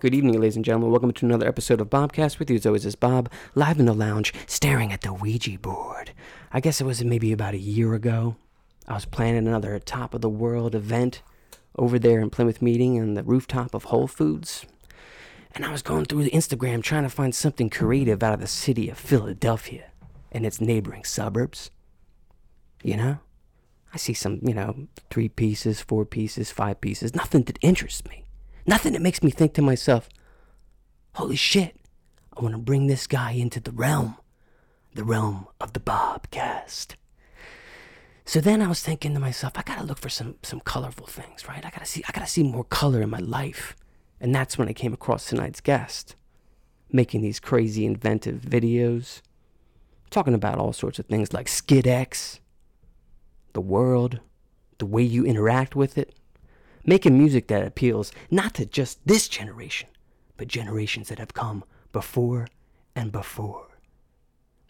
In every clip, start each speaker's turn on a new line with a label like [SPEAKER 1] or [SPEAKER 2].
[SPEAKER 1] Good evening, ladies and gentlemen. Welcome to another episode of Bobcast with you. As always, is Bob live in the lounge, staring at the Ouija board. I guess it was maybe about a year ago. I was planning another top of the world event over there in Plymouth Meeting on the rooftop of Whole Foods, and I was going through the Instagram trying to find something creative out of the city of Philadelphia and its neighboring suburbs. You know, I see some, you know, three pieces, four pieces, five pieces, nothing that interests me. Nothing that makes me think to myself, holy shit, I want to bring this guy into the realm, the realm of the Bobcast. So then I was thinking to myself, I gotta look for some some colorful things, right? I gotta see I gotta see more color in my life. And that's when I came across tonight's guest, making these crazy inventive videos, talking about all sorts of things like Skid X, the world, the way you interact with it, making music that appeals not to just this generation, but generations that have come before and before.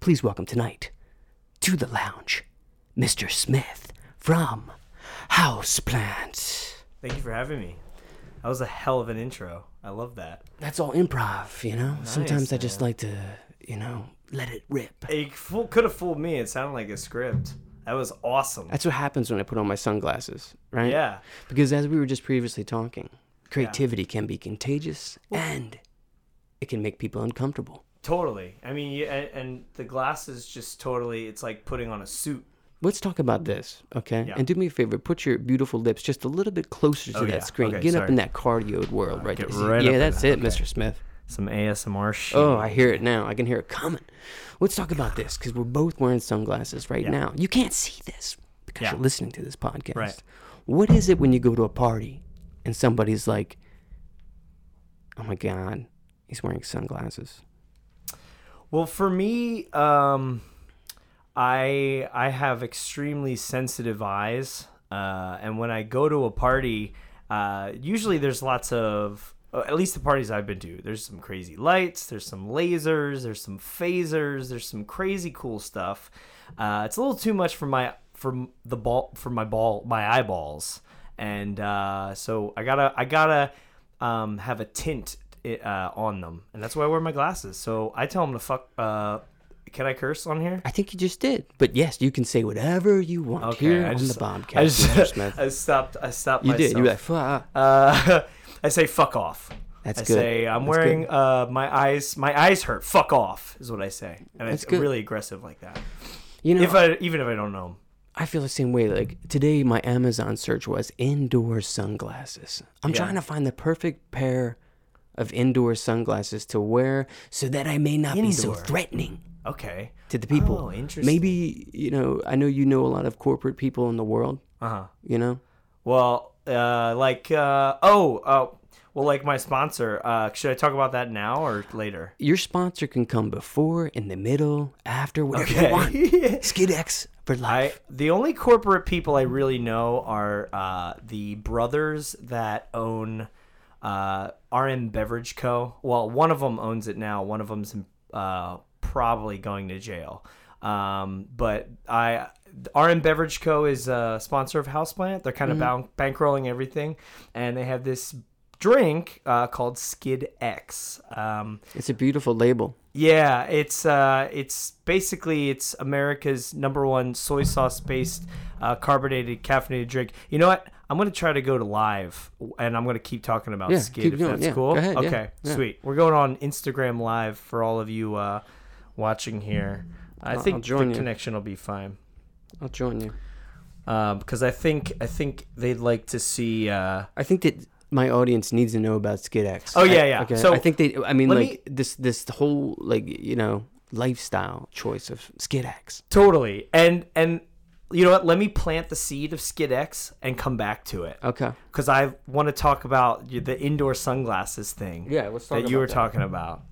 [SPEAKER 1] Please welcome tonight to the lounge, Mr. Smith from Houseplants.
[SPEAKER 2] Thank you for having me. That was a hell of an intro. I love that.
[SPEAKER 1] That's all improv, you know? Sometimes I just
[SPEAKER 2] man.
[SPEAKER 1] like to, you know, let it rip.
[SPEAKER 2] It fool, could have fooled me. It sounded like a script. That was awesome.
[SPEAKER 1] That's what happens when I put on my sunglasses, right?
[SPEAKER 2] Yeah.
[SPEAKER 1] Because as we were just previously talking, creativity can be contagious and it can make people uncomfortable.
[SPEAKER 2] Totally. I mean, you, and, and the glasses just totally, it's like putting on a suit.
[SPEAKER 1] Let's talk about this, okay?
[SPEAKER 2] Mm. Yeah.
[SPEAKER 1] And do me a favor, put your beautiful lips just a little bit closer to
[SPEAKER 2] Oh,
[SPEAKER 1] that
[SPEAKER 2] yeah.
[SPEAKER 1] screen.
[SPEAKER 2] Okay,
[SPEAKER 1] get up
[SPEAKER 2] sorry. Uh,
[SPEAKER 1] in that cardio world right
[SPEAKER 2] get
[SPEAKER 1] there.
[SPEAKER 2] right
[SPEAKER 1] yeah,
[SPEAKER 2] up in
[SPEAKER 1] that's
[SPEAKER 2] that.
[SPEAKER 1] it, Mr. Smith.
[SPEAKER 2] Some ASMR shit.
[SPEAKER 1] Oh, I hear it now. I can hear it coming. Let's talk about this because we're both wearing sunglasses right now. You can't see this because
[SPEAKER 2] Yeah.
[SPEAKER 1] you're listening to this podcast.
[SPEAKER 2] Right.
[SPEAKER 1] What is it when you go to a party and somebody's like, oh my God, he's wearing sunglasses?
[SPEAKER 2] Well, for me, um, I I have extremely sensitive eyes, uh, and when I go to a party, uh, usually there's lots of uh, at least the parties I've been to. There's some crazy lights, there's some lasers, there's some phasers, there's some crazy cool stuff. Uh, it's a little too much for my for the ball for my ball my eyeballs, and uh, so I gotta I gotta um, have a tint uh, on them, and that's why I wear my glasses. So I tell them to fuck. Uh, can I curse on here?
[SPEAKER 1] I think you just did. But yes, you can say whatever you want here
[SPEAKER 2] I
[SPEAKER 1] on
[SPEAKER 2] just-
[SPEAKER 1] the Bobcat,
[SPEAKER 2] I, just-
[SPEAKER 1] Mr. Smith.
[SPEAKER 2] I stopped. I stopped.
[SPEAKER 1] You
[SPEAKER 2] myself.
[SPEAKER 1] did. You were like, fuck.
[SPEAKER 2] Uh, I say fuck off.
[SPEAKER 1] That's
[SPEAKER 2] I
[SPEAKER 1] good.
[SPEAKER 2] say I'm
[SPEAKER 1] That's
[SPEAKER 2] wearing
[SPEAKER 1] good.
[SPEAKER 2] uh, my eyes. My eyes hurt. Fuck off is what I say, and
[SPEAKER 1] That's
[SPEAKER 2] it's
[SPEAKER 1] good.
[SPEAKER 2] really aggressive like that.
[SPEAKER 1] You know,
[SPEAKER 2] If I even if I don't know 'em.
[SPEAKER 1] I feel the same way. Like today, my Amazon search was indoor sunglasses. I'm
[SPEAKER 2] Yeah.
[SPEAKER 1] trying to find the perfect pair of indoor sunglasses to wear so that I may not be so
[SPEAKER 2] Indoor.
[SPEAKER 1] threatening
[SPEAKER 2] Okay.
[SPEAKER 1] to the people.
[SPEAKER 2] Oh, interesting.
[SPEAKER 1] Maybe, you know, I know you know a lot of corporate people in the world,
[SPEAKER 2] Uh huh.
[SPEAKER 1] you know?
[SPEAKER 2] Well, uh, like uh, oh, uh, well, like my sponsor. Uh, should I talk about that now or later?
[SPEAKER 1] Your sponsor can come before, in the middle, after, whatever you want. Skid X for
[SPEAKER 2] I
[SPEAKER 1] life.
[SPEAKER 2] the only corporate people I really know are uh, the brothers that own uh, RM Beverage Co. Well, one of them owns it now. One of them's uh, probably going to jail. Um, but I RM Beverage Co. is a sponsor of Houseplant. They're kind of bank- bankrolling everything, and they have this drink uh, called Skid X. Um,
[SPEAKER 1] it's a beautiful label.
[SPEAKER 2] yeah, it's uh, it's basically it's America's number one soy sauce based uh, carbonated caffeinated drink. You know what? I'm gonna try to go to live, and I'm gonna keep talking about
[SPEAKER 1] Yeah,
[SPEAKER 2] skid.
[SPEAKER 1] keep
[SPEAKER 2] if
[SPEAKER 1] doing it.
[SPEAKER 2] that's
[SPEAKER 1] Yeah,
[SPEAKER 2] cool.
[SPEAKER 1] go ahead, yeah,
[SPEAKER 2] okay,
[SPEAKER 1] yeah.
[SPEAKER 2] sweet. We're going on Instagram live for all of you uh, watching here. I
[SPEAKER 1] I'll- I'll
[SPEAKER 2] think
[SPEAKER 1] join
[SPEAKER 2] the
[SPEAKER 1] you.
[SPEAKER 2] connection will be fine
[SPEAKER 1] I'll join you.
[SPEAKER 2] because I think I think they'd like to see. Uh,
[SPEAKER 1] I think that my audience needs to know about Skid X.
[SPEAKER 2] Oh, yeah,
[SPEAKER 1] I-
[SPEAKER 2] yeah.
[SPEAKER 1] okay.
[SPEAKER 2] So,
[SPEAKER 1] I think they. I mean,
[SPEAKER 2] let
[SPEAKER 1] like this this whole like you know lifestyle choice of Skid X.
[SPEAKER 2] totally, and and you know what? Let me plant the seed of Skid X and come back to it.
[SPEAKER 1] Okay.
[SPEAKER 2] because I want to talk about y- the indoor sunglasses thing
[SPEAKER 1] Yeah, let's talk
[SPEAKER 2] that you
[SPEAKER 1] about
[SPEAKER 2] were
[SPEAKER 1] that.
[SPEAKER 2] talking about.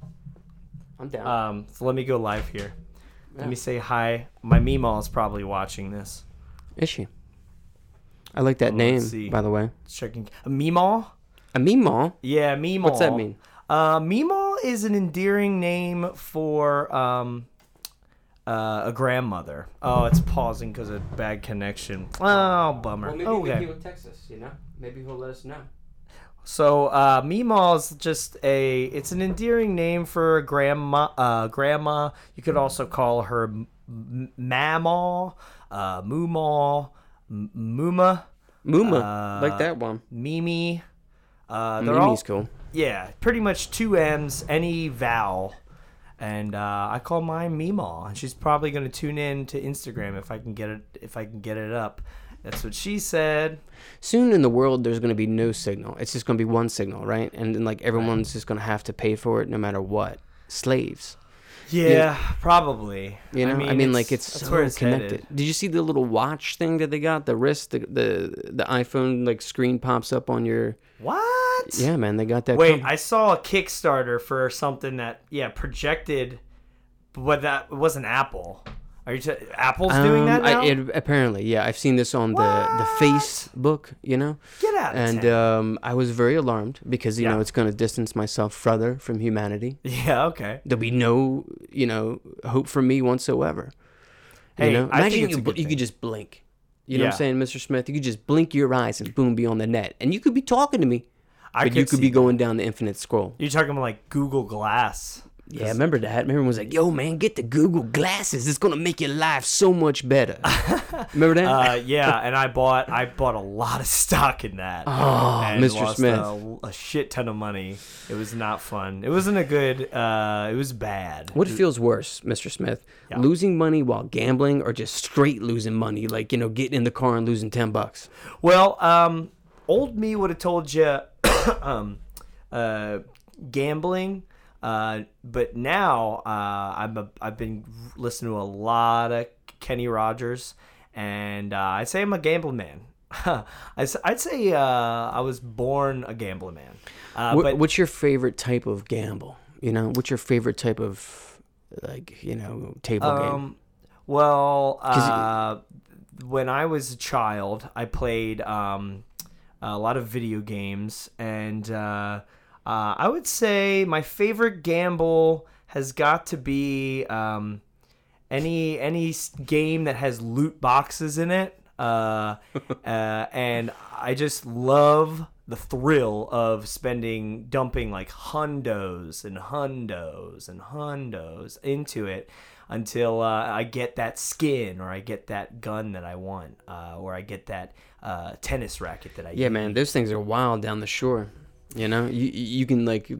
[SPEAKER 1] I'm down.
[SPEAKER 2] Um, so let me go live here.
[SPEAKER 1] Yeah.
[SPEAKER 2] Let me say hi. My Meemaw is probably watching this.
[SPEAKER 1] Is she? I like that
[SPEAKER 2] let's see.
[SPEAKER 1] name, by the way.
[SPEAKER 2] It's checking. A Meemaw?
[SPEAKER 1] A Meemaw?
[SPEAKER 2] Yeah, Meemaw.
[SPEAKER 1] What's that mean?
[SPEAKER 2] Uh, Meemaw is an endearing name for um, uh, a grandmother. Oh, it's pausing because of bad connection. Oh, bummer. okay.
[SPEAKER 1] Texas, you know? Maybe he'll let us know.
[SPEAKER 2] So uh, Meemaw is just a it's an endearing name for a grandma. Uh, grandma. You could also call her M- M- Mamaw, uh, Moomaw, M- Mooma,
[SPEAKER 1] Mooma.
[SPEAKER 2] Uh,
[SPEAKER 1] like that one.
[SPEAKER 2] Mimi. Uh, they're all,
[SPEAKER 1] Mimi's cool.
[SPEAKER 2] yeah, pretty much two M's, any vowel. And uh, I call mine Meemaw, and she's probably going to tune in to Instagram if I can get it. If I can get it up, that's what she said.
[SPEAKER 1] Soon in the world, there's going to be no signal. It's just going to be one signal, right? And then, like, everyone's just going to have to pay for it no matter what. Slaves.
[SPEAKER 2] Yeah, probably.
[SPEAKER 1] You know, I mean, like it's
[SPEAKER 2] that's
[SPEAKER 1] so
[SPEAKER 2] where it's
[SPEAKER 1] connected.
[SPEAKER 2] headed.
[SPEAKER 1] Did you see the little watch thing that they got? The wrist, the the, the iPhone like screen pops up on your.
[SPEAKER 2] What?
[SPEAKER 1] Yeah, man, they got that.
[SPEAKER 2] Wait,
[SPEAKER 1] com-
[SPEAKER 2] I saw a Kickstarter for something that yeah projected, but that it wasn't Apple. Are you t- Apple's doing
[SPEAKER 1] Um,
[SPEAKER 2] that now?
[SPEAKER 1] I, it, apparently, yeah, I've seen this on the the
[SPEAKER 2] What?
[SPEAKER 1] Facebook, you know,
[SPEAKER 2] Get out of
[SPEAKER 1] and
[SPEAKER 2] town.
[SPEAKER 1] um, I was very alarmed because you
[SPEAKER 2] Yeah.
[SPEAKER 1] know it's going to distance myself further from humanity.
[SPEAKER 2] yeah. Okay.
[SPEAKER 1] There'll be no, you know, hope for me whatsoever.
[SPEAKER 2] Hey,
[SPEAKER 1] you know,
[SPEAKER 2] I
[SPEAKER 1] imagine
[SPEAKER 2] think it's
[SPEAKER 1] you,
[SPEAKER 2] a
[SPEAKER 1] bl-
[SPEAKER 2] good
[SPEAKER 1] you could
[SPEAKER 2] thing.
[SPEAKER 1] just blink. You know what
[SPEAKER 2] Yeah.
[SPEAKER 1] I'm saying, Mr. Smith? You could just blink your eyes and boom, be on the net, and you could be talking to me.
[SPEAKER 2] I
[SPEAKER 1] but you could
[SPEAKER 2] see
[SPEAKER 1] be
[SPEAKER 2] that.
[SPEAKER 1] going down the infinite scroll.
[SPEAKER 2] You're talking about like Google Glass.
[SPEAKER 1] Yeah, remember that. Remember everyone was like, "Yo, man, get the Google glasses. It's gonna make your life so much better." remember that?
[SPEAKER 2] Uh, yeah, and I bought I bought a lot of stock in that.
[SPEAKER 1] Oh,
[SPEAKER 2] and
[SPEAKER 1] Mr.
[SPEAKER 2] lost
[SPEAKER 1] Smith.
[SPEAKER 2] A, a shit ton of money. It was not fun. It wasn't a good. Uh, it was bad.
[SPEAKER 1] what feels worse, Mr. Smith?
[SPEAKER 2] Yeah.
[SPEAKER 1] Losing money while gambling, or just straight losing money, like you know, getting in the car and losing ten bucks?
[SPEAKER 2] Well, um, old me would have told you um, uh, gambling, uh, but now uh, I'm a, I've been listening to a lot of Kenny Rogers, and uh, I'd say I'm a gambling man. I'd s- I'd say uh, I was born a gambling man. Uh,
[SPEAKER 1] What,
[SPEAKER 2] but
[SPEAKER 1] what's your favorite type of gamble? You know, what's your favorite type of like you know table game?
[SPEAKER 2] Um, well,
[SPEAKER 1] 'Cause it-
[SPEAKER 2] uh, when I was a child, I played um, a lot of video games, and uh, uh, I would say my favorite gamble has got to be um, any any s- game that has loot boxes in it. Uh, uh, and I just love the thrill of spending dumping like hundos and hundos and hundos into it until uh, I get that skin or I get that gun that I want uh, or I get that uh, tennis racket that I
[SPEAKER 1] Yeah, man, those things are wild down the shore. You know, you you can like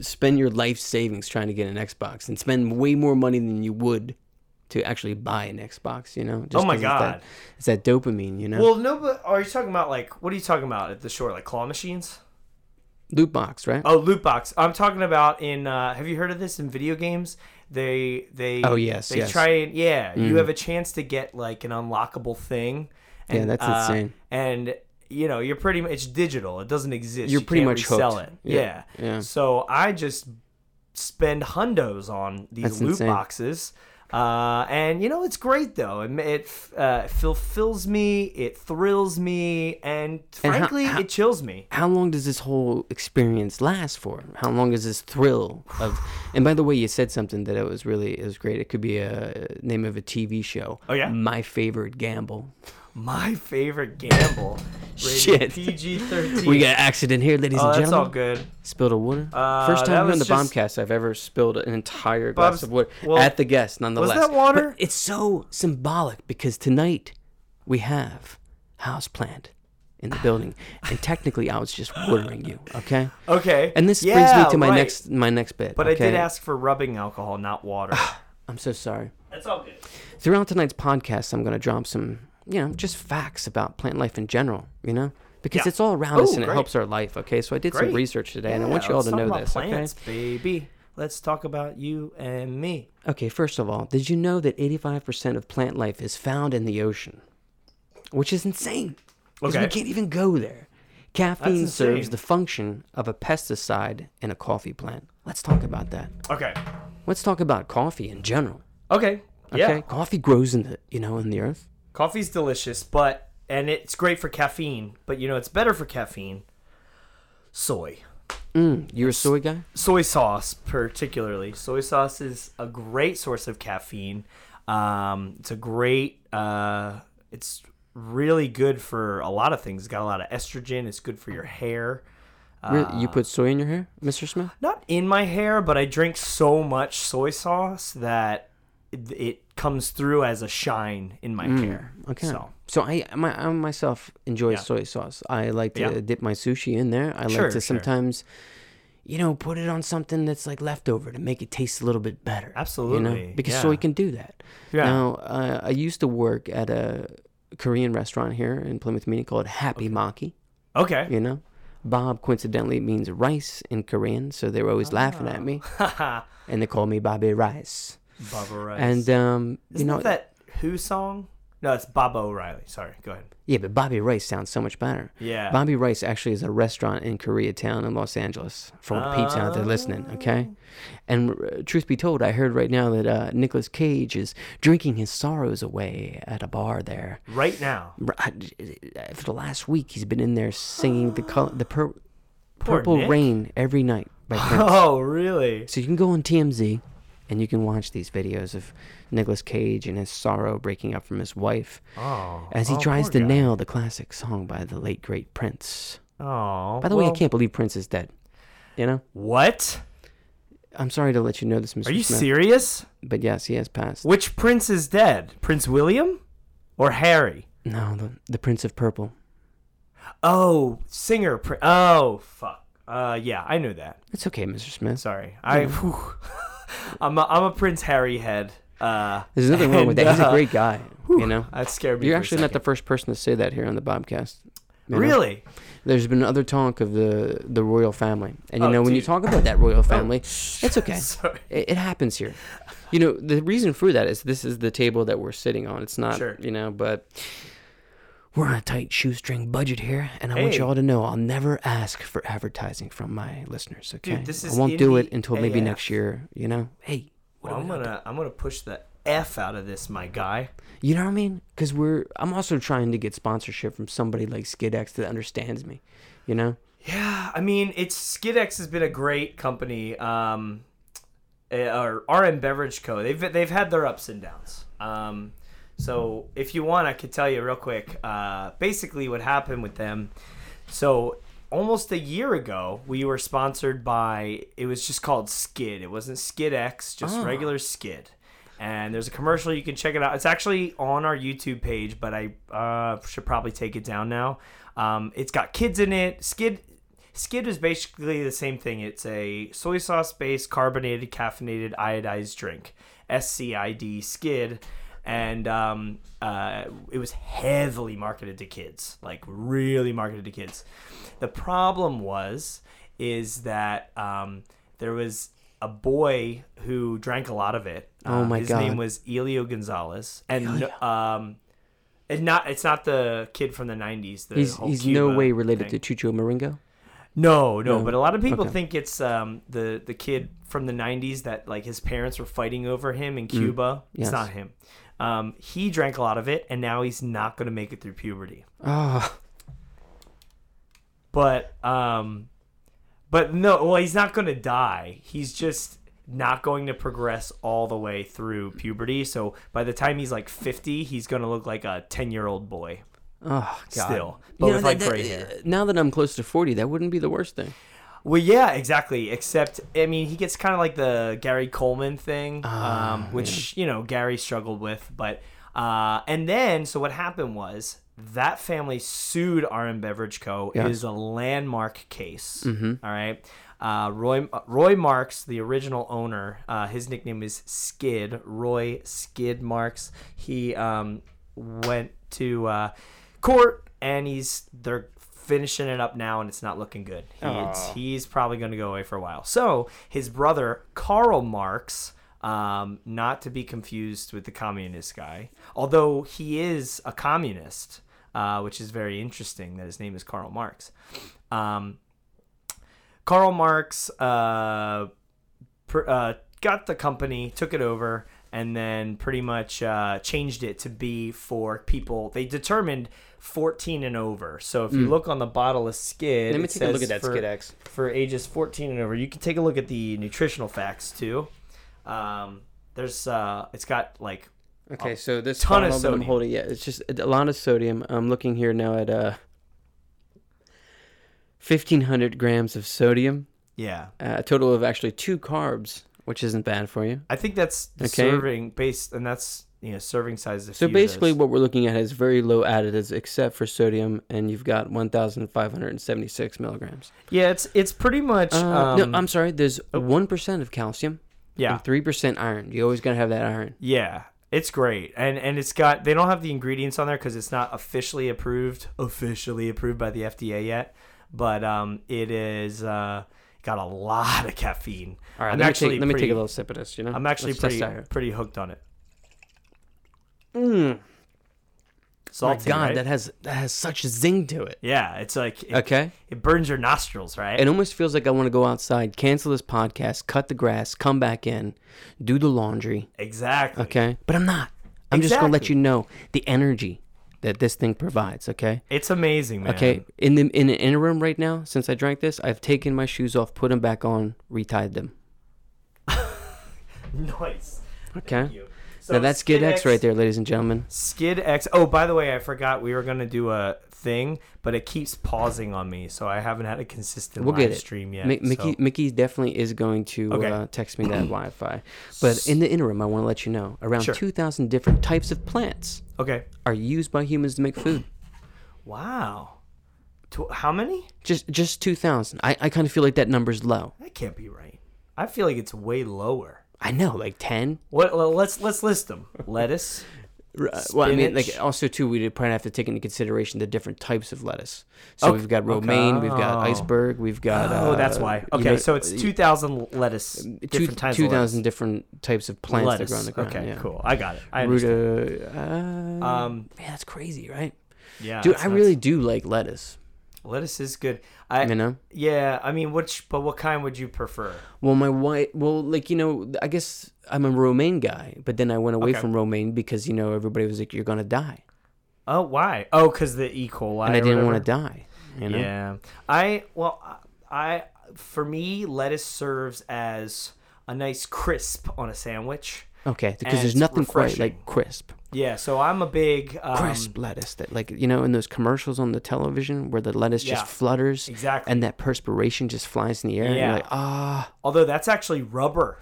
[SPEAKER 1] spend your life savings trying to get an Xbox and spend way more money than you would to actually buy an Xbox. You know, just
[SPEAKER 2] Oh my
[SPEAKER 1] 'cause
[SPEAKER 2] God.
[SPEAKER 1] it's that, it's that dopamine. You know,
[SPEAKER 2] Well, no, but are you talking about like what are you talking about at the shore? Like claw machines?
[SPEAKER 1] loot box, right?
[SPEAKER 2] Oh, loot box. I'm talking about in. Uh, have you heard of this in video games? They they.
[SPEAKER 1] Oh, yes,
[SPEAKER 2] They
[SPEAKER 1] yes. Mm.
[SPEAKER 2] try and yeah. You have a chance to get like an unlockable thing. And,
[SPEAKER 1] that's
[SPEAKER 2] uh,
[SPEAKER 1] insane.
[SPEAKER 2] And you know you're pretty. mu- It's digital. It doesn't exist.
[SPEAKER 1] You're
[SPEAKER 2] You
[SPEAKER 1] pretty
[SPEAKER 2] can't
[SPEAKER 1] much
[SPEAKER 2] resell
[SPEAKER 1] hooked.
[SPEAKER 2] it.
[SPEAKER 1] Yeah,
[SPEAKER 2] Yeah.
[SPEAKER 1] yeah.
[SPEAKER 2] So I just spend hundos on these
[SPEAKER 1] That's
[SPEAKER 2] loot
[SPEAKER 1] insane.
[SPEAKER 2] boxes. Uh, and you know it's great though. It, it uh, fulfills me. It thrills me, and
[SPEAKER 1] And how-
[SPEAKER 2] frankly,
[SPEAKER 1] how-
[SPEAKER 2] it chills me.
[SPEAKER 1] How long does this whole experience last for? How long is this thrill of? And by the way, you said something that it was really it was great. It could be a name of a TV show.
[SPEAKER 2] Oh, yeah?
[SPEAKER 1] my favorite gamble.
[SPEAKER 2] My favorite gamble.
[SPEAKER 1] Shit.
[SPEAKER 2] PG thirteen.
[SPEAKER 1] We got an accident here, ladies and
[SPEAKER 2] Oh, that's
[SPEAKER 1] gentlemen.
[SPEAKER 2] all good.
[SPEAKER 1] Spilled a water.
[SPEAKER 2] Uh,
[SPEAKER 1] First
[SPEAKER 2] that
[SPEAKER 1] time here on the
[SPEAKER 2] was
[SPEAKER 1] Bombcast I've ever spilled an entire glass
[SPEAKER 2] Bob's-
[SPEAKER 1] of water
[SPEAKER 2] well,
[SPEAKER 1] at the guest, nonetheless.
[SPEAKER 2] that water?
[SPEAKER 1] But it's so symbolic because tonight we have houseplant in the building, and technically I was just watering you, okay?
[SPEAKER 2] Okay.
[SPEAKER 1] And this brings
[SPEAKER 2] Yeah,
[SPEAKER 1] me to my
[SPEAKER 2] right.
[SPEAKER 1] next my next bit.
[SPEAKER 2] But I
[SPEAKER 1] okay?
[SPEAKER 2] did ask for rubbing alcohol, not water.
[SPEAKER 1] I'm so sorry.
[SPEAKER 2] that's all good.
[SPEAKER 1] Throughout tonight's podcast, I'm going to drop some, you know, just facts about plant life in general, you know? Because
[SPEAKER 2] Yeah.
[SPEAKER 1] it's all around us
[SPEAKER 2] Oh,
[SPEAKER 1] and it
[SPEAKER 2] great.
[SPEAKER 1] helps our life, okay? So I did some
[SPEAKER 2] Great.
[SPEAKER 1] research today, and I
[SPEAKER 2] Yeah,
[SPEAKER 1] want you all
[SPEAKER 2] let's
[SPEAKER 1] to
[SPEAKER 2] talk
[SPEAKER 1] know
[SPEAKER 2] about
[SPEAKER 1] this, okay?
[SPEAKER 2] plants, baby. Let's talk about you and me.
[SPEAKER 1] Okay, first of all, did you know that 85% of plant life is found in the ocean? Which is insane. Because we
[SPEAKER 2] Okay.
[SPEAKER 1] can't even go there. Caffeine
[SPEAKER 2] That's
[SPEAKER 1] serves
[SPEAKER 2] insane.
[SPEAKER 1] the function of a pesticide in a coffee plant. Let's talk about that.
[SPEAKER 2] Okay.
[SPEAKER 1] Let's talk about coffee in general.
[SPEAKER 2] Okay. Yeah.
[SPEAKER 1] Okay, coffee grows in the you know in the earth.
[SPEAKER 2] Coffee's delicious, but and it's great for caffeine, but you know it's better for caffeine. Soy.
[SPEAKER 1] Mm, you're a soy guy.
[SPEAKER 2] Soy sauce particularly. Soy sauce is a great source of caffeine. Um, it's a great uh, it's really good for a lot of things. It's got a lot of estrogen, it's good for your hair.
[SPEAKER 1] Really?
[SPEAKER 2] Uh,
[SPEAKER 1] you put soy in your hair, Mr. Smith?
[SPEAKER 2] not in my hair, but I drink so much soy sauce that it, it comes through as a shine in my hair.
[SPEAKER 1] Mm, Okay.
[SPEAKER 2] So
[SPEAKER 1] So I, my, I myself enjoy
[SPEAKER 2] Yeah.
[SPEAKER 1] soy sauce. I like to
[SPEAKER 2] Yeah.
[SPEAKER 1] dip my sushi in there. I
[SPEAKER 2] Sure,
[SPEAKER 1] like to
[SPEAKER 2] sure.
[SPEAKER 1] sometimes, you know, put it on something that's like leftover to make it taste a little bit better. You know?
[SPEAKER 2] Absolutely,
[SPEAKER 1] Because soy
[SPEAKER 2] yeah.
[SPEAKER 1] can do that.
[SPEAKER 2] Yeah.
[SPEAKER 1] Now, uh, I used to work at a Korean restaurant here in Plymouth, Meeting called Happy Maki.
[SPEAKER 2] okay.
[SPEAKER 1] You know, Bob coincidentally means rice in Korean, so they were always laughing at me,
[SPEAKER 2] Ah. Haha.
[SPEAKER 1] and they called me Bobby Rice.
[SPEAKER 2] Baba Rice.
[SPEAKER 1] And um, you
[SPEAKER 2] Isn't
[SPEAKER 1] know,
[SPEAKER 2] that Who song? No, it's Bob O'Reilly. Sorry, go ahead.
[SPEAKER 1] Yeah, but Bobby Rice sounds so much better.
[SPEAKER 2] Yeah.
[SPEAKER 1] Bobby Rice actually is a restaurant in Koreatown in Los Angeles. For all the peeps out there listening,
[SPEAKER 2] Oh.
[SPEAKER 1] okay? And uh, truth be told, I heard right now that uh, Nicolas Cage is drinking his sorrows away at a bar there.
[SPEAKER 2] Right now,
[SPEAKER 1] R- I- For the last week, he's been in there singing the color, the pur-
[SPEAKER 2] Poor
[SPEAKER 1] Purple
[SPEAKER 2] Nick.
[SPEAKER 1] Rain every night by Prince.
[SPEAKER 2] Oh, really?
[SPEAKER 1] So you can go on TMZ and you can watch these videos of Nicolas Cage and his sorrow breaking up from his wife
[SPEAKER 2] Oh.
[SPEAKER 1] as he
[SPEAKER 2] oh,
[SPEAKER 1] tries
[SPEAKER 2] poor
[SPEAKER 1] to
[SPEAKER 2] guy.
[SPEAKER 1] nail the classic song by the late great Prince.
[SPEAKER 2] Oh.
[SPEAKER 1] By the way,
[SPEAKER 2] well,
[SPEAKER 1] I can't believe Prince is dead. You know,
[SPEAKER 2] What?
[SPEAKER 1] I'm sorry to let you know this, Mr.
[SPEAKER 2] Are you
[SPEAKER 1] Smith,
[SPEAKER 2] serious?
[SPEAKER 1] but yes, he has passed.
[SPEAKER 2] Which prince is dead? Prince William or Harry?
[SPEAKER 1] No, the, the Prince of Purple.
[SPEAKER 2] Oh, singer. Pr- oh, fuck. Uh, yeah, I knew that.
[SPEAKER 1] It's okay, Mr. Smith.
[SPEAKER 2] Sorry, I. whew. I'm a, I'm a Prince Harry head. Uh,
[SPEAKER 1] There's nothing wrong with
[SPEAKER 2] and,
[SPEAKER 1] that. He's a
[SPEAKER 2] uh,
[SPEAKER 1] great guy. you know,
[SPEAKER 2] That scared me.
[SPEAKER 1] you're
[SPEAKER 2] for a
[SPEAKER 1] actually not the
[SPEAKER 2] second.
[SPEAKER 1] first person to say that here on the Bobcast. you know?
[SPEAKER 2] Really?
[SPEAKER 1] There's been other talk of the the royal family, and you
[SPEAKER 2] Oh,
[SPEAKER 1] know when you
[SPEAKER 2] dude. Oh,
[SPEAKER 1] talk about that royal family, it's okay.
[SPEAKER 2] Sorry.
[SPEAKER 1] It, it happens here. You know the reason for that is this is the table that we're sitting on. It's not
[SPEAKER 2] Sure.
[SPEAKER 1] you know, but we're on a tight shoestring budget here, and I want
[SPEAKER 2] Hey.
[SPEAKER 1] y'all to know I'll never ask for advertising from my listeners. Okay,
[SPEAKER 2] this
[SPEAKER 1] I
[SPEAKER 2] is
[SPEAKER 1] won't do
[SPEAKER 2] indie
[SPEAKER 1] it until maybe
[SPEAKER 2] AF.
[SPEAKER 1] next year. You know, hey,
[SPEAKER 2] Well, I'm gonna I'm gonna push the f out of this, my guy.
[SPEAKER 1] you know what I mean? Because we're I'm also trying to get sponsorship from somebody like Skidex that understands me. You know.
[SPEAKER 2] Yeah, I mean, it's Skidex has been a great company. Um, eh, or RM Beverage Co. They've they've had their ups and downs. Um, so if you want, I could tell you real quick. Uh, basically, what happened with them. So almost a year ago, we were sponsored by. It was just called Skid. It wasn't Skid X, just regular Skid. And there's a commercial you can check it out. It's actually on our YouTube page, but I uh, should probably take it down now. Um, it's got kids in it. Skid Skid is basically the same thing. It's a soy sauce based carbonated caffeinated iodized drink, SCID Skid, and um, uh, it was heavily marketed to kids, like really marketed to kids. The problem was is that um, there was a boy who drank a lot of it.
[SPEAKER 1] Oh
[SPEAKER 2] Uh,
[SPEAKER 1] my
[SPEAKER 2] his
[SPEAKER 1] God.
[SPEAKER 2] name was Elio Gonzalez, and um, and not it's not the kid from the '90s. The
[SPEAKER 1] He's
[SPEAKER 2] whole
[SPEAKER 1] he's
[SPEAKER 2] Cuba
[SPEAKER 1] no way related
[SPEAKER 2] thing.
[SPEAKER 1] to Chucho Maringo.
[SPEAKER 2] No, no, but a lot of people
[SPEAKER 1] Okay.
[SPEAKER 2] think it's um, the the kid from the '90s that like his parents were fighting over him in
[SPEAKER 1] Mm.
[SPEAKER 2] Cuba.
[SPEAKER 1] yes.
[SPEAKER 2] It's not him. Um, he drank a lot of it, and now he's not going to make it through puberty.
[SPEAKER 1] Oh,
[SPEAKER 2] But um, but no, well, he's not going to die. He's just not going to progress all the way through puberty. So by the time he's like 50, he's going to look like a 10 year old boy
[SPEAKER 1] oh God.
[SPEAKER 2] still, but
[SPEAKER 1] You know,
[SPEAKER 2] with
[SPEAKER 1] that-
[SPEAKER 2] like
[SPEAKER 1] that- uh,
[SPEAKER 2] gray hair.
[SPEAKER 1] Now that I'm close to 40, that wouldn't be the worst thing.
[SPEAKER 2] Well, yeah, exactly. Except, I mean, he gets kind of like the Gary Coleman thing, um, which you know Gary struggled with. But uh, and then, so what happened was that family sued RM Beverage Co. It is a landmark case. all right, uh, Roy Roy Marks, the original owner, uh, his nickname is Skid. Roy Skid Marks. He um, went to uh, court, and he's they're finishing it up now, and it's not looking good. He, it's, he's probably going to go away for a while. So his brother Karl Marx, um, not to be confused with the communist guy, although he is a communist, uh, which is very interesting that his name is Karl Marx. Um, Karl Marx. Uh, pr- uh, got the company, took it over, and then pretty much uh, changed it to be for people. They determined 14 and over. So if you look on the bottle of Skid,
[SPEAKER 1] Hmm. Let me
[SPEAKER 2] it
[SPEAKER 1] take a look
[SPEAKER 2] says
[SPEAKER 1] at that
[SPEAKER 2] for,
[SPEAKER 1] Skid X.
[SPEAKER 2] for ages 14 and over. You can take a look at the nutritional facts too. Um, there's uh, it's got like
[SPEAKER 1] Okay, so this
[SPEAKER 2] ton
[SPEAKER 1] bottle
[SPEAKER 2] of
[SPEAKER 1] that I'm
[SPEAKER 2] sodium.
[SPEAKER 1] holding, yeah, it's just a lot of sodium. I'm looking here now at uh, 1,500 grams of sodium,
[SPEAKER 2] yeah.
[SPEAKER 1] uh, a total of actually two carbs, which isn't bad for you.
[SPEAKER 2] I think that's the
[SPEAKER 1] Okay.
[SPEAKER 2] serving based, and that's you know serving size.
[SPEAKER 1] So basically, what we're looking at is very low additives except for sodium, and you've got 1,576 milligrams.
[SPEAKER 2] yeah, it's it's pretty much
[SPEAKER 1] Uh,
[SPEAKER 2] um,
[SPEAKER 1] no, I'm sorry, there's 1% of calcium
[SPEAKER 2] yeah
[SPEAKER 1] and 3% iron. You always got to have that iron.
[SPEAKER 2] yeah. It's great, and and it's got they don't have the ingredients on there because it's not officially approved, officially approved by the FDA yet. But um, it is uh, got a lot of caffeine.
[SPEAKER 1] All right,
[SPEAKER 2] I'm
[SPEAKER 1] let,
[SPEAKER 2] actually
[SPEAKER 1] me take, let me take
[SPEAKER 2] pretty-
[SPEAKER 1] a little sip of this, you know?
[SPEAKER 2] I'm actually
[SPEAKER 1] Let's test
[SPEAKER 2] pretty
[SPEAKER 1] that here.
[SPEAKER 2] pretty hooked on it.
[SPEAKER 1] Mm, Oh my
[SPEAKER 2] Salty,
[SPEAKER 1] God,
[SPEAKER 2] right?
[SPEAKER 1] that, has, that has such zing to it.
[SPEAKER 2] yeah, it's like it,
[SPEAKER 1] Okay.
[SPEAKER 2] it burns your nostrils, right?
[SPEAKER 1] It almost feels like I want to go outside, cancel this podcast, cut the grass, come back in, do the laundry.
[SPEAKER 2] exactly.
[SPEAKER 1] Okay. But I'm not. I'm just going to let
[SPEAKER 2] Exactly.
[SPEAKER 1] you know the energy that this thing provides. Okay.
[SPEAKER 2] It's amazing, man.
[SPEAKER 1] Okay. In the in an interim right now, since I drank this, I've taken my shoes off, put them back on, retied them.
[SPEAKER 2] Nice.
[SPEAKER 1] Okay.
[SPEAKER 2] you. So
[SPEAKER 1] Now that's Skid X right there, ladies and gentlemen.
[SPEAKER 2] Skid X. Oh, by the way, I forgot we were gonna do a thing, but it keeps pausing on me, so I haven't had a consistent
[SPEAKER 1] We'll
[SPEAKER 2] live
[SPEAKER 1] get it.
[SPEAKER 2] stream yet.
[SPEAKER 1] Mi- Mickey,
[SPEAKER 2] so-
[SPEAKER 1] Mickey definitely is going to
[SPEAKER 2] Okay.
[SPEAKER 1] uh, text me that Wi-Fi. But in the interim, I want to let you know around
[SPEAKER 2] Sure.
[SPEAKER 1] 2,000 different types of plants
[SPEAKER 2] Okay.
[SPEAKER 1] are used by humans to make food.
[SPEAKER 2] Wow. Tw- how many?
[SPEAKER 1] Just just two thousand. I, I kind of feel like that number's low.
[SPEAKER 2] That can't be right. I feel like it's way lower.
[SPEAKER 1] I know, like ten.
[SPEAKER 2] What? well, Let's let's list them. Lettuce.
[SPEAKER 1] uh, Well, I mean, like
[SPEAKER 2] Spinach.
[SPEAKER 1] also too, we'd probably have to take into consideration the different types of lettuce. So we've got romaine, we've got
[SPEAKER 2] Oh.
[SPEAKER 1] iceberg, we've got.
[SPEAKER 2] Oh,
[SPEAKER 1] uh,
[SPEAKER 2] that's why.
[SPEAKER 1] you
[SPEAKER 2] Okay,
[SPEAKER 1] know,
[SPEAKER 2] so it's
[SPEAKER 1] uh,
[SPEAKER 2] two thousand lettuce.
[SPEAKER 1] two
[SPEAKER 2] Different types
[SPEAKER 1] two
[SPEAKER 2] of lettuce.
[SPEAKER 1] thousand different types of plants that grow on
[SPEAKER 2] lettuce.
[SPEAKER 1] the ground.
[SPEAKER 2] okay,
[SPEAKER 1] yeah.
[SPEAKER 2] cool. I got it. I understand.
[SPEAKER 1] Ruta, uh,
[SPEAKER 2] Um,
[SPEAKER 1] man, that's crazy, right?
[SPEAKER 2] yeah,
[SPEAKER 1] Dude,
[SPEAKER 2] it's
[SPEAKER 1] I
[SPEAKER 2] nuts.
[SPEAKER 1] really do like lettuce.
[SPEAKER 2] lettuce is good. I
[SPEAKER 1] You know.
[SPEAKER 2] yeah. I mean, which but what kind would you prefer?
[SPEAKER 1] Well, my wife. Well, like you know, I guess I'm a romaine guy, but then I went away
[SPEAKER 2] Okay.
[SPEAKER 1] from romaine because you know everybody was like, "You're gonna die,"
[SPEAKER 2] Oh, why? Oh, because the E. coli.
[SPEAKER 1] and I
[SPEAKER 2] or
[SPEAKER 1] didn't
[SPEAKER 2] whatever.
[SPEAKER 1] want to die. You know.
[SPEAKER 2] Yeah. I well, I for me lettuce serves as a nice crisp on a sandwich.
[SPEAKER 1] Okay, because
[SPEAKER 2] And
[SPEAKER 1] there's
[SPEAKER 2] it's
[SPEAKER 1] nothing quite
[SPEAKER 2] refreshing.
[SPEAKER 1] like crisp,
[SPEAKER 2] Yeah. So I'm a big um,
[SPEAKER 1] crisp lettuce that like you know in those commercials on the television where the lettuce
[SPEAKER 2] Yeah,
[SPEAKER 1] just flutters
[SPEAKER 2] exactly.
[SPEAKER 1] and that perspiration just flies in the air. And
[SPEAKER 2] Yeah.
[SPEAKER 1] you're like, ah,
[SPEAKER 2] Although that's actually rubber.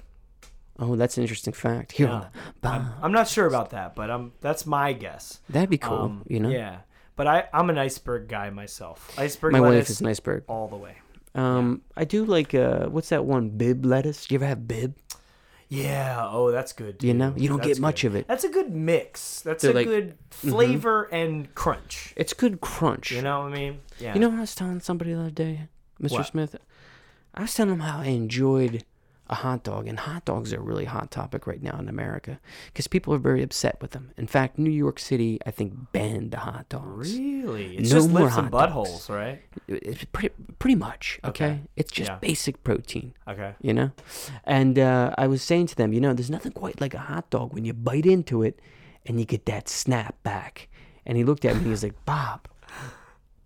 [SPEAKER 1] oh, that's an interesting fact. Here, on the bah,
[SPEAKER 2] I'm not sure about that, but um, that's my guess.
[SPEAKER 1] that'd be cool.
[SPEAKER 2] Um,
[SPEAKER 1] you know,
[SPEAKER 2] Yeah. But I I'm an iceberg guy myself. Iceberg
[SPEAKER 1] my
[SPEAKER 2] lettuce
[SPEAKER 1] wife is an iceberg.
[SPEAKER 2] all the way.
[SPEAKER 1] Um, I do like uh, what's that one bib lettuce? Do you ever have bib?
[SPEAKER 2] Yeah. Oh, that's good.
[SPEAKER 1] You
[SPEAKER 2] too.
[SPEAKER 1] know, you don't
[SPEAKER 2] That's
[SPEAKER 1] get much
[SPEAKER 2] good.
[SPEAKER 1] of it.
[SPEAKER 2] That's a good mix. That's
[SPEAKER 1] They're
[SPEAKER 2] a
[SPEAKER 1] like- mm-hmm.
[SPEAKER 2] good flavor and crunch.
[SPEAKER 1] It's good crunch.
[SPEAKER 2] You know what I mean? Yeah.
[SPEAKER 1] You know what I was telling somebody the other day, Mr.
[SPEAKER 2] What?
[SPEAKER 1] Smith? I was telling him how I enjoyed a hot dog, and hot dogs are a really hot topic right now in America because people are very upset with them. In fact, New York City, I think, banned the hot dogs.
[SPEAKER 2] Really? It's
[SPEAKER 1] No
[SPEAKER 2] just
[SPEAKER 1] more
[SPEAKER 2] lips and
[SPEAKER 1] hot
[SPEAKER 2] buttholes, right?
[SPEAKER 1] It's pretty, pretty much, okay?
[SPEAKER 2] Okay.
[SPEAKER 1] It's just
[SPEAKER 2] Yeah.
[SPEAKER 1] basic protein,
[SPEAKER 2] Okay.
[SPEAKER 1] you know? And uh, I was saying to them, you know, there's nothing quite like a hot dog when you bite into it and you get that snap back. And he looked at me and he was like, Bob,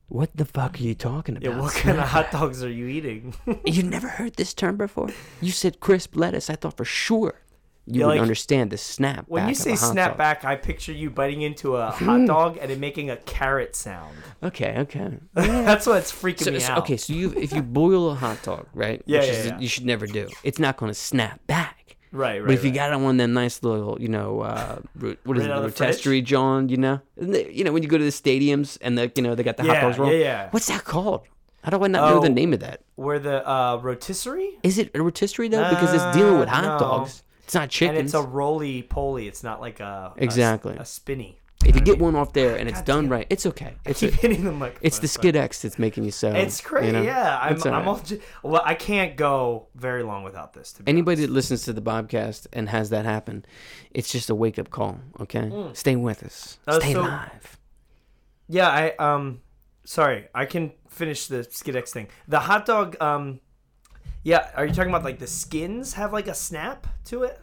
[SPEAKER 1] what the fuck are you talking about?
[SPEAKER 2] Yeah, what kind of hot dogs are you eating?
[SPEAKER 1] You've never heard this term before? You said crisp lettuce. I thought for sure you
[SPEAKER 2] Yeah,
[SPEAKER 1] would
[SPEAKER 2] like-
[SPEAKER 1] understand the snap.
[SPEAKER 2] when you
[SPEAKER 1] back of
[SPEAKER 2] say
[SPEAKER 1] a hot
[SPEAKER 2] snap
[SPEAKER 1] dog.
[SPEAKER 2] back, I picture you biting into a hot dog and it making a carrot sound.
[SPEAKER 1] Okay, okay.
[SPEAKER 2] That's what's freaking
[SPEAKER 1] So,
[SPEAKER 2] me
[SPEAKER 1] so-
[SPEAKER 2] out.
[SPEAKER 1] okay, so you if you boil a hot dog, right?
[SPEAKER 2] Yeah,
[SPEAKER 1] which
[SPEAKER 2] yeah,
[SPEAKER 1] is,
[SPEAKER 2] yeah.
[SPEAKER 1] you should never do. It's not going to snap back.
[SPEAKER 2] Right, right.
[SPEAKER 1] But if you
[SPEAKER 2] right.
[SPEAKER 1] got it on one of them nice little, you know, uh, ro- what is
[SPEAKER 2] Right
[SPEAKER 1] it,
[SPEAKER 2] out
[SPEAKER 1] the
[SPEAKER 2] of the fridge?
[SPEAKER 1] rotisserie John, you know, Isn't it- you know, when you go to the stadiums and the, you know, they got the hot
[SPEAKER 2] Yeah,
[SPEAKER 1] dogs roll.
[SPEAKER 2] yeah, yeah.
[SPEAKER 1] What's that called? How do I not know the
[SPEAKER 2] Oh.
[SPEAKER 1] name of that?
[SPEAKER 2] Where the uh, rotisserie?
[SPEAKER 1] Is it a rotisserie though? because it's dealing with hot
[SPEAKER 2] Uh, no.
[SPEAKER 1] dogs. It's not chickens.
[SPEAKER 2] And it's a roly poly. It's not like a a s-
[SPEAKER 1] Exactly.
[SPEAKER 2] a, spinny.
[SPEAKER 1] If you get one off there and it's done right, it's okay. It's
[SPEAKER 2] Keep
[SPEAKER 1] a,
[SPEAKER 2] hitting the microphone.
[SPEAKER 1] it's the skid X that's making you so.
[SPEAKER 2] It's crazy.
[SPEAKER 1] you know?
[SPEAKER 2] Yeah, I'm.
[SPEAKER 1] It's all
[SPEAKER 2] I'm
[SPEAKER 1] right.
[SPEAKER 2] all, j- well, I can't go very long without this. To be
[SPEAKER 1] Anybody that listens to the Bobcast and has that happen, it's just a wake up call. Okay, stay with us.
[SPEAKER 2] Uh,
[SPEAKER 1] stay
[SPEAKER 2] Mm. so-
[SPEAKER 1] alive.
[SPEAKER 2] Yeah, I um sorry, I can finish the Skidex thing. The hot dog um Yeah, are you talking about like the skins have like a snap to it?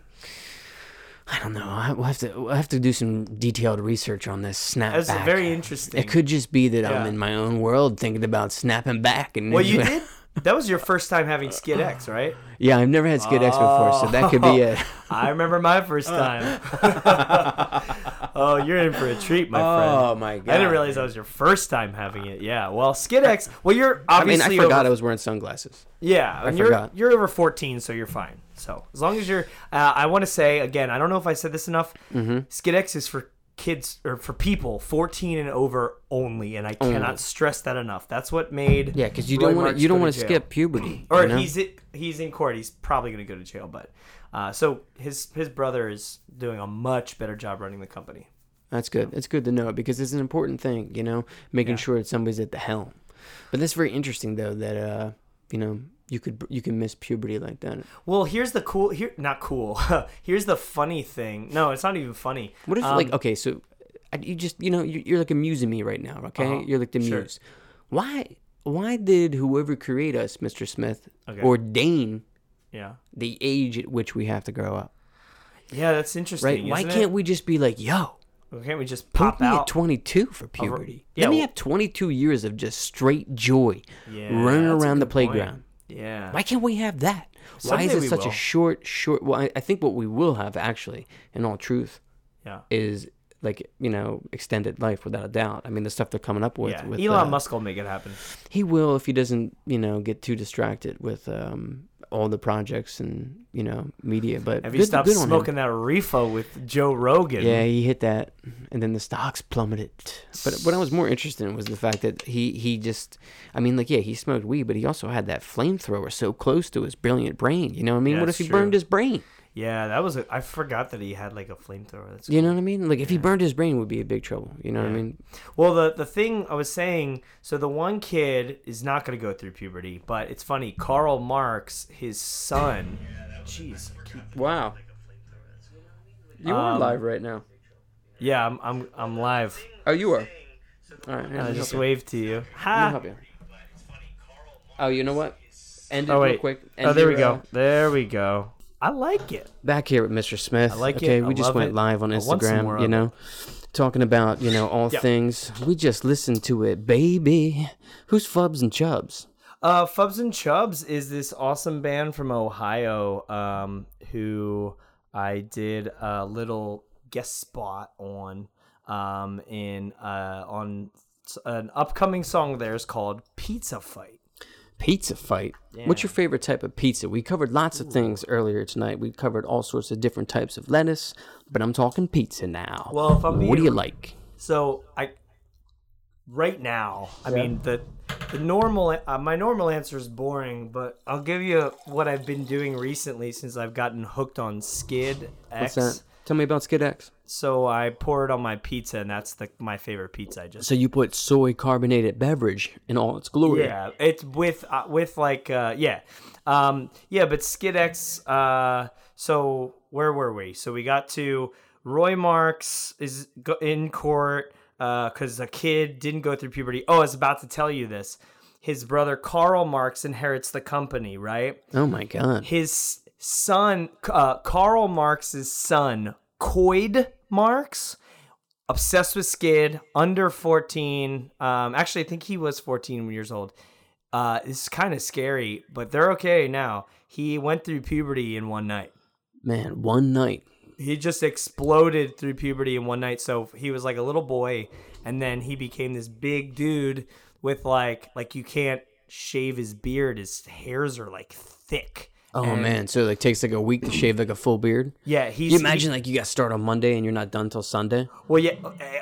[SPEAKER 1] I don't know. I will have to we'll have to do some detailed research on this snapback.
[SPEAKER 2] That's very interesting.
[SPEAKER 1] It could just be that I'm
[SPEAKER 2] Yeah.
[SPEAKER 1] in my own world thinking about snapping back. And
[SPEAKER 2] well, you did. That was your first time having Skid X, right? Oh,
[SPEAKER 1] Yeah, I've never had Skid X before, so that could be it.
[SPEAKER 2] I remember my first time. oh, you're in for a treat, my friend.
[SPEAKER 1] Oh, my
[SPEAKER 2] I
[SPEAKER 1] God.
[SPEAKER 2] didn't realize that was your first time having it. Yeah. Well, Skid X. Well, you're
[SPEAKER 1] I mean, I
[SPEAKER 2] obviously.
[SPEAKER 1] forgot
[SPEAKER 2] over-
[SPEAKER 1] I was wearing sunglasses.
[SPEAKER 2] yeah, and you're
[SPEAKER 1] forgot.
[SPEAKER 2] you're over 14, so you're fine. So as long as you're, uh, I want to say again, I don't know if I said this enough.
[SPEAKER 1] Mm-hmm.
[SPEAKER 2] Skid X is for kids or for people 14 and over only, and I cannot stress that enough. That's what made.
[SPEAKER 1] Yeah, because you
[SPEAKER 2] Roy
[SPEAKER 1] don't want
[SPEAKER 2] Marks
[SPEAKER 1] you don't
[SPEAKER 2] go
[SPEAKER 1] want to
[SPEAKER 2] jail.
[SPEAKER 1] skip puberty.
[SPEAKER 2] Or
[SPEAKER 1] you know?
[SPEAKER 2] he's he's in court. He's probably going to go to jail, but. Uh, so his his brother is doing a much better job running the company.
[SPEAKER 1] That's good. It's good to know because it's an important thing, you know, making sure that somebody's at the helm. But that's very interesting though that uh, you know, you could you can miss puberty like that.
[SPEAKER 2] Well, here's the cool here not cool. here's the funny thing. No, it's not even funny.
[SPEAKER 1] What if
[SPEAKER 2] Um,
[SPEAKER 1] like okay, so I- you just you know you- you're like amusing me right now, okay? You're like the
[SPEAKER 2] Uh-huh. Sure.
[SPEAKER 1] muse. Why why did whoever create us, Mr. Smith,
[SPEAKER 2] Okay.
[SPEAKER 1] ordain
[SPEAKER 2] Yeah.
[SPEAKER 1] the age at which we have to grow up?
[SPEAKER 2] Yeah, that's interesting.
[SPEAKER 1] Right? Why
[SPEAKER 2] isn't
[SPEAKER 1] can't
[SPEAKER 2] it?
[SPEAKER 1] we just be like, yo,
[SPEAKER 2] Why can't we just
[SPEAKER 1] put
[SPEAKER 2] pop
[SPEAKER 1] me at
[SPEAKER 2] out?
[SPEAKER 1] 22 for puberty?
[SPEAKER 2] yeah,
[SPEAKER 1] Let me
[SPEAKER 2] well-
[SPEAKER 1] have 22 years of just straight joy,
[SPEAKER 2] Yeah,
[SPEAKER 1] running
[SPEAKER 2] that's a
[SPEAKER 1] around the
[SPEAKER 2] good point.
[SPEAKER 1] playground.
[SPEAKER 2] Yeah.
[SPEAKER 1] Why can't we have that? Why is
[SPEAKER 2] Someday
[SPEAKER 1] it
[SPEAKER 2] we
[SPEAKER 1] such
[SPEAKER 2] will.
[SPEAKER 1] a short, short? Well, I, I think what we will have actually, in all truth,
[SPEAKER 2] yeah.
[SPEAKER 1] is like you know extended life without a doubt. I mean, the stuff they're coming up with.
[SPEAKER 2] Yeah.
[SPEAKER 1] with
[SPEAKER 2] Elon
[SPEAKER 1] uh,
[SPEAKER 2] Musk will make it happen.
[SPEAKER 1] He will if he doesn't, you know, get too distracted with um, all the projects and you know media. But
[SPEAKER 2] Have you
[SPEAKER 1] good-
[SPEAKER 2] stopped
[SPEAKER 1] good on him.
[SPEAKER 2] smoking that reefa with Joe Rogan?
[SPEAKER 1] Yeah, he hit that, and then the stocks plummeted. But what I was more interested in was the fact that he he just, I mean, like yeah, he smoked weed, but he also had that flamethrower so close to his brilliant brain. You know what I mean?
[SPEAKER 2] Yeah,
[SPEAKER 1] what if
[SPEAKER 2] that's
[SPEAKER 1] he
[SPEAKER 2] true.
[SPEAKER 1] burned his brain?
[SPEAKER 2] Yeah, that was. A, I forgot that he had like a flamethrower. That's
[SPEAKER 1] You know what I mean? Like if he burned his brain, it would be a big trouble. You know what I mean?
[SPEAKER 2] Well, the the thing I was saying, so the one kid is not going to go through puberty, but it's funny. Karl Marx, his son. Jeez, I keep
[SPEAKER 1] Wow. You
[SPEAKER 2] Um,
[SPEAKER 1] are live right now.
[SPEAKER 2] Yeah, I'm I'm I'm live.
[SPEAKER 1] Oh, you are. All right.
[SPEAKER 2] I just waved to you. Ha.
[SPEAKER 1] Oh, you know what? End it
[SPEAKER 2] Oh
[SPEAKER 1] real
[SPEAKER 2] wait.
[SPEAKER 1] quick. uh,
[SPEAKER 2] Oh, there we go. There we go. I like it.
[SPEAKER 1] back here with Mr. Smith.
[SPEAKER 2] like
[SPEAKER 1] okay,
[SPEAKER 2] it.
[SPEAKER 1] we
[SPEAKER 2] I
[SPEAKER 1] just
[SPEAKER 2] love
[SPEAKER 1] went
[SPEAKER 2] it.
[SPEAKER 1] live on
[SPEAKER 2] I want some more
[SPEAKER 1] Instagram, you
[SPEAKER 2] of
[SPEAKER 1] know, talking about, you know, all
[SPEAKER 2] Yeah.
[SPEAKER 1] things. We just listened to it, baby. Who's Fubs and Chubs?
[SPEAKER 2] Uh, Fubs and Chubs is this awesome band from Ohio um, who I did a little guest spot on um, in uh, on s- an upcoming song of theirs called Pizza Fight.
[SPEAKER 1] Pizza fight. What's your favorite type of pizza? We covered lots of things earlier tonight. We covered all sorts of different types of lettuce, but I'm talking pizza now.
[SPEAKER 2] Well, if I'm
[SPEAKER 1] what do
[SPEAKER 2] being-
[SPEAKER 1] you like?
[SPEAKER 2] So I, right now, I mean the the normal uh, my normal answer is boring, but I'll give you what I've been doing recently since I've gotten hooked on Skid
[SPEAKER 1] What's
[SPEAKER 2] X.
[SPEAKER 1] that? Tell me about Skid X.
[SPEAKER 2] So I pour it on my pizza, and that's the my favorite pizza. I just
[SPEAKER 1] So you put soy carbonated beverage in all its glory.
[SPEAKER 2] yeah, it's with uh, with like uh, yeah, um, yeah. But Skid X. Uh, so where were we? So we got to Roy Marks is go- in court because a kid didn't go through puberty. Oh, I was about to tell you this. His brother Karl Marx inherits the company, right?
[SPEAKER 1] Oh my god.
[SPEAKER 2] His son, uh, Karl Marx's son, Coyd Marx, obsessed with Skid, under 14. Um, actually, I think he was 14 years old. Uh, it's kind of scary, but they're okay now. He went through puberty in one night.
[SPEAKER 1] Man, one night.
[SPEAKER 2] He just exploded through puberty in one night. So he was like a little boy, and then he became this big dude with like like you can't shave his beard. His hairs are like thick.
[SPEAKER 1] Oh man, so it like takes like a week to shave like a full beard.
[SPEAKER 2] Yeah, he's
[SPEAKER 1] You imagine like you got to start on Monday and you're not done till Sunday.
[SPEAKER 2] Well, yeah,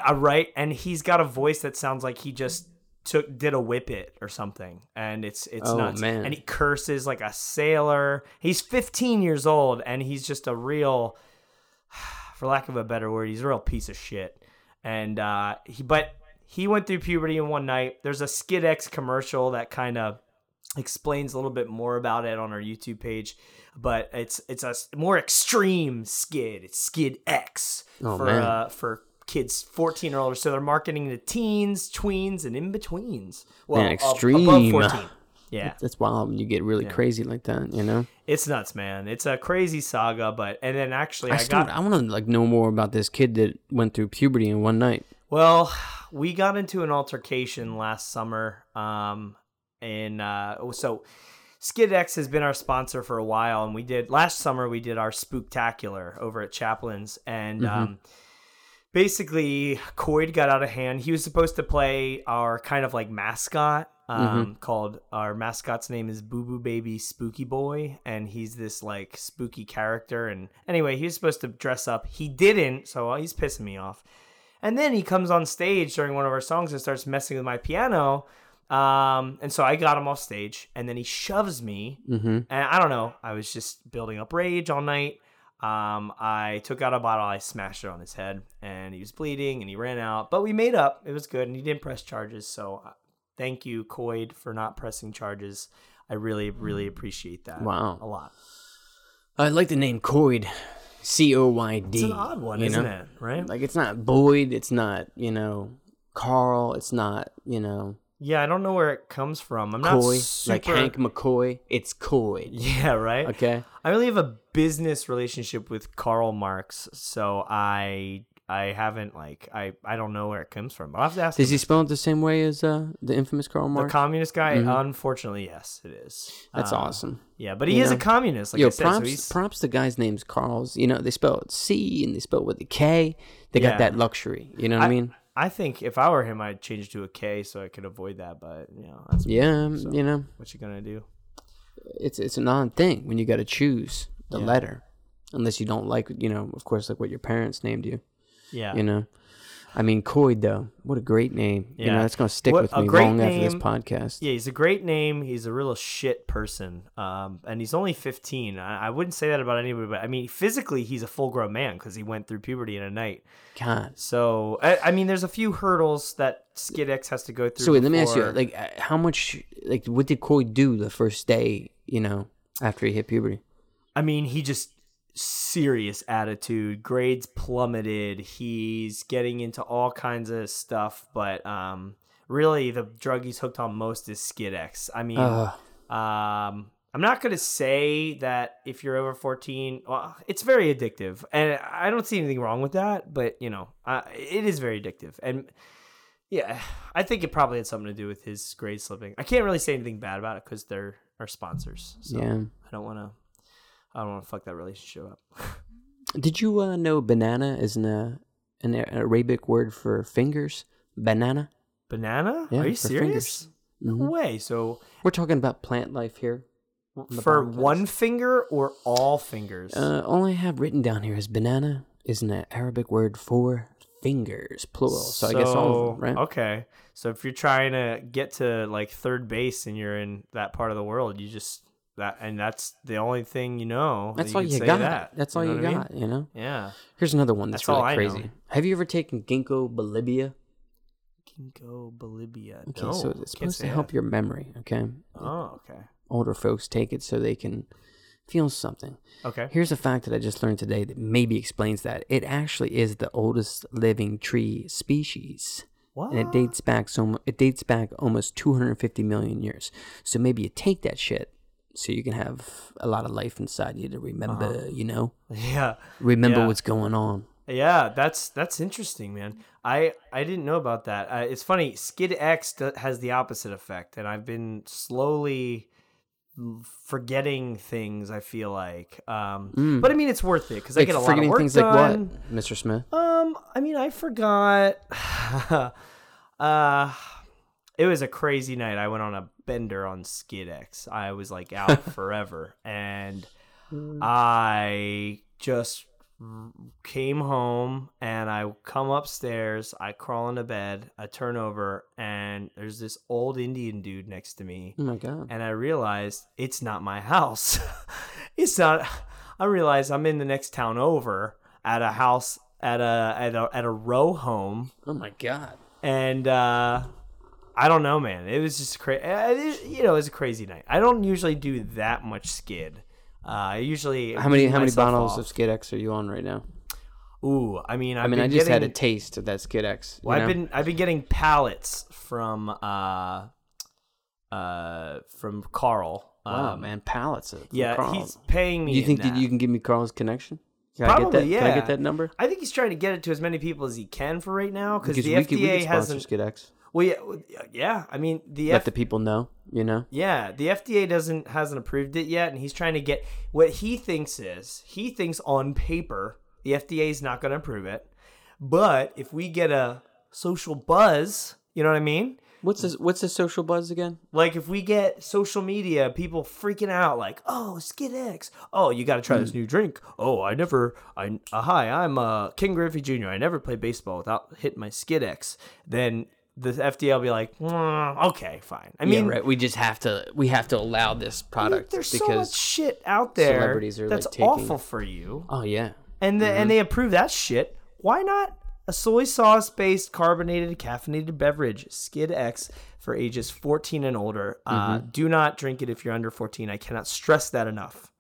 [SPEAKER 2] uh, right. And he's got a voice that sounds like he just took did a whip it or something, and it's it's
[SPEAKER 1] Oh,
[SPEAKER 2] nuts.
[SPEAKER 1] man.
[SPEAKER 2] And he curses like a sailor. He's 15 years old, and he's just a real, for lack of a better word, he's a real piece of shit. And uh, he, but he went through puberty in one night. There's a Skid X commercial that kind of explains a little bit more about it on our YouTube page, but it's it's a s- more extreme skid. It's Skid X
[SPEAKER 1] Oh,
[SPEAKER 2] for
[SPEAKER 1] man.
[SPEAKER 2] Uh, for kids 14 or older. So they're marketing to teens, tweens, and in betweens. Well,
[SPEAKER 1] Man,
[SPEAKER 2] ab-
[SPEAKER 1] extreme.
[SPEAKER 2] above 14. Yeah.
[SPEAKER 1] That's wild. when You get really crazy like that, you know.
[SPEAKER 2] It's nuts, man. It's a crazy saga, but and then actually I,
[SPEAKER 1] I still,
[SPEAKER 2] got
[SPEAKER 1] I want to like know more about this kid that went through puberty in one night.
[SPEAKER 2] well, we got into an altercation last summer. Um and uh so SkidX has been our sponsor for a while and we did last summer we did our spooktacular over at Chaplin's and um basically Coyd got out of hand. He was supposed to play our kind of like mascot. Um, called our mascot's name is Boo Boo Baby Spooky Boy, and he's this like spooky character. And anyway, he was supposed to dress up. He didn't, so uh, he's pissing me off. And then he comes on stage during one of our songs and starts messing with my piano. Um, and so I got him off stage, and then he shoves me.
[SPEAKER 1] Mm-hmm.
[SPEAKER 2] And I don't know. I was just building up rage all night. Um, I took out a bottle, I smashed it on his head, and he was bleeding, and he ran out. But we made up. It was good, and he didn't press charges. So uh, thank you, Coyd, for not pressing charges. I really, really appreciate that.
[SPEAKER 1] Wow.
[SPEAKER 2] a lot.
[SPEAKER 1] I like the name Coyd, C O Y D.
[SPEAKER 2] It's an odd one,
[SPEAKER 1] you
[SPEAKER 2] isn't
[SPEAKER 1] know?
[SPEAKER 2] it? Right?
[SPEAKER 1] Like it's not Boyd. It's not you know Carl. It's not you know
[SPEAKER 2] yeah, I don't know where it comes from. I'm not
[SPEAKER 1] Coy.
[SPEAKER 2] super...
[SPEAKER 1] Like Hank McCoy. It's Coyd.
[SPEAKER 2] Yeah, right.
[SPEAKER 1] Okay.
[SPEAKER 2] I really have a business relationship with Karl Marx, so I I haven't like I I don't know where it comes from. I'll have to ask
[SPEAKER 1] Does
[SPEAKER 2] him.
[SPEAKER 1] he spell it the same way as uh, the infamous Karl
[SPEAKER 2] the
[SPEAKER 1] Marx?
[SPEAKER 2] communist guy.
[SPEAKER 1] Mm-hmm.
[SPEAKER 2] Unfortunately, yes, it is.
[SPEAKER 1] That's
[SPEAKER 2] Uh,
[SPEAKER 1] awesome.
[SPEAKER 2] Yeah, but he
[SPEAKER 1] You
[SPEAKER 2] is a
[SPEAKER 1] know?
[SPEAKER 2] communist. Like
[SPEAKER 1] Yo,
[SPEAKER 2] I said, so
[SPEAKER 1] props,
[SPEAKER 2] he's-
[SPEAKER 1] props. The guy's name's Carl's. You know, they spell it C and they spell it with a K. They
[SPEAKER 2] Yeah.
[SPEAKER 1] got that luxury. You know what I, mean?
[SPEAKER 2] I think if I were him, I'd change to a K so I could avoid that. But you know, that's
[SPEAKER 1] Yeah, um, you know,
[SPEAKER 2] what you gonna do.
[SPEAKER 1] it's it's an odd thing when you got to choose the
[SPEAKER 2] Yeah.
[SPEAKER 1] letter, unless you don't like, you know, of course, like what your parents named you.
[SPEAKER 2] Yeah,
[SPEAKER 1] You know, I mean, Coyd though, what a great name. You
[SPEAKER 2] Yeah.
[SPEAKER 1] know, that's gonna stick
[SPEAKER 2] What
[SPEAKER 1] with
[SPEAKER 2] a
[SPEAKER 1] me
[SPEAKER 2] great
[SPEAKER 1] long after
[SPEAKER 2] name.
[SPEAKER 1] this podcast.
[SPEAKER 2] Yeah, he's a great name. He's a real shit person. Um, and he's only 15. I, I wouldn't say that about anybody, but I mean, physically, he's a full grown man because he went through puberty in a night.
[SPEAKER 1] God.
[SPEAKER 2] So, I, I mean, there's a few hurdles that Skidex has to go through.
[SPEAKER 1] So wait, let me ask you,
[SPEAKER 2] before-
[SPEAKER 1] like, uh, how much, like, what did Coyd do the first day? You know, after he hit puberty.
[SPEAKER 2] I mean, he just serious attitude. Grades plummeted. He's getting into all kinds of stuff, but um, really, the drug he's hooked on most is Skidex. I mean,
[SPEAKER 1] Ugh.
[SPEAKER 2] Um, I'm not going to say that if you're over 14, well, it's very addictive. And I don't see anything wrong with that, but, you know, uh, it is very addictive. And yeah, I think it probably had something to do with his grade slipping. I can't really say anything bad about it because they're our sponsors. So
[SPEAKER 1] yeah.
[SPEAKER 2] I don't want to. I don't want to fuck that relationship up.
[SPEAKER 1] Did you uh, know banana is an, uh, an A- Arabic word for fingers? Banana.
[SPEAKER 2] Banana?
[SPEAKER 1] Yeah,
[SPEAKER 2] Are you
[SPEAKER 1] for
[SPEAKER 2] serious? No
[SPEAKER 1] Mhm.
[SPEAKER 2] way. So
[SPEAKER 1] We're talking about plant life here. the
[SPEAKER 2] for
[SPEAKER 1] podcast.
[SPEAKER 2] one finger or all fingers?
[SPEAKER 1] Uh, all I have written down here is banana is an Arabic word for fingers, plural. So, I guess all of them,
[SPEAKER 2] So,
[SPEAKER 1] right?
[SPEAKER 2] Okay. So if you're trying to get to like third base and you're in that part of the world, you just that and that's the only thing you know. that
[SPEAKER 1] That's all
[SPEAKER 2] could
[SPEAKER 1] you
[SPEAKER 2] say
[SPEAKER 1] got.
[SPEAKER 2] that.
[SPEAKER 1] That's all
[SPEAKER 2] know
[SPEAKER 1] you,
[SPEAKER 2] what I mean?
[SPEAKER 1] got. You know.
[SPEAKER 2] Yeah.
[SPEAKER 1] Here's another one that's,
[SPEAKER 2] That's all
[SPEAKER 1] really
[SPEAKER 2] I know.
[SPEAKER 1] crazy. Have you ever taken ginkgo biloba?
[SPEAKER 2] Ginkgo biloba.
[SPEAKER 1] Okay,
[SPEAKER 2] no,
[SPEAKER 1] so
[SPEAKER 2] can't
[SPEAKER 1] it's supposed
[SPEAKER 2] say
[SPEAKER 1] to help
[SPEAKER 2] that.
[SPEAKER 1] your memory. Okay,
[SPEAKER 2] Oh, okay.
[SPEAKER 1] older folks take it so they can feel something.
[SPEAKER 2] Okay.
[SPEAKER 1] Here's a fact that I just learned today that maybe explains that. It actually is the oldest living tree species.
[SPEAKER 2] What?
[SPEAKER 1] And it dates back so mu- it dates back almost 250 million years. So maybe you take that shit so you can have a lot of life inside you to remember, you know,
[SPEAKER 2] Yeah.
[SPEAKER 1] remember
[SPEAKER 2] Uh-huh. Yeah.
[SPEAKER 1] what's going on.
[SPEAKER 2] Yeah, that's that's interesting, man. I I didn't know about that. Uh, it's funny. Skid X do- has the opposite effect, and I've been slowly forgetting things. I feel like, um, but I mean, it's worth it because
[SPEAKER 1] Hmm.
[SPEAKER 2] I
[SPEAKER 1] Like
[SPEAKER 2] get a lot of
[SPEAKER 1] forgetting
[SPEAKER 2] work
[SPEAKER 1] things
[SPEAKER 2] done.
[SPEAKER 1] like what, Mr. Smith?
[SPEAKER 2] Um, I mean, I forgot. uh, it was a crazy night. I went on a bender on Skidex. I was like out forever, and I just came home and I come upstairs. I crawl into bed. I turn over, and there's this old Indian dude next to me
[SPEAKER 1] Oh my god.
[SPEAKER 2] and I realized it's not my house. it's not. I realized I'm in the next town over at a house at a at a at a row home,
[SPEAKER 1] Oh my god.
[SPEAKER 2] and uh, I don't know, man. It was just crazy. You know, it was a crazy night. I don't usually do that much skid. Uh, I usually
[SPEAKER 1] How many
[SPEAKER 2] wean
[SPEAKER 1] how many
[SPEAKER 2] myself
[SPEAKER 1] bottles
[SPEAKER 2] off.
[SPEAKER 1] of Skid X are you on right now?
[SPEAKER 2] Ooh, I mean, I've
[SPEAKER 1] I mean,
[SPEAKER 2] been
[SPEAKER 1] I just
[SPEAKER 2] getting,
[SPEAKER 1] had a taste of that Skid X. you
[SPEAKER 2] Well, I've
[SPEAKER 1] know?
[SPEAKER 2] been I've been getting pallets from uh, uh, from Carl.
[SPEAKER 1] Wow,
[SPEAKER 2] Um,
[SPEAKER 1] man, pallets. Of,
[SPEAKER 2] Yeah,
[SPEAKER 1] Carl.
[SPEAKER 2] he's paying me.
[SPEAKER 1] Do you
[SPEAKER 2] in
[SPEAKER 1] think that
[SPEAKER 2] that.
[SPEAKER 1] you can give me Carl's connection? Can I get
[SPEAKER 2] Probably,
[SPEAKER 1] that? Can I
[SPEAKER 2] yeah.
[SPEAKER 1] get that number?
[SPEAKER 2] I think he's trying to get it to as many people as he can for right now because
[SPEAKER 1] Because
[SPEAKER 2] the
[SPEAKER 1] we
[SPEAKER 2] FDA
[SPEAKER 1] could, we could sponsor
[SPEAKER 2] hasn't.
[SPEAKER 1] SkidX.
[SPEAKER 2] Well, yeah, well, yeah. I mean, the,
[SPEAKER 1] Let
[SPEAKER 2] F-
[SPEAKER 1] the people know. You know.
[SPEAKER 2] yeah, the FDA doesn't hasn't approved it yet, and he's trying to get what he thinks is he thinks on paper the FDA is not going to approve it, but if we get a social buzz, you know what I mean?
[SPEAKER 1] What's this? What's this social buzz again?
[SPEAKER 2] Like if we get social media, people freaking out, like, "Oh, Skid X! Oh, you got to try
[SPEAKER 1] Hmm.
[SPEAKER 2] this new drink! Oh, I never, I uh, hi, I'm uh, King Griffey Jr. I never play baseball without hitting my Skid X." Then the FDA will be like, "Mm, "Okay, fine." I mean,
[SPEAKER 1] yeah, right. We just have to. We have to allow this product
[SPEAKER 2] there's so
[SPEAKER 1] because.
[SPEAKER 2] much shit out there
[SPEAKER 1] celebrities are, like,
[SPEAKER 2] that's
[SPEAKER 1] taking-
[SPEAKER 2] awful for you,
[SPEAKER 1] oh yeah.
[SPEAKER 2] and the, and they approve that shit. Why not a soy sauce based carbonated caffeinated beverage, Skid X, for ages 14 and older? Uh, do not drink it if you're under 14. I cannot stress that enough.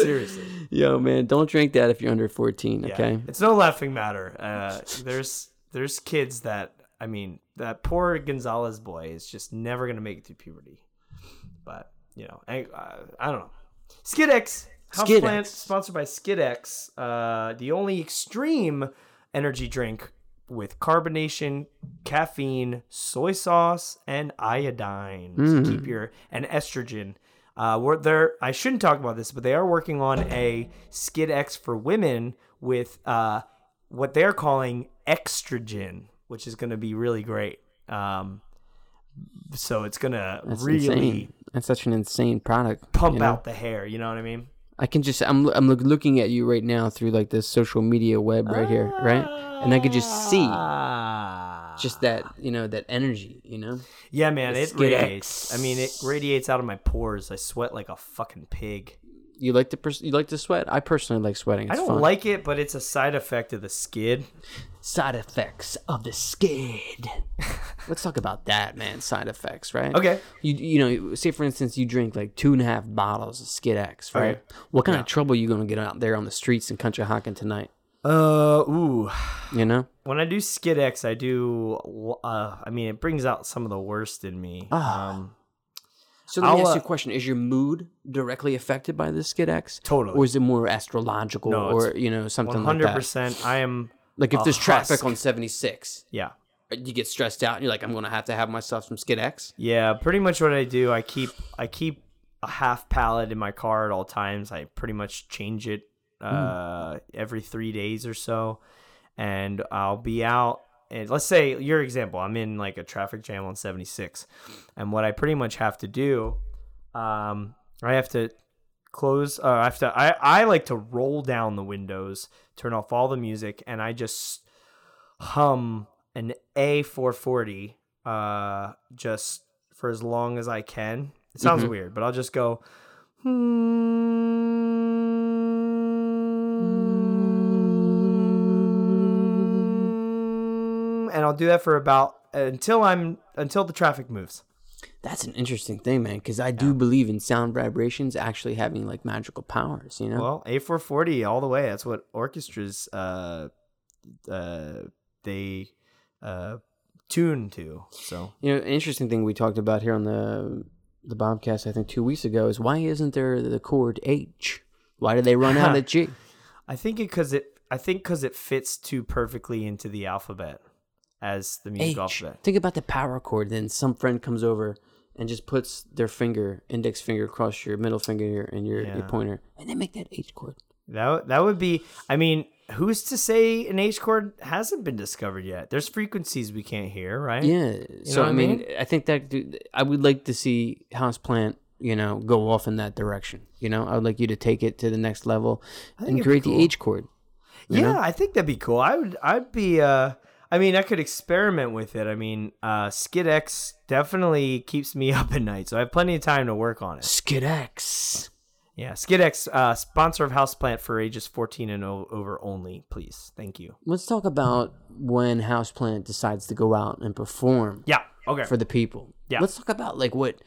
[SPEAKER 2] Seriously,
[SPEAKER 1] Yo, man, don't drink that if you're under 14.
[SPEAKER 2] yeah.
[SPEAKER 1] Okay.
[SPEAKER 2] It's no laughing matter. Uh, there's there's kids that I mean that poor Gonzalez boy is just never gonna make it through puberty. But you know, I, I, I don't know. Skidex house
[SPEAKER 1] Skid
[SPEAKER 2] plant
[SPEAKER 1] X.
[SPEAKER 2] sponsored by Skidex, uh, the only extreme energy drink with carbonation, caffeine, soy sauce, and iodine
[SPEAKER 1] Mm.
[SPEAKER 2] to keep your and estrogen. Uh, we're there. I shouldn't talk about this, but they are working on a Skid X for women with uh, what they're calling extrogen, which is going to be really great. Um, so it's going to
[SPEAKER 1] That's
[SPEAKER 2] really
[SPEAKER 1] insane. That's such an insane product.
[SPEAKER 2] pump
[SPEAKER 1] you know?
[SPEAKER 2] out the hair. You know what I mean?
[SPEAKER 1] I can just. I'm. I'm look, looking at you right now through like this social media web right here, right? And I could just see
[SPEAKER 2] Ah.
[SPEAKER 1] just that. You know that energy. You know.
[SPEAKER 2] Yeah, man,
[SPEAKER 1] Let's
[SPEAKER 2] it
[SPEAKER 1] get
[SPEAKER 2] radiates. I mean, it radiates out of my pores. I sweat like a fucking pig.
[SPEAKER 1] You like to. Pers- you like to sweat. I personally like sweating. It's
[SPEAKER 2] I don't
[SPEAKER 1] fun.
[SPEAKER 2] like it, but it's a side effect of the skid.
[SPEAKER 1] side effects of the skid. Let's talk about that, man. Side effects, right?
[SPEAKER 2] Okay.
[SPEAKER 1] You you know, say for instance, you drink like two and a half bottles of Skid X, right?
[SPEAKER 2] Okay.
[SPEAKER 1] What kind of trouble you gonna get out there on the streets in Conshohocken tonight?
[SPEAKER 2] Uh, ooh.
[SPEAKER 1] You know?
[SPEAKER 2] When I do skid X, I do. Uh, I mean, it brings out some of the worst in me.
[SPEAKER 1] Ah.
[SPEAKER 2] Um,
[SPEAKER 1] So let me
[SPEAKER 2] I'll,
[SPEAKER 1] ask
[SPEAKER 2] uh,
[SPEAKER 1] you a question: Is your mood directly affected by the Skid X?
[SPEAKER 2] Totally.
[SPEAKER 1] Or is it more astrological,
[SPEAKER 2] No,
[SPEAKER 1] or you know, something
[SPEAKER 2] One
[SPEAKER 1] like
[SPEAKER 2] hundred
[SPEAKER 1] that?
[SPEAKER 2] percent. I am.
[SPEAKER 1] Like if
[SPEAKER 2] a
[SPEAKER 1] there's traffic
[SPEAKER 2] husk.
[SPEAKER 1] on 76,
[SPEAKER 2] Yeah.
[SPEAKER 1] you get stressed out, and you're like, I'm gonna have to have myself some Skid X.
[SPEAKER 2] Yeah, pretty much what I do, I keep I keep a half pallet in my car at all times. I pretty much change it uh, every three days or so, and I'll be out. And let's say your example, I'm in like a traffic jam on 76, and what I pretty much have to do, um, I have to close. Uh, I have to. I I like to roll down the windows, turn off all the music, and I just hum an A440 uh just for as long as I can. It sounds
[SPEAKER 1] Mhm.
[SPEAKER 2] weird, but I'll just go "Hmm." and I'll do that for about until I'm until the traffic moves.
[SPEAKER 1] That's an interesting thing, man, because I do believe in sound vibrations actually having like magical powers, you know?
[SPEAKER 2] Well, A440 all the way. That's what orchestras uh uh they uh tune to. So
[SPEAKER 1] you know, an interesting thing we talked about here on the the Bobcast, I think two weeks ago, is why isn't there the chord H? Why did they run out of G?
[SPEAKER 2] I think it because it I think because it fits too perfectly into the alphabet as the music
[SPEAKER 1] H.
[SPEAKER 2] alphabet.
[SPEAKER 1] Think about the power chord. Then some friend comes over and just puts their finger, index finger, across your middle finger and your, and your, your
[SPEAKER 2] Yeah.
[SPEAKER 1] pointer, and they make that H chord.
[SPEAKER 2] That would- that would be. I mean, who's to say an H chord hasn't been discovered yet? There's frequencies we can't hear, right?
[SPEAKER 1] Yeah. so
[SPEAKER 2] what
[SPEAKER 1] I
[SPEAKER 2] I
[SPEAKER 1] mean,
[SPEAKER 2] mean?
[SPEAKER 1] I think that dude, I would like to see Houseplant, you know, go off in that direction. You know, I would like you to take it to the next level and
[SPEAKER 2] it'd be
[SPEAKER 1] create the
[SPEAKER 2] cool.
[SPEAKER 1] H chord. you
[SPEAKER 2] Yeah,
[SPEAKER 1] know?
[SPEAKER 2] I think that'd be cool. I would. I'd be. Uh, I mean, I could experiment with it. I mean, uh, Skid X definitely keeps me up at night, so I have plenty of time to work on it.
[SPEAKER 1] Skid X.
[SPEAKER 2] Yeah, Skid X, uh, sponsor of Houseplant for ages 14 and o- over only, please. Thank you.
[SPEAKER 1] Let's talk about when Houseplant decides to go out and perform
[SPEAKER 2] Yeah. Okay.
[SPEAKER 1] for the people.
[SPEAKER 2] Yeah.
[SPEAKER 1] Let's talk about like what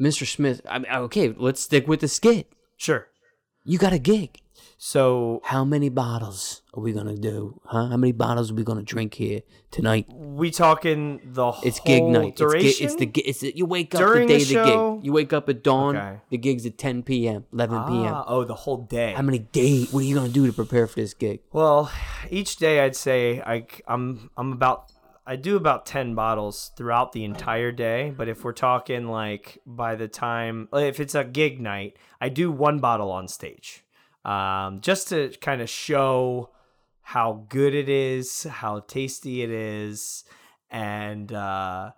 [SPEAKER 1] Mr. Smith. I mean, okay, let's stick with the skit.
[SPEAKER 2] sure.
[SPEAKER 1] You got a gig.
[SPEAKER 2] So
[SPEAKER 1] How many bottles are we gonna do? Huh? How many bottles are we gonna drink here tonight?
[SPEAKER 2] we talking the whole
[SPEAKER 1] It's gig night. It's,
[SPEAKER 2] duration.
[SPEAKER 1] gi- it's the gi- it's the, you wake up
[SPEAKER 2] During
[SPEAKER 1] the day
[SPEAKER 2] the
[SPEAKER 1] of the
[SPEAKER 2] show?
[SPEAKER 1] gig. You wake up at dawn.
[SPEAKER 2] Okay.
[SPEAKER 1] The gig's at 10 p.m. 11 p.m.
[SPEAKER 2] Ah, oh, the whole day.
[SPEAKER 1] How many days? What are you gonna do to prepare for this gig?
[SPEAKER 2] Well, each day I'd say I, am I'm about I do about ten bottles throughout the entire day. But if we're talking like by the time if it's a gig night, I do one bottle on stage, um, just to kind of show how good it is, how tasty it is, and uh,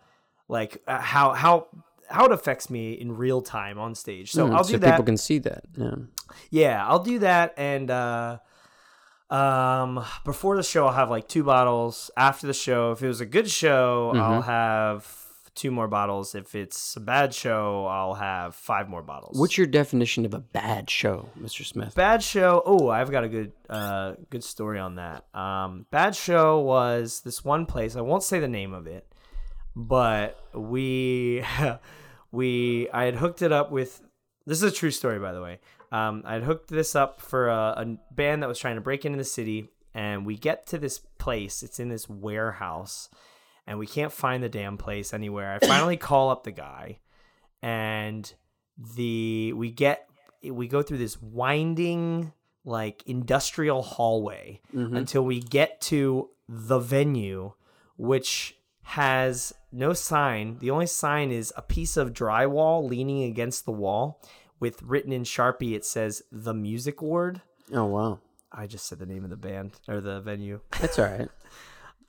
[SPEAKER 2] like uh, how how how it affects me in real time on stage. So
[SPEAKER 1] Hmm,
[SPEAKER 2] I'll
[SPEAKER 1] so
[SPEAKER 2] do that.
[SPEAKER 1] people can see that. Yeah.
[SPEAKER 2] Yeah, I'll do that and uh um before the show I'll have like two bottles. After the show, if it was a good show, I'll have two more bottles. If it's a bad show, I'll have five more bottles.
[SPEAKER 1] What's your definition of a bad show, Mr. Smith?
[SPEAKER 2] bad show oh i've got a good uh good story on that um bad show was this one place i won't say the name of it but we we i had hooked it up with this is a true story by the way um i had hooked this up for a, a band that was trying to break into the city and we get to this place it's in this warehouse and we can't find the damn place anywhere i finally call up the guy and the we get we go through this winding like industrial hallway
[SPEAKER 1] Mm-hmm.
[SPEAKER 2] until we get to the venue which has no sign the only sign is a piece of drywall leaning against the wall with written in sharpie it says the music ward
[SPEAKER 1] Oh wow,
[SPEAKER 2] i just said the name of the band or the venue
[SPEAKER 1] that's all right.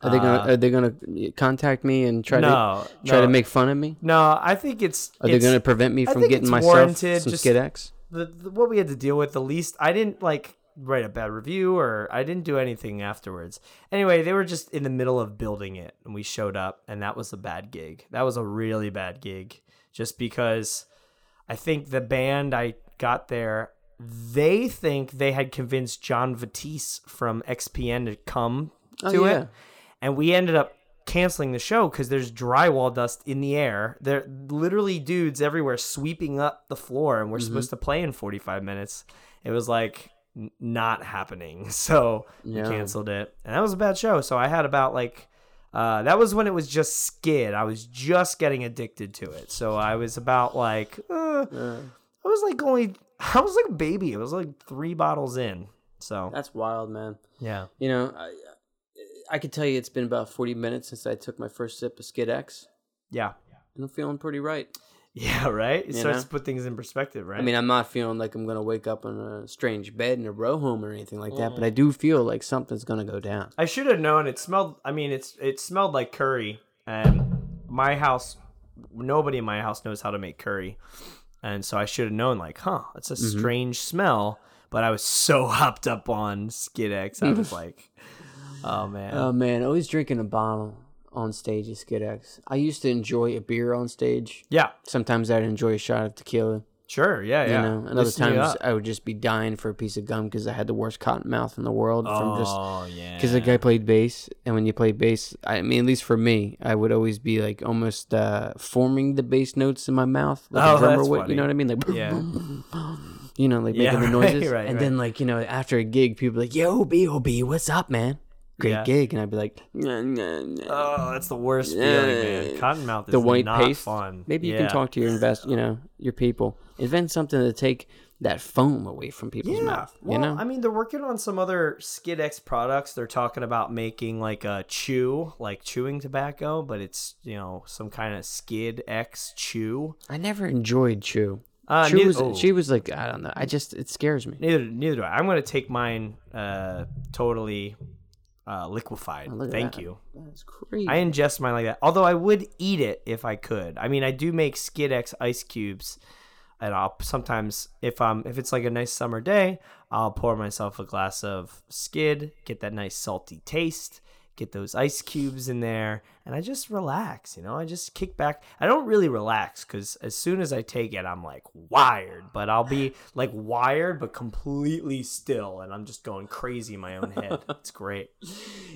[SPEAKER 1] Are they gonna Are they gonna contact me and try
[SPEAKER 2] Uh, no
[SPEAKER 1] to try
[SPEAKER 2] no,
[SPEAKER 1] to make fun of me?
[SPEAKER 2] no i think it's
[SPEAKER 1] Are
[SPEAKER 2] it's-
[SPEAKER 1] they gonna prevent me
[SPEAKER 2] I
[SPEAKER 1] from
[SPEAKER 2] think
[SPEAKER 1] getting
[SPEAKER 2] it's
[SPEAKER 1] myself
[SPEAKER 2] warranted,
[SPEAKER 1] some
[SPEAKER 2] just-
[SPEAKER 1] Skid X?
[SPEAKER 2] the, the what we had to deal with the least i didn't like write a bad review or i didn't do anything afterwards anyway they were just in the middle of building it and we showed up and that was a bad gig that was a really bad gig just because i think the band i got there they think they had convinced john Vatisse from xpn to come
[SPEAKER 1] Oh,
[SPEAKER 2] to
[SPEAKER 1] yeah.
[SPEAKER 2] it and we ended up canceling the show because there's drywall dust in the air. There literally dudes everywhere sweeping up the floor,
[SPEAKER 1] Mm-hmm.
[SPEAKER 2] and we're supposed to play in 45 minutes. It was like n- not happening, so
[SPEAKER 1] Yeah.
[SPEAKER 2] we canceled it, and that was a bad show. So I had about like. Uh, that was when it was just skid. I was just getting addicted to it, so I was about like, uh, I was like only, I was like a baby. It was like three bottles in. So
[SPEAKER 1] That's wild, man.
[SPEAKER 2] yeah,
[SPEAKER 1] You know, I I could tell you it's been about forty minutes since I took my first sip of Skid X,
[SPEAKER 2] yeah,
[SPEAKER 1] and I'm feeling pretty right.
[SPEAKER 2] yeah. Right. It
[SPEAKER 1] You
[SPEAKER 2] starts
[SPEAKER 1] know?
[SPEAKER 2] to put things in perspective, right?
[SPEAKER 1] I mean, I'm not feeling like I'm gonna wake up in a strange bed in a row home or anything like that, but
[SPEAKER 2] Mm-hmm.
[SPEAKER 1] I do feel like something's gonna go down.
[SPEAKER 2] I should have known. It smelled. I mean, it's it smelled like curry, and my house. Nobody in my house knows how to make curry, and so I should have known. Like, huh, it's a
[SPEAKER 1] Mm-hmm.
[SPEAKER 2] strange smell. But I was so hopped up on Skid X, I was like, oh man,
[SPEAKER 1] Oh man, always drinking a bottle on stage is Skid X. I used to enjoy a beer on stage.
[SPEAKER 2] yeah,
[SPEAKER 1] Sometimes I'd enjoy a shot of tequila.
[SPEAKER 2] sure, yeah,
[SPEAKER 1] You
[SPEAKER 2] yeah.
[SPEAKER 1] know, and other
[SPEAKER 2] Loosen you
[SPEAKER 1] times uh,
[SPEAKER 2] up.
[SPEAKER 1] I would just be dying for a piece of gum because I had the worst cotton mouth in the world from just
[SPEAKER 2] oh yeah,
[SPEAKER 1] because the guy played bass, and when you play bass, I mean, at least for me, I would always be like almost uh, forming the bass notes in my mouth. Like a
[SPEAKER 2] Oh,
[SPEAKER 1] drummer
[SPEAKER 2] that's
[SPEAKER 1] would,
[SPEAKER 2] funny.
[SPEAKER 1] You know what I mean? Like,
[SPEAKER 2] Yeah.
[SPEAKER 1] you know, like making
[SPEAKER 2] Yeah,
[SPEAKER 1] the
[SPEAKER 2] right,
[SPEAKER 1] noises.
[SPEAKER 2] right,
[SPEAKER 1] and then, like, you know, after a gig, people are like, yo, B.O.B., what's up, man? Great
[SPEAKER 2] Yeah.
[SPEAKER 1] gig. And I'd be like, nah, nah, nah.
[SPEAKER 2] Oh, that's the worst feeling, man. Cottonmouth is
[SPEAKER 1] the white
[SPEAKER 2] not
[SPEAKER 1] paste.
[SPEAKER 2] fun.
[SPEAKER 1] Maybe you
[SPEAKER 2] Yeah.
[SPEAKER 1] can talk to your invest, you know, your people. Invent something to take that foam away from people's mouth.
[SPEAKER 2] Well,
[SPEAKER 1] you know?
[SPEAKER 2] I mean, they're working on some other Skid X products. They're talking about making like a chew, like chewing tobacco, but it's you know some kind of Skid X chew.
[SPEAKER 1] I never enjoyed Chew.
[SPEAKER 2] Uh,
[SPEAKER 1] Chew
[SPEAKER 2] neith-
[SPEAKER 1] was,
[SPEAKER 2] oh.
[SPEAKER 1] She was like, I don't know. I just, it scares me.
[SPEAKER 2] Neither, neither do I. I'm gonna take mine uh, totally uh, liquefied.
[SPEAKER 1] look at
[SPEAKER 2] Thank
[SPEAKER 1] that.
[SPEAKER 2] you.
[SPEAKER 1] That's crazy.
[SPEAKER 2] I ingest mine like that. Although I would eat it if I could. I mean, I do make Skid X ice cubes, and I'll sometimes if um if it's like a nice summer day, I'll pour myself a glass of Skid, get that nice salty taste, get those ice cubes in there, and I just relax. You know, I just kick back. I don't really relax because as soon as I take it, I'm like wired. But I'll be like wired, but completely still, and I'm just going crazy in my own head. It's great.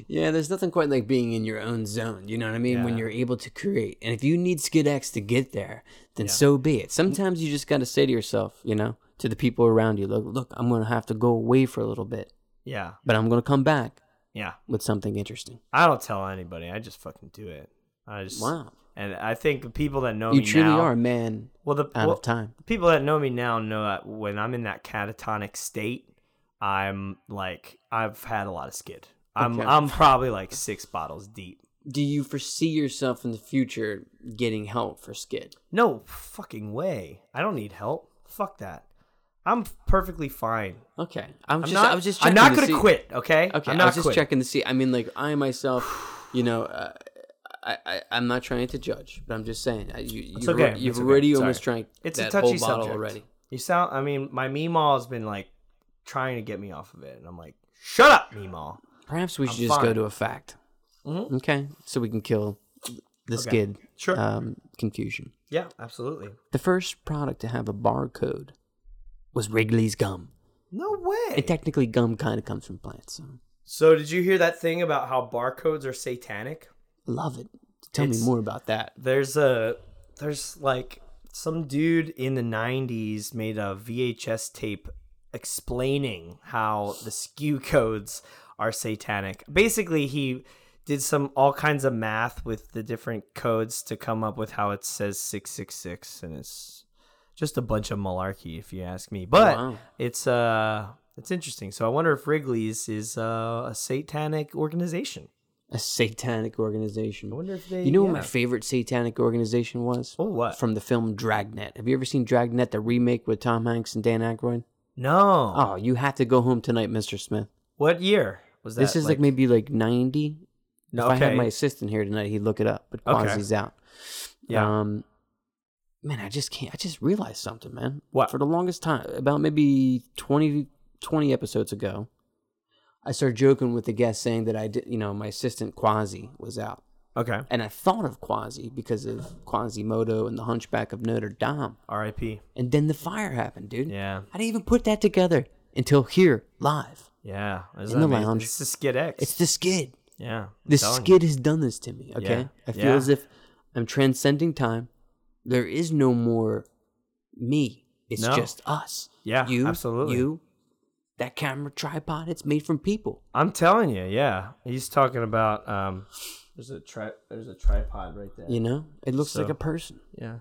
[SPEAKER 1] yeah, there's nothing quite like being in your own zone. You know what I mean? When
[SPEAKER 2] Yeah.
[SPEAKER 1] you're able to create. And if you need Skid X to get there, then so be it. Sometimes you just got to say to yourself, you know, to the people around you. Look, look, I'm gonna have to go away for a little bit,
[SPEAKER 2] Yeah.
[SPEAKER 1] but I'm gonna come back
[SPEAKER 2] Yeah.
[SPEAKER 1] with something interesting.
[SPEAKER 2] I don't tell anybody. I just fucking do it. I just
[SPEAKER 1] Wow,
[SPEAKER 2] and I think the people that know
[SPEAKER 1] you
[SPEAKER 2] me
[SPEAKER 1] truly
[SPEAKER 2] now,
[SPEAKER 1] are a man
[SPEAKER 2] Well, the
[SPEAKER 1] out
[SPEAKER 2] well,
[SPEAKER 1] of time.
[SPEAKER 2] the people that know me now know that when I'm in that catatonic state, I'm like I've had a lot of skid. I'm
[SPEAKER 1] Okay.
[SPEAKER 2] I'm probably like six bottles deep.
[SPEAKER 1] Do you foresee yourself in the future getting help for skid?
[SPEAKER 2] No fucking way. I don't need help. Fuck that. I'm perfectly fine.
[SPEAKER 1] Okay, I'm,
[SPEAKER 2] I'm
[SPEAKER 1] just,
[SPEAKER 2] not.
[SPEAKER 1] I was just.
[SPEAKER 2] I'm
[SPEAKER 1] Checking
[SPEAKER 2] not
[SPEAKER 1] to
[SPEAKER 2] gonna
[SPEAKER 1] see-
[SPEAKER 2] quit. Okay.
[SPEAKER 1] Okay,
[SPEAKER 2] I'm
[SPEAKER 1] I
[SPEAKER 2] not
[SPEAKER 1] was just
[SPEAKER 2] quitting.
[SPEAKER 1] checking to see. I mean, like I myself, you know, uh, I, I I'm not trying to judge, but I'm just saying uh, you you've,
[SPEAKER 2] okay,
[SPEAKER 1] alre- you've
[SPEAKER 2] it's okay,
[SPEAKER 1] already
[SPEAKER 2] sorry.
[SPEAKER 1] almost drank
[SPEAKER 2] It's
[SPEAKER 1] that
[SPEAKER 2] a touchy
[SPEAKER 1] whole bottle
[SPEAKER 2] subject.
[SPEAKER 1] already.
[SPEAKER 2] You sound. I mean, my Meemaw has been like trying to get me off of it, and I'm like, shut up, Meemaw.
[SPEAKER 1] Perhaps we should
[SPEAKER 2] I'm
[SPEAKER 1] just go
[SPEAKER 2] fine.
[SPEAKER 1] to a fact.
[SPEAKER 2] Mhm.
[SPEAKER 1] Mm-hmm. Okay, so we can kill the
[SPEAKER 2] Okay.
[SPEAKER 1] skid
[SPEAKER 2] Sure.
[SPEAKER 1] um, confusion.
[SPEAKER 2] yeah, absolutely.
[SPEAKER 1] The first product to have a barcode was Wrigley's gum.
[SPEAKER 2] No way.
[SPEAKER 1] And technically, gum kind of comes from plants. So
[SPEAKER 2] So did you hear that thing about how barcodes are satanic?
[SPEAKER 1] love it. Tell
[SPEAKER 2] It's-
[SPEAKER 1] me more about that.
[SPEAKER 2] There's a there's like some dude in the 90s made a VHS tape explaining how the SKU codes are satanic. Basically, he did some all kinds of math with the different codes to come up with how it says 666 and it's just a bunch of malarkey if you ask me. But
[SPEAKER 1] Wow.
[SPEAKER 2] it's uh it's interesting. So I wonder if Wrigley's is uh, a satanic organization.
[SPEAKER 1] A satanic organization.
[SPEAKER 2] I wonder if they.
[SPEAKER 1] You know
[SPEAKER 2] yeah.
[SPEAKER 1] what my favorite satanic organization was?
[SPEAKER 2] Oh, what?
[SPEAKER 1] From the film Dragnet. Have you ever seen Dragnet, the remake with Tom Hanks and Dan Aykroyd?
[SPEAKER 2] no.
[SPEAKER 1] Oh, you have to go home tonight, Mr. Smith.
[SPEAKER 2] What year was that?
[SPEAKER 1] This is like, maybe like 90.
[SPEAKER 2] No,
[SPEAKER 1] If I had
[SPEAKER 2] okay.
[SPEAKER 1] my assistant here tonight, he'd look it up, but
[SPEAKER 2] Okay.
[SPEAKER 1] Quasi's out.
[SPEAKER 2] Yeah.
[SPEAKER 1] Um, man, I just can't. I just realized something, man.
[SPEAKER 2] What?
[SPEAKER 1] For the longest time, about maybe 20, 20 episodes ago, I started joking with the guest saying that I did, you know, my assistant Quasi was out.
[SPEAKER 2] okay.
[SPEAKER 1] And I thought of Quasi because of Quasimodo and the Hunchback of Notre Dame.
[SPEAKER 2] R.I.P.
[SPEAKER 1] And then the fire happened, dude.
[SPEAKER 2] Yeah.
[SPEAKER 1] I didn't even put that together until here, live.
[SPEAKER 2] Yeah. Is
[SPEAKER 1] In
[SPEAKER 2] that
[SPEAKER 1] the
[SPEAKER 2] amazing?
[SPEAKER 1] lounge.
[SPEAKER 2] It's the Skid X.
[SPEAKER 1] It's the skid.
[SPEAKER 2] yeah. I'm
[SPEAKER 1] The
[SPEAKER 2] telling you.
[SPEAKER 1] skid has done this to me, okay?
[SPEAKER 2] Yeah.
[SPEAKER 1] I feel
[SPEAKER 2] Yeah.
[SPEAKER 1] as if I'm transcending time. There is no more me. It's
[SPEAKER 2] No.
[SPEAKER 1] just us.
[SPEAKER 2] Yeah,
[SPEAKER 1] You,
[SPEAKER 2] absolutely.
[SPEAKER 1] you, that camera tripod, it's made from people.
[SPEAKER 2] I'm telling you. Yeah. He's talking about. Um, there's a tri- There's a tripod right there.
[SPEAKER 1] You know? It looks like
[SPEAKER 2] So-
[SPEAKER 1] a person.
[SPEAKER 2] Yeah.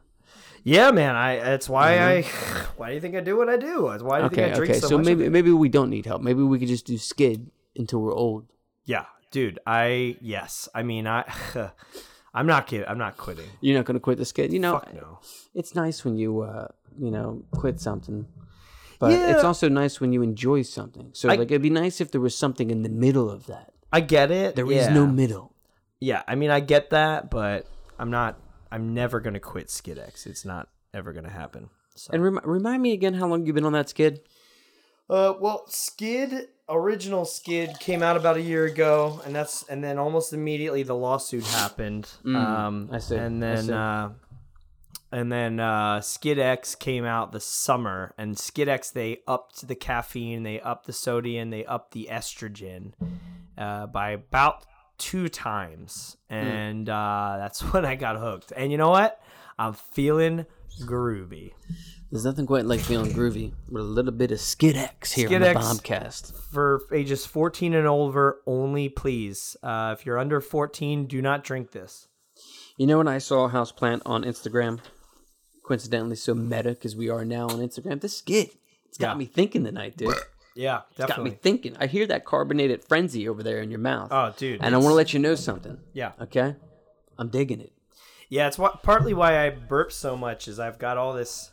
[SPEAKER 2] Yeah, man. I. That's why I. Why do you think I do what I do? That's Why do you think
[SPEAKER 1] Okay,
[SPEAKER 2] I drink
[SPEAKER 1] okay.
[SPEAKER 2] so,
[SPEAKER 1] so
[SPEAKER 2] much? of
[SPEAKER 1] maybe
[SPEAKER 2] it?
[SPEAKER 1] maybe we don't need help. Maybe we could just do skid until we're old.
[SPEAKER 2] Yeah, dude. I. Yes. I mean, I. I'm not kidding. I'm not quitting.
[SPEAKER 1] You're not going to quit the skid. You know,
[SPEAKER 2] Fuck no.
[SPEAKER 1] it's nice when you, uh, you know, quit something, but it's
[SPEAKER 2] Yeah.
[SPEAKER 1] also nice when you enjoy something. So,
[SPEAKER 2] I-
[SPEAKER 1] like, it'd be nice if there was something in the middle of that.
[SPEAKER 2] I get it.
[SPEAKER 1] There is
[SPEAKER 2] yeah.
[SPEAKER 1] no middle.
[SPEAKER 2] yeah, I mean, I get that, but I'm not. I'm never gonna quit Skidex. It's not ever gonna happen. So.
[SPEAKER 1] And rem- remind me again how long you've been on that skid.
[SPEAKER 2] Uh, well, Skid original Skid came out about a year ago, and that's and then almost immediately the lawsuit happened. um,
[SPEAKER 1] Mm, I see,
[SPEAKER 2] And
[SPEAKER 1] I
[SPEAKER 2] then
[SPEAKER 1] see.
[SPEAKER 2] Uh, and then uh, Skid X came out this summer, and Skid X they upped the caffeine, they upped the sodium, they upped the estrogen uh, by about two times,
[SPEAKER 1] Hmm.
[SPEAKER 2] and uh, that's when I got hooked. And you know what? I'm feeling groovy.
[SPEAKER 1] There's nothing quite like feeling groovy with a little bit of skid X here
[SPEAKER 2] Skid
[SPEAKER 1] on the
[SPEAKER 2] X.
[SPEAKER 1] Bobcast.
[SPEAKER 2] for ages 14 and over only please uh, if you're under 14 do not drink this
[SPEAKER 1] You know when I saw Houseplant on Instagram, coincidentally so meta because we are now on Instagram. This skid, it's got
[SPEAKER 2] Yeah.
[SPEAKER 1] me thinking tonight, dude.
[SPEAKER 2] yeah
[SPEAKER 1] got me
[SPEAKER 2] definitely
[SPEAKER 1] thinking. I hear that carbonated frenzy over there in your mouth.
[SPEAKER 2] oh dude
[SPEAKER 1] and I
[SPEAKER 2] it's-
[SPEAKER 1] want to let you know something.
[SPEAKER 2] yeah
[SPEAKER 1] Okay? I'm digging it.
[SPEAKER 2] yeah it's what partly why i burp so much is i've got all this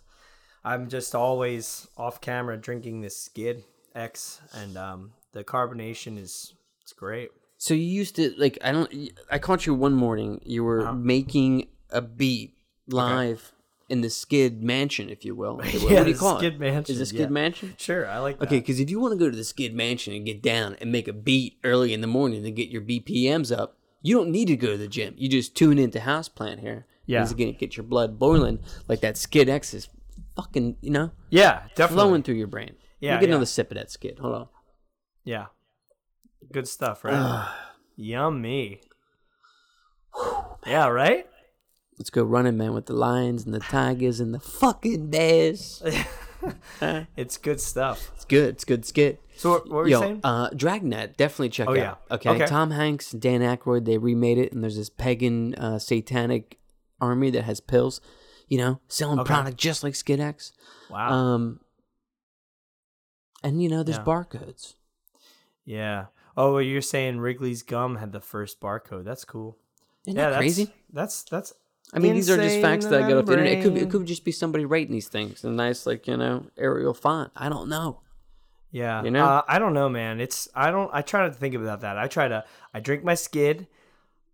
[SPEAKER 2] i'm just always off camera drinking this skid x and um, the carbonation is it's great
[SPEAKER 1] So you used to like I don't I caught you one morning. You were
[SPEAKER 2] Uh-huh.
[SPEAKER 1] making a beat live in the Skid Mansion, if you will.
[SPEAKER 2] Yeah,
[SPEAKER 1] what do you
[SPEAKER 2] the
[SPEAKER 1] call
[SPEAKER 2] Skid
[SPEAKER 1] it?
[SPEAKER 2] Mansion,
[SPEAKER 1] Is the Skid
[SPEAKER 2] yeah.
[SPEAKER 1] Mansion?
[SPEAKER 2] sure i like that.
[SPEAKER 1] Okay, because if you want to go to the Skid Mansion and get down and make a beat early in the morning to get your BPMs up, you don't need to go to the gym. You just tune into Houseplant here.
[SPEAKER 2] Yeah.
[SPEAKER 1] it's gonna get your blood boiling like that Skid X is fucking you know
[SPEAKER 2] yeah definitely
[SPEAKER 1] flowing through your brain. Let
[SPEAKER 2] Yeah,
[SPEAKER 1] me get
[SPEAKER 2] yeah.
[SPEAKER 1] another sip of that Skid. Hold on.
[SPEAKER 2] yeah good stuff right yummy yeah right
[SPEAKER 1] Let's go running man with the lions and the tigers and the fucking bears.
[SPEAKER 2] it's good stuff.
[SPEAKER 1] It's good. It's good. It's good.
[SPEAKER 2] So what, what were
[SPEAKER 1] Yo,
[SPEAKER 2] you saying?
[SPEAKER 1] Uh, Dragnet, definitely check
[SPEAKER 2] Oh,
[SPEAKER 1] out.
[SPEAKER 2] yeah.
[SPEAKER 1] Okay?
[SPEAKER 2] Okay.
[SPEAKER 1] Tom Hanks, Dan Aykroyd, they remade it, and there's this pagan uh, satanic army that has pills, you know, selling
[SPEAKER 2] Okay.
[SPEAKER 1] product just like Skid X.
[SPEAKER 2] wow.
[SPEAKER 1] Um, and you know, there's
[SPEAKER 2] Yeah.
[SPEAKER 1] barcodes.
[SPEAKER 2] yeah. Oh, well, you're saying Wrigley's gum had the first barcode. That's cool.
[SPEAKER 1] Isn't
[SPEAKER 2] yeah,
[SPEAKER 1] that
[SPEAKER 2] that's,
[SPEAKER 1] crazy?
[SPEAKER 2] That's that's.
[SPEAKER 1] I mean, these are just
[SPEAKER 2] insane
[SPEAKER 1] facts that I got off the internet. It could be, it
[SPEAKER 2] membrane.
[SPEAKER 1] could just be somebody writing these things in a nice, like you know, Arial font. I don't know.
[SPEAKER 2] Yeah.
[SPEAKER 1] You know?
[SPEAKER 2] Uh, I don't know, man. It's I don't. I try not to think about that. I try to. I drink my skid.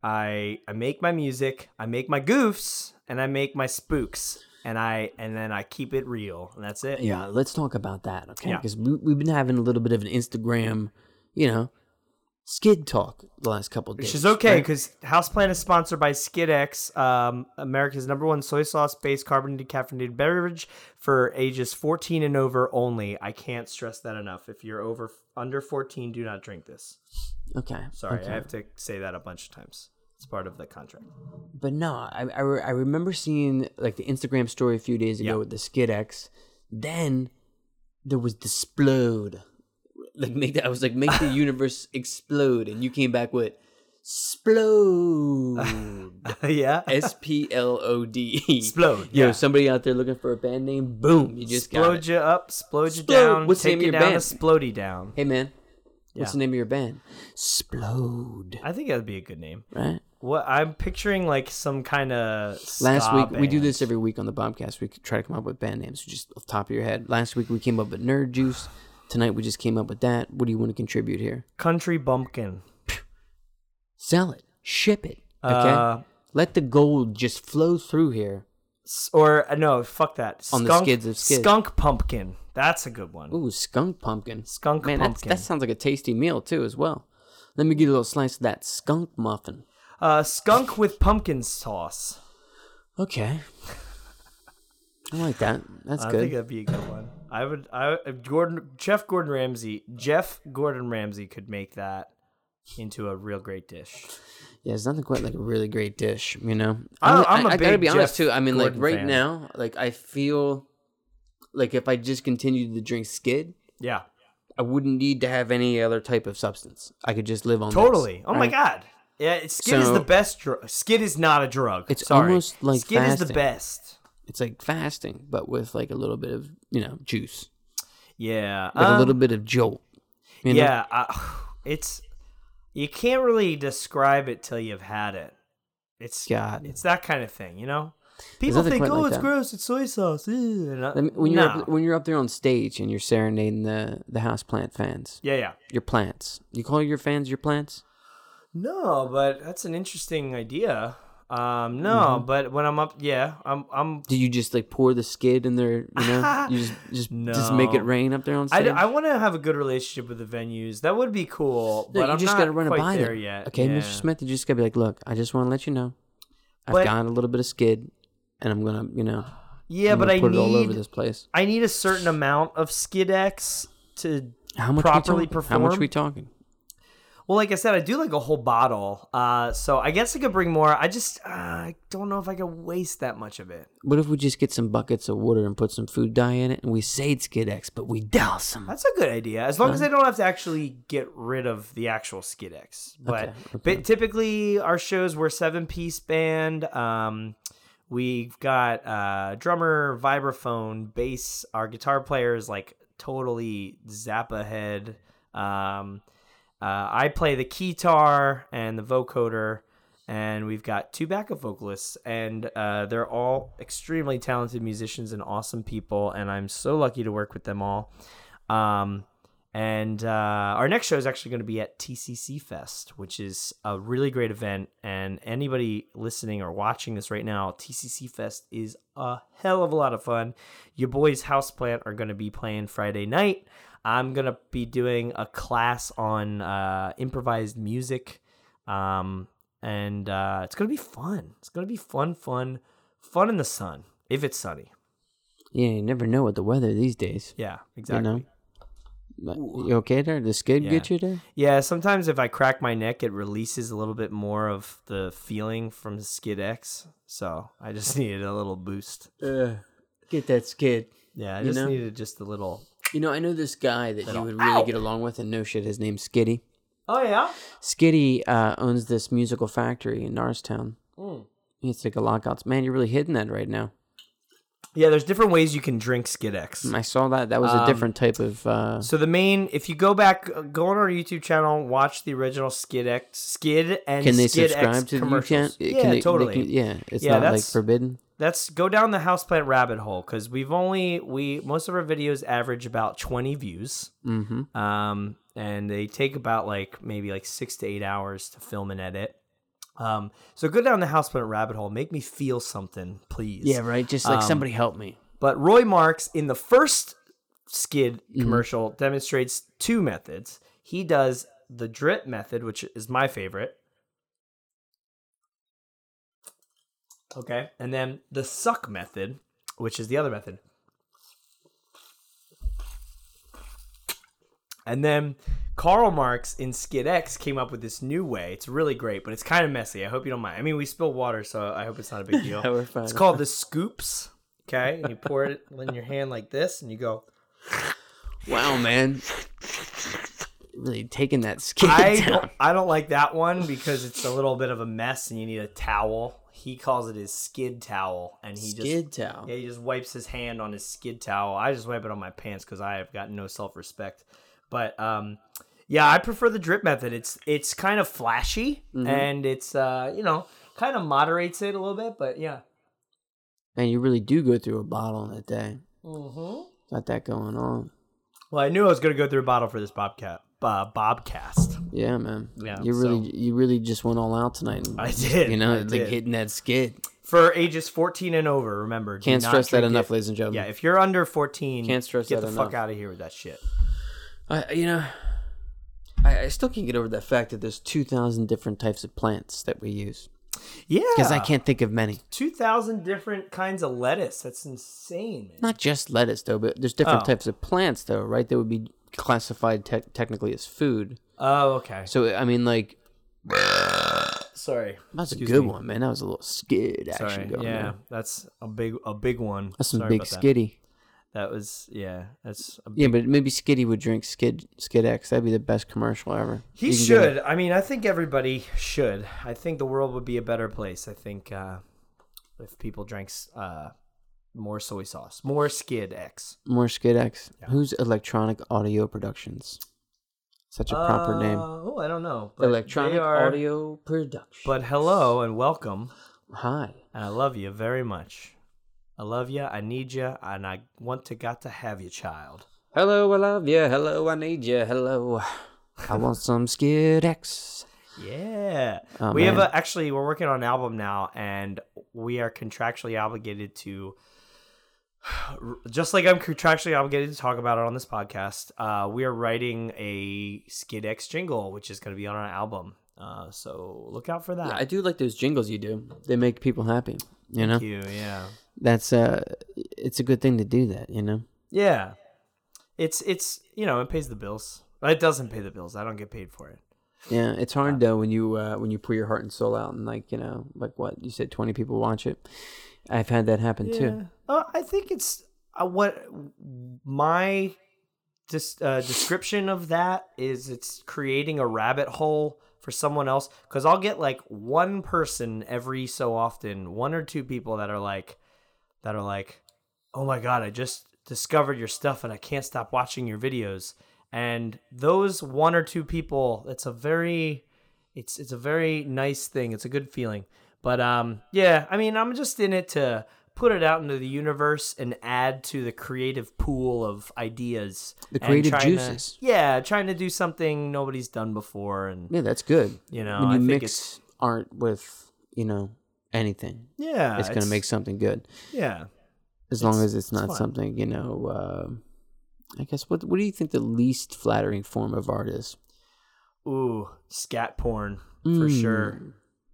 [SPEAKER 2] I I make my music. I make my goofs, and I make my spooks, and I and then I keep it real, and that's it.
[SPEAKER 1] Yeah, let's talk about that, okay?
[SPEAKER 2] Yeah.
[SPEAKER 1] Because we, we've been having a little bit of an Instagram, you know, skid talk the last couple of days.
[SPEAKER 2] Which is okay
[SPEAKER 1] right?
[SPEAKER 2] because Houseplant is sponsored by SkidX, um, America's number one soy sauce based carbonated caffeinated beverage for ages 14 and over only. I can't stress that enough. If you're over under 14, do not drink this.
[SPEAKER 1] Okay,
[SPEAKER 2] Sorry,
[SPEAKER 1] okay.
[SPEAKER 2] I have to say that a bunch of times. It's part of the contract.
[SPEAKER 1] but no, I, I, re- I remember seeing like the Instagram story a few days ago
[SPEAKER 2] Yeah.
[SPEAKER 1] with the Skid X. Then there was the splode. Like make that I was like make the universe explode, and you came back with splode.
[SPEAKER 2] yeah.
[SPEAKER 1] S P L O D E.
[SPEAKER 2] Splode,
[SPEAKER 1] Yo,
[SPEAKER 2] yeah.
[SPEAKER 1] somebody out there looking for a band name. Boom, you just got
[SPEAKER 2] Splode
[SPEAKER 1] it.
[SPEAKER 2] you up, splode you
[SPEAKER 1] Splode.
[SPEAKER 2] down,
[SPEAKER 1] What's the
[SPEAKER 2] take
[SPEAKER 1] name
[SPEAKER 2] you
[SPEAKER 1] of your
[SPEAKER 2] down
[SPEAKER 1] band?
[SPEAKER 2] to splody down.
[SPEAKER 1] Hey man, what's
[SPEAKER 2] Yeah.
[SPEAKER 1] the name of your band? Splode.
[SPEAKER 2] I think that'd be a good name.
[SPEAKER 1] Right.
[SPEAKER 2] What I'm picturing like some kind of
[SPEAKER 1] Last week we do this every week on the Bobcast. We try to come up with band names just off the top of your head. Last week we came up with Nerd Juice. Tonight we just came up with that. What do you want to contribute here?
[SPEAKER 2] country bumpkin.
[SPEAKER 1] Sell it. Ship it. Okay.
[SPEAKER 2] Uh,
[SPEAKER 1] Let the gold just flow through here.
[SPEAKER 2] S- or uh, no, fuck that.
[SPEAKER 1] On the skids of skid.
[SPEAKER 2] Skunk pumpkin. That's a good one.
[SPEAKER 1] Ooh, skunk pumpkin.
[SPEAKER 2] Skunk
[SPEAKER 1] Man, that's,
[SPEAKER 2] pumpkin.
[SPEAKER 1] that sounds like a tasty meal too, as well. Let me get a little slice of that skunk muffin.
[SPEAKER 2] Uh, skunk with pumpkin sauce.
[SPEAKER 1] Okay. I like that. That's
[SPEAKER 2] I
[SPEAKER 1] good.
[SPEAKER 2] think that'd be a good one. I would. I if Gordon Jeff Gordon Ramsay Jeff Gordon Ramsay could make that into a real great dish.
[SPEAKER 1] Yeah, it's nothing quite like a really great dish, you know.
[SPEAKER 2] I-
[SPEAKER 1] I'm,
[SPEAKER 2] I'm
[SPEAKER 1] I,
[SPEAKER 2] a
[SPEAKER 1] I gotta
[SPEAKER 2] big
[SPEAKER 1] be honest
[SPEAKER 2] Jeff
[SPEAKER 1] too. I mean,
[SPEAKER 2] Gordon
[SPEAKER 1] like right
[SPEAKER 2] fan.
[SPEAKER 1] now, like I feel like if I just continued to drink Skid,
[SPEAKER 2] Yeah,
[SPEAKER 1] I wouldn't need to have any other type of substance. I could just live on this,
[SPEAKER 2] totally. oh my
[SPEAKER 1] right?
[SPEAKER 2] god. Yeah, it- skid is
[SPEAKER 1] So-
[SPEAKER 2] the best drug. Skid is not a drug.
[SPEAKER 1] It's
[SPEAKER 2] Sorry.
[SPEAKER 1] almost like
[SPEAKER 2] skid is the
[SPEAKER 1] fasting.
[SPEAKER 2] best.
[SPEAKER 1] It's like fasting, but with like a little bit of you know juice,
[SPEAKER 2] Yeah,
[SPEAKER 1] like a
[SPEAKER 2] um,
[SPEAKER 1] little bit of jolt. You know?
[SPEAKER 2] yeah, I, it's you can't really describe it till you've had it. It's
[SPEAKER 1] God.
[SPEAKER 2] it's that kind of thing, you know. People
[SPEAKER 1] nothing
[SPEAKER 2] think,
[SPEAKER 1] quite
[SPEAKER 2] "Oh,
[SPEAKER 1] like
[SPEAKER 2] it's
[SPEAKER 1] that."
[SPEAKER 2] gross. It's soy sauce." Ew. And I-
[SPEAKER 1] I mean, when you're
[SPEAKER 2] nah.
[SPEAKER 1] up, when you're up there on stage and you're serenading the the house plant fans,
[SPEAKER 2] yeah, yeah.
[SPEAKER 1] your plants. You call your fans your plants?
[SPEAKER 2] No, but that's an interesting idea. Um, no,
[SPEAKER 1] Mm-hmm.
[SPEAKER 2] but when I'm up, yeah, I'm, I'm.
[SPEAKER 1] Do you just like pour the skid in their, you know, you just just just make it
[SPEAKER 2] No.
[SPEAKER 1] rain up there on
[SPEAKER 2] I,
[SPEAKER 1] stage?
[SPEAKER 2] want to have a good relationship with the venues. That would be cool.
[SPEAKER 1] No,
[SPEAKER 2] but
[SPEAKER 1] you
[SPEAKER 2] I'm
[SPEAKER 1] just
[SPEAKER 2] not
[SPEAKER 1] gotta run it
[SPEAKER 2] quite
[SPEAKER 1] by
[SPEAKER 2] there
[SPEAKER 1] them.
[SPEAKER 2] yet.
[SPEAKER 1] Okay,
[SPEAKER 2] yeah.
[SPEAKER 1] Mr. Smith, you just gotta be like, look, I just want to let you know, I've
[SPEAKER 2] But-
[SPEAKER 1] got a little bit of skid, and I'm gonna, you know,
[SPEAKER 2] Yeah,
[SPEAKER 1] I'm
[SPEAKER 2] but
[SPEAKER 1] gonna
[SPEAKER 2] I
[SPEAKER 1] put it all over
[SPEAKER 2] need
[SPEAKER 1] this place.
[SPEAKER 2] I need a certain amount of Skidex to
[SPEAKER 1] How much
[SPEAKER 2] properly
[SPEAKER 1] we talking? How much
[SPEAKER 2] perform?
[SPEAKER 1] we talking?
[SPEAKER 2] Well, like I said, I do like a whole bottle. Uh, so I guess I could bring more. I just uh, I don't know if I can waste that much of it.
[SPEAKER 1] What if we just get some buckets of water and put some food dye in it, and we say it's skid X, but we douse them.
[SPEAKER 2] That's a good idea, as long as I don't have to actually get rid of the actual Skidex. But, but typically our shows were seven piece band. Um, we've got uh, drummer, vibraphone, bass. Our guitar player is like totally Zappa head. Um, uh, I play the keytar and the vocoder, and we've got two backup vocalists, and uh, they're all extremely talented musicians and awesome people, and I'm so lucky to work with them all. Um, and uh, our next show is actually going to be at TCC Fest, which is a really great event. And anybody listening or watching this right now, TCC Fest is a hell of a lot of fun. Your boys Houseplant are going to be playing Friday night. I'm going to be doing a class on uh, improvised music. Um, and uh, it's going to be fun. It's going to be fun, fun, fun in the sun, if it's sunny.
[SPEAKER 1] Yeah, you never know what the weather these days.
[SPEAKER 2] Yeah, exactly.
[SPEAKER 1] You know. But you okay there? The skid
[SPEAKER 2] Yeah.
[SPEAKER 1] get you there?
[SPEAKER 2] Yeah, sometimes if I crack my neck, it releases a little bit more of the feeling from Skid X. So I just needed a little boost.
[SPEAKER 1] Uh, get that skid.
[SPEAKER 2] Yeah, I
[SPEAKER 1] You
[SPEAKER 2] just
[SPEAKER 1] know?
[SPEAKER 2] needed just a little.
[SPEAKER 1] You know, I know this guy that you
[SPEAKER 2] Little-
[SPEAKER 1] would really
[SPEAKER 2] Ow!
[SPEAKER 1] get along with, and no shit, his name's Skitty.
[SPEAKER 2] Oh yeah.
[SPEAKER 1] Skitty uh, owns this musical factory in Norristown. It's like a lockouts. Man, you're really hitting that right now.
[SPEAKER 2] Yeah, there's different ways you can drink Skidex.
[SPEAKER 1] I saw that. That was a different type of. Uh,
[SPEAKER 2] So the main, if you go back, uh, go on our YouTube channel, watch the original Skid X, Skid and
[SPEAKER 1] can they
[SPEAKER 2] Skid
[SPEAKER 1] subscribe
[SPEAKER 2] X
[SPEAKER 1] to the YouTube?
[SPEAKER 2] commercials.
[SPEAKER 1] Can
[SPEAKER 2] yeah,
[SPEAKER 1] they- they
[SPEAKER 2] totally.
[SPEAKER 1] can- yeah, it's
[SPEAKER 2] Yeah,
[SPEAKER 1] not like
[SPEAKER 2] that's-
[SPEAKER 1] forbidden.
[SPEAKER 2] That's go down the houseplant rabbit hole because we've only we most of our videos average about twenty views,
[SPEAKER 1] Mm-hmm.
[SPEAKER 2] um, and they take about like maybe like six to eight hours to film and edit. Um, so go down the houseplant rabbit hole. Make me feel something, please.
[SPEAKER 1] Yeah, right. Just like
[SPEAKER 2] Um,
[SPEAKER 1] somebody help me.
[SPEAKER 2] But Roy Marks in the first skid
[SPEAKER 1] Mm-hmm.
[SPEAKER 2] commercial demonstrates two methods. He does the drip method, which is my favorite. Okay. And then the suck method, which is the other method. And then Karl Marx in Skid X came up with this new way. It's really great, but it's kind of messy. I hope you don't mind. I mean, we spilled water, so I hope it's not a big deal.
[SPEAKER 1] Yeah, we're fine.
[SPEAKER 2] It's called the scoops. Okay, and you pour it in your hand like this, and you go.
[SPEAKER 1] Wow, man. Really taking that skid
[SPEAKER 2] I
[SPEAKER 1] down.
[SPEAKER 2] don't, I don't like that one because it's a little bit of a mess, and you need a towel. He calls it his skid towel, and he
[SPEAKER 1] Skid
[SPEAKER 2] just
[SPEAKER 1] towel.
[SPEAKER 2] yeah, he just wipes his hand on his skid towel. I just wipe it on my pants because I have got no self respect. But um, yeah, I prefer the drip method. It's it's kind of flashy,
[SPEAKER 1] Mm-hmm.
[SPEAKER 2] and it's uh, you know, kind of moderates it a little bit. But yeah,
[SPEAKER 1] Man, you really do go through a bottle in a day.
[SPEAKER 2] mm-hmm.
[SPEAKER 1] Got that going on.
[SPEAKER 2] well, I knew I was gonna go through a bottle for this bobcat, uh, bobcast.
[SPEAKER 1] Yeah, man.
[SPEAKER 2] Yeah,
[SPEAKER 1] You really, you really just went all out tonight.
[SPEAKER 2] I did.
[SPEAKER 1] You know,
[SPEAKER 2] I
[SPEAKER 1] like
[SPEAKER 2] did.
[SPEAKER 1] hitting that skid.
[SPEAKER 2] for ages 14 and over. Remember, do
[SPEAKER 1] Can't
[SPEAKER 2] not
[SPEAKER 1] stress that
[SPEAKER 2] drink
[SPEAKER 1] enough,
[SPEAKER 2] it.
[SPEAKER 1] ladies and gentlemen.
[SPEAKER 2] Yeah, if you're under 14,
[SPEAKER 1] Um, Can't stress
[SPEAKER 2] get
[SPEAKER 1] that
[SPEAKER 2] the
[SPEAKER 1] enough.
[SPEAKER 2] fuck out of here with that shit.
[SPEAKER 1] I, you know, I, I still can't get over the fact that there's 2,000 different types of plants that we use.
[SPEAKER 2] Yeah,
[SPEAKER 1] Because I can't think of many.
[SPEAKER 2] 2,000 different kinds of lettuce. That's insane. Man.
[SPEAKER 1] Not just lettuce, though, but there's different
[SPEAKER 2] Oh.
[SPEAKER 1] types of plants, though, right? That would be classified te- technically as food.
[SPEAKER 2] Oh, okay.
[SPEAKER 1] So, I mean, like,
[SPEAKER 2] Sorry.
[SPEAKER 1] that's
[SPEAKER 2] Excuse
[SPEAKER 1] a good
[SPEAKER 2] me.
[SPEAKER 1] one, man. That was a little skid action
[SPEAKER 2] Sorry.
[SPEAKER 1] going
[SPEAKER 2] Yeah,
[SPEAKER 1] there.
[SPEAKER 2] that's a big, a big one.
[SPEAKER 1] That's some
[SPEAKER 2] Sorry
[SPEAKER 1] big
[SPEAKER 2] about that.
[SPEAKER 1] skiddy.
[SPEAKER 2] That was yeah. That's a
[SPEAKER 1] Yeah, but maybe Skiddy would drink Skid Skid X. That'd be the best commercial ever.
[SPEAKER 2] He
[SPEAKER 1] You can get
[SPEAKER 2] should. I mean, I think everybody should. I think the world would be a better place. I think uh, if people drank s- uh, more soy sauce, more Skid X.
[SPEAKER 1] more Skid X. Who's Electronic Audio Productions? Such a proper
[SPEAKER 2] Uh,
[SPEAKER 1] name.
[SPEAKER 2] Oh, I don't know. But
[SPEAKER 1] Electronic
[SPEAKER 2] they are-
[SPEAKER 1] Audio Productions.
[SPEAKER 2] But hello and welcome.
[SPEAKER 1] hi,
[SPEAKER 2] And I love you very much. I love you. I need you. And I want to got to have you, child.
[SPEAKER 1] hello, I love you. Hello, I need you. Hello, I want some Skid X.
[SPEAKER 2] Yeah.
[SPEAKER 1] Oh,
[SPEAKER 2] we have
[SPEAKER 1] man.
[SPEAKER 2] a, actually, we're working on an album now, and we are contractually obligated to. Just like I'm contractually obligated to talk about it on this podcast, uh, we are writing a Skid X jingle, which is going to be on our album. Uh, so look out for that.
[SPEAKER 1] I do like those jingles you do. They make people happy. You know,
[SPEAKER 2] Thank you. Yeah.
[SPEAKER 1] that's uh, it's a good thing to do that. You know,
[SPEAKER 2] Yeah. It's it's you know, it pays the bills. It doesn't pay the bills. I don't get paid for it.
[SPEAKER 1] yeah, it's hard though when you uh, when you pour your heart and soul out and like you know, like what you said, twenty people watch it. I've had that happen too.
[SPEAKER 2] Uh, I think it's uh, what my dis- uh, description of that is it's creating a rabbit hole for someone else cuz I'll get like one person every so often, one or two people that are like that are like, "Oh my god, I just discovered your stuff and I can't stop watching your videos." And those one or two people, that's a very it's it's a very nice thing. It's a good feeling. But um yeah, I mean, I'm just in it to put it out into the universe and add to the creative pool of ideas.
[SPEAKER 1] The
[SPEAKER 2] and
[SPEAKER 1] creative
[SPEAKER 2] trying to-
[SPEAKER 1] juices.
[SPEAKER 2] yeah, trying to do something nobody's done before and
[SPEAKER 1] Yeah, that's good.
[SPEAKER 2] you know,
[SPEAKER 1] when
[SPEAKER 2] I
[SPEAKER 1] you
[SPEAKER 2] think it's
[SPEAKER 1] mix art with you know anything,
[SPEAKER 2] yeah,
[SPEAKER 1] it's gonna make something good.
[SPEAKER 2] yeah.
[SPEAKER 1] As long as it's, not
[SPEAKER 2] fine.
[SPEAKER 1] something you know. Uh, I guess what what do you think the least flattering form of art is?
[SPEAKER 2] Ooh, scat porn for
[SPEAKER 1] Mm.
[SPEAKER 2] sure.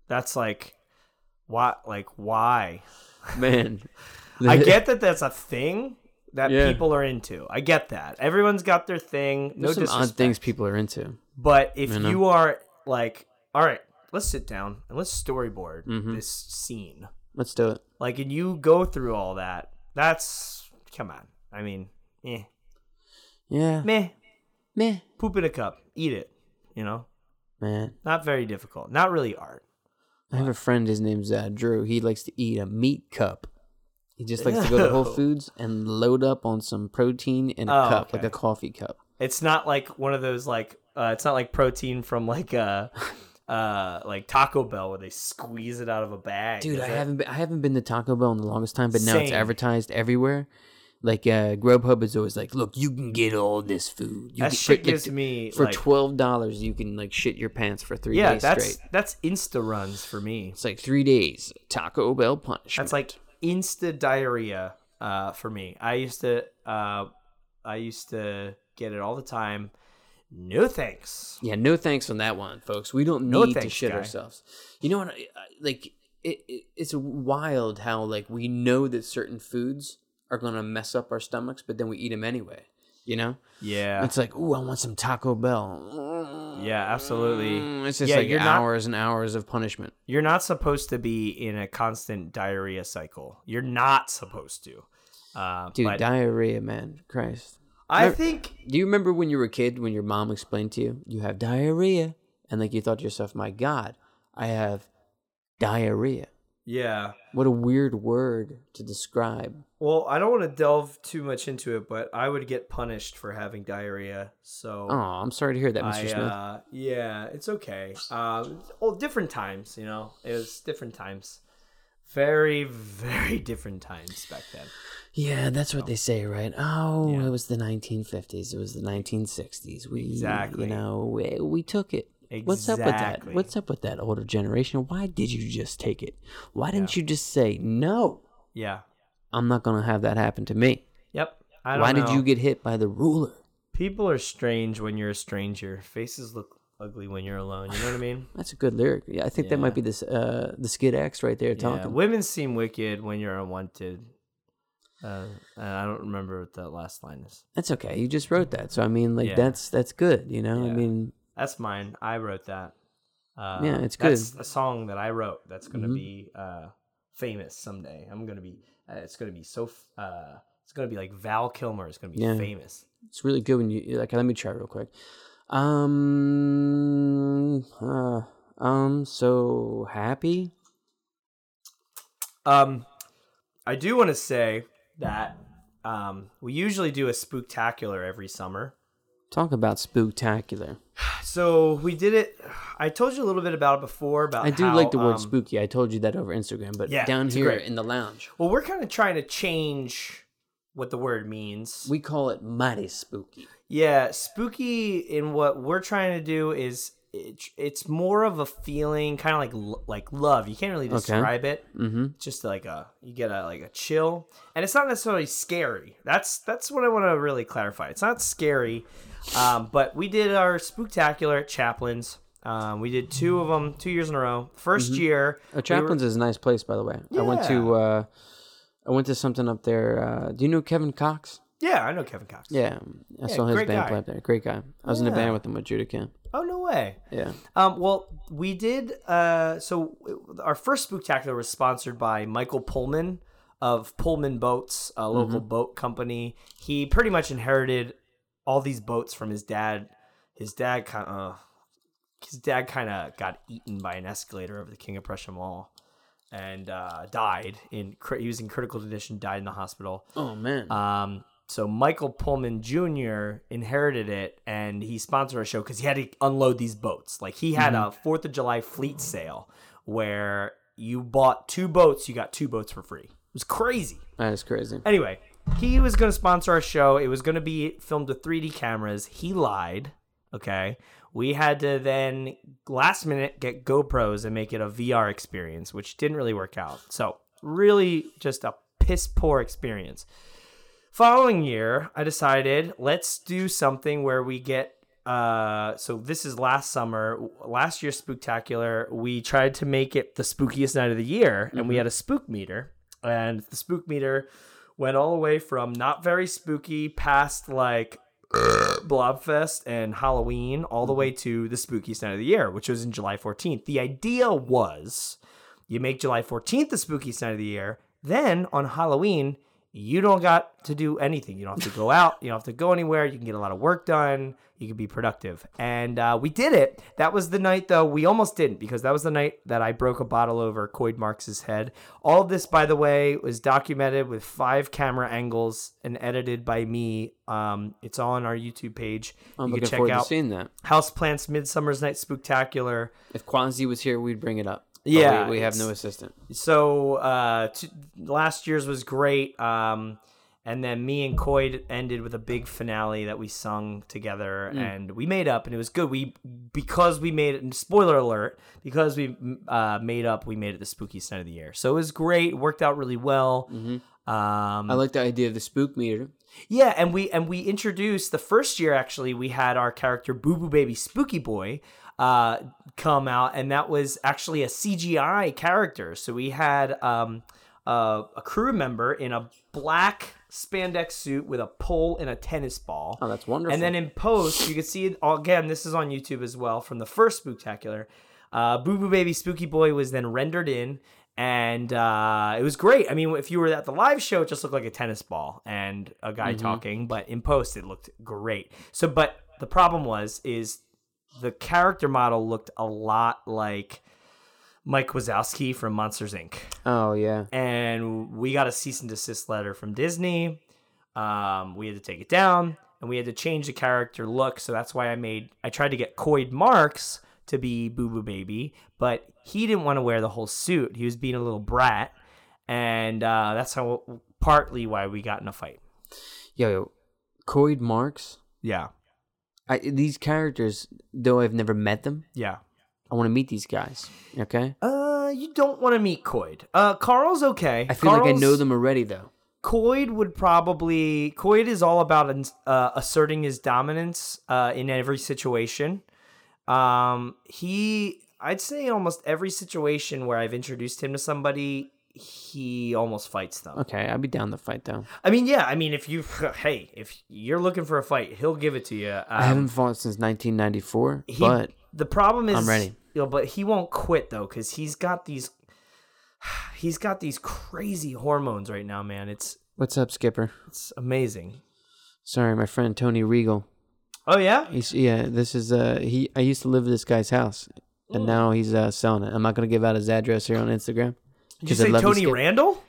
[SPEAKER 2] That's like why like why?
[SPEAKER 1] Man,
[SPEAKER 2] I get that that's a thing that
[SPEAKER 1] Yeah.
[SPEAKER 2] people are into. I get that. Everyone's got their thing. No
[SPEAKER 1] There's some
[SPEAKER 2] disrespect.
[SPEAKER 1] odd things people are into.
[SPEAKER 2] But if
[SPEAKER 1] You
[SPEAKER 2] you,
[SPEAKER 1] know?
[SPEAKER 2] are like, all right, let's sit down and let's storyboard
[SPEAKER 1] Mhm.
[SPEAKER 2] this scene.
[SPEAKER 1] Let's do it.
[SPEAKER 2] Like, and you go through all that. That's come on. I mean, eh,
[SPEAKER 1] Yeah.
[SPEAKER 2] meh,
[SPEAKER 1] Meh.
[SPEAKER 2] poop in a cup, eat it. You know,
[SPEAKER 1] Man.
[SPEAKER 2] not very difficult. Not really art.
[SPEAKER 1] I have a friend. His name's uh, Drew. He likes to eat a meat cup. He just likes to go to Whole
[SPEAKER 2] Ew.
[SPEAKER 1] Foods and load up on some protein in a
[SPEAKER 2] Oh,
[SPEAKER 1] cup, like
[SPEAKER 2] okay.
[SPEAKER 1] a coffee cup.
[SPEAKER 2] It's not like one of those like uh, it's not like protein from like uh uh like Taco Bell where they squeeze it out of a bag.
[SPEAKER 1] Dude,
[SPEAKER 2] is
[SPEAKER 1] I
[SPEAKER 2] it?
[SPEAKER 1] haven't been, I haven't been to Taco Bell in the longest time, but now it's
[SPEAKER 2] Same.
[SPEAKER 1] advertised everywhere. Like uh, Grubhub is always like, look, you can get all this food. You
[SPEAKER 2] That
[SPEAKER 1] can-
[SPEAKER 2] shit
[SPEAKER 1] like,
[SPEAKER 2] gives me
[SPEAKER 1] for
[SPEAKER 2] like,
[SPEAKER 1] twelve dollars. You can like shit your pants for three
[SPEAKER 2] yeah.
[SPEAKER 1] days
[SPEAKER 2] That's
[SPEAKER 1] straight.
[SPEAKER 2] that's Insta runs for me.
[SPEAKER 1] It's like three days Taco Bell punishment.
[SPEAKER 2] That's like insta diarrhea uh, for me. I used to uh, I used to get it all the time. No thanks.
[SPEAKER 1] Yeah, no thanks on that one, folks. We don't need
[SPEAKER 2] No
[SPEAKER 1] to
[SPEAKER 2] thanks,
[SPEAKER 1] shit
[SPEAKER 2] guy.
[SPEAKER 1] ourselves. You know what? I, I- like, it, it, it's wild how like we know that certain foods are gonna mess up our stomachs, but then we eat them anyway. You know,
[SPEAKER 2] Yeah.
[SPEAKER 1] it's like, ooh, I want some Taco Bell.
[SPEAKER 2] Yeah, absolutely.
[SPEAKER 1] Mm, It's just
[SPEAKER 2] Yeah,
[SPEAKER 1] like
[SPEAKER 2] you're not-
[SPEAKER 1] hours and hours of punishment.
[SPEAKER 2] You're not supposed to be in a constant diarrhea cycle. You're not supposed to. Uh,
[SPEAKER 1] Dude,
[SPEAKER 2] but
[SPEAKER 1] diarrhea, man, Christ.
[SPEAKER 2] I
[SPEAKER 1] never-
[SPEAKER 2] think
[SPEAKER 1] Do you remember when you were a kid when your mom explained to you you have diarrhea, and like you thought to yourself, my God, I have diarrhea.
[SPEAKER 2] yeah.
[SPEAKER 1] What a weird word to describe.
[SPEAKER 2] Well, I don't want to delve too much into it, but I would get punished for having diarrhea. So
[SPEAKER 1] Oh, I'm sorry to hear that, Mr.
[SPEAKER 2] I,
[SPEAKER 1] Smith.
[SPEAKER 2] uh, yeah, it's okay. Um, oh, different times, you know. It was different times. Very, very different times back then.
[SPEAKER 1] yeah, that's what they say, right? Oh,
[SPEAKER 2] Yeah.
[SPEAKER 1] it was the 1950s. It was the 1960s. We,
[SPEAKER 2] Exactly.
[SPEAKER 1] You know, we, we took it. What's up with that?
[SPEAKER 2] Exactly.
[SPEAKER 1] What's up with that older generation? Why did you just take it? Why didn't you just say no?
[SPEAKER 2] Yeah.
[SPEAKER 1] I'm not gonna have that happen to me.
[SPEAKER 2] Yep. I don't
[SPEAKER 1] Why did
[SPEAKER 2] know.
[SPEAKER 1] you get hit by the ruler?
[SPEAKER 2] People are strange when you're a stranger. Faces look ugly when you're alone. You know what I mean?
[SPEAKER 1] That's a good lyric. Yeah, I think that might be this uh, the Skid X right there
[SPEAKER 2] yeah.
[SPEAKER 1] talking.
[SPEAKER 2] Women seem wicked when you're unwanted. Uh, and I don't remember what that last line is.
[SPEAKER 1] That's okay. You just wrote that, so I mean, like
[SPEAKER 2] Yeah.
[SPEAKER 1] that's that's good. You know, I
[SPEAKER 2] Yeah.
[SPEAKER 1] mean,
[SPEAKER 2] That's mine. I wrote that. Uh,
[SPEAKER 1] Yeah, it's
[SPEAKER 2] That's a song that I wrote. That's gonna
[SPEAKER 1] Mhm.
[SPEAKER 2] be uh, famous someday. I'm gonna be. Uh, it's gonna be so. F- uh, it's gonna be like Val Kilmer is gonna be
[SPEAKER 1] Yeah.
[SPEAKER 2] famous.
[SPEAKER 1] it's really good when you like. Let me try real quick. Um, uh, I'm so happy.
[SPEAKER 2] Um, I do want to say that um, we usually do a spooktacular every summer.
[SPEAKER 1] Talk about spooktacular.
[SPEAKER 2] So we did it. I told you a little bit about it before. About
[SPEAKER 1] I do
[SPEAKER 2] how,
[SPEAKER 1] like the word
[SPEAKER 2] um,
[SPEAKER 1] spooky. I told you that over Instagram, but
[SPEAKER 2] Yeah,
[SPEAKER 1] down
[SPEAKER 2] it's
[SPEAKER 1] here
[SPEAKER 2] great.
[SPEAKER 1] in the lounge,
[SPEAKER 2] Well, we're kind of trying to change what the word means.
[SPEAKER 1] we call it mighty spooky.
[SPEAKER 2] Yeah, spooky in what we're trying to do is it, it's more of a feeling, kind of like lo- like love. You can't really describe it.
[SPEAKER 1] Mm-hmm.
[SPEAKER 2] It's just like a you get a like a chill, and it's not necessarily scary. That's that's what I want to really clarify. It's not scary, um, but we did our spooktacular at Chaplin's. Um, we did two of them two years in a row. 1st year,
[SPEAKER 1] Oh, Chaplin's is a nice place, by the way. I went to uh, I went to something up there. Uh, do you know Kevin Cox?
[SPEAKER 2] yeah, I know Kevin Cox.
[SPEAKER 1] Yeah, I saw his
[SPEAKER 2] great
[SPEAKER 1] band
[SPEAKER 2] guy.
[SPEAKER 1] play up there. Great guy. I was in a
[SPEAKER 2] Yeah.
[SPEAKER 1] band with him with Judah Camp.
[SPEAKER 2] Oh no way.
[SPEAKER 1] Yeah.
[SPEAKER 2] Um, well, we did. Uh, so our first spooktacular was sponsored by Michael Pullman of Pullman Boats, a local boat company. He pretty much inherited all these boats from his dad. His dad kind of his dad kind of got eaten by an escalator over the King of Prussia Mall and uh, died in cri- he was in critical condition, died in the hospital.
[SPEAKER 1] Oh man.
[SPEAKER 2] Um, so Michael Pullman Jr. inherited it, and he sponsored our show because he had to unload these boats. Like he had a Fourth of July fleet sale where you bought two boats, you got two boats for free. It was crazy.
[SPEAKER 1] that is crazy.
[SPEAKER 2] Anyway, he was going to sponsor our show. It was going to be filmed with 3D cameras. He lied. Okay. We had to then last minute get GoPros and make it a VR experience, which didn't really work out. So, really just a piss poor experience. Following year, I decided let's do something where we get uh so this is last summer last year's spooktacular we tried to make it the spookiest night of the year and we had a spook meter and the spook meter went all the way from not very spooky past like Blobfest and Halloween all the way to the spookiest night of the year, which was in July 14th. The idea was you make July 14th the spookiest night of the year, then on Halloween, you don't got to do anything. You don't have to go out. You don't have to go anywhere. You can get a lot of work done. You can be productive. And uh, we did it. That was the night, though, we almost didn't because that was the night that I broke a bottle over Coyd Marx's head. All of this, by the way, was documented with five camera angles and edited by me. Um, it's all on our YouTube page.
[SPEAKER 1] I'm
[SPEAKER 2] you
[SPEAKER 1] looking
[SPEAKER 2] can check
[SPEAKER 1] forward to
[SPEAKER 2] out
[SPEAKER 1] seeing that.
[SPEAKER 2] Houseplants Midsummer's Night Spooktacular.
[SPEAKER 1] If Quanzi was here, we'd bring it up. But
[SPEAKER 2] Yeah,
[SPEAKER 1] we, we have
[SPEAKER 2] it's-
[SPEAKER 1] no assistant.
[SPEAKER 2] so uh t- last year's was great um and then me and Coyd ended with a big finale that we sung together and we made up and it was good we because we made it and spoiler alert because we uh made up we made it the spookiest night of the year so it was great worked out really well um
[SPEAKER 1] I like the idea of the spook meter.
[SPEAKER 2] yeah, and we and we introduced the first year actually we had our character Boo Boo Baby Spooky Boy uh come out and that was actually a CGI character. So we had um uh, a crew member in a black spandex suit with a pole and a tennis ball.
[SPEAKER 1] Oh, that's wonderful.
[SPEAKER 2] And then in post, you can see it again. This is on YouTube as well from the first Spooktacular. Uh, Boo Boo Baby Spooky Boy was then rendered in, and uh, it was great. I mean, if you were at the live show, it just looked like a tennis ball and a guy talking, but in post, it looked great. So, but the problem was is the character model looked a lot like Mike Wazowski from Monsters Inc
[SPEAKER 1] oh yeah,
[SPEAKER 2] and we got a cease and desist letter from Disney. Um, we had to take it down, and we had to change the character look. So that's why I made I tried to get Coyd Marks to be Boo Boo Baby, but he didn't want to wear the whole suit. He was being a little brat, and uh, that's how partly why we got in a fight.
[SPEAKER 1] yo, yo. Coyd Marks.
[SPEAKER 2] Yeah,
[SPEAKER 1] I, these characters, though I've never met them,
[SPEAKER 2] yeah.
[SPEAKER 1] I want to meet these guys. Okay,
[SPEAKER 2] Uh, you don't want to meet Coyd. Uh, Carl's okay.
[SPEAKER 1] I feel like I know
[SPEAKER 2] Carl's-
[SPEAKER 1] them already though.
[SPEAKER 2] Coyd would probably Coyd is all about uh, asserting his dominance uh, in every situation. Um, he, I'd say, in almost every situation where I've introduced him to somebody, he almost fights them.
[SPEAKER 1] Okay, I'd be down to fight though.
[SPEAKER 2] I mean, yeah, I mean, if you, hey, if you're looking for a fight, he'll give it to you. Um,
[SPEAKER 1] I haven't fought since 1994,
[SPEAKER 2] he-
[SPEAKER 1] but
[SPEAKER 2] the problem is,
[SPEAKER 1] I'm ready.
[SPEAKER 2] You know, but he won't quit though, because he's got these, he's got these crazy hormones right now, man. It's
[SPEAKER 1] what's up, Skipper?
[SPEAKER 2] it's amazing.
[SPEAKER 1] Sorry, my friend Tony Regal.
[SPEAKER 2] Oh yeah,
[SPEAKER 1] He's yeah. This is uh he. I used to live at this guy's house, and now he's uh selling it. I'm not gonna give out his address here on Instagram.
[SPEAKER 2] Did you
[SPEAKER 1] 'cause I'd
[SPEAKER 2] say
[SPEAKER 1] love to
[SPEAKER 2] Tony
[SPEAKER 1] skip-
[SPEAKER 2] Randall?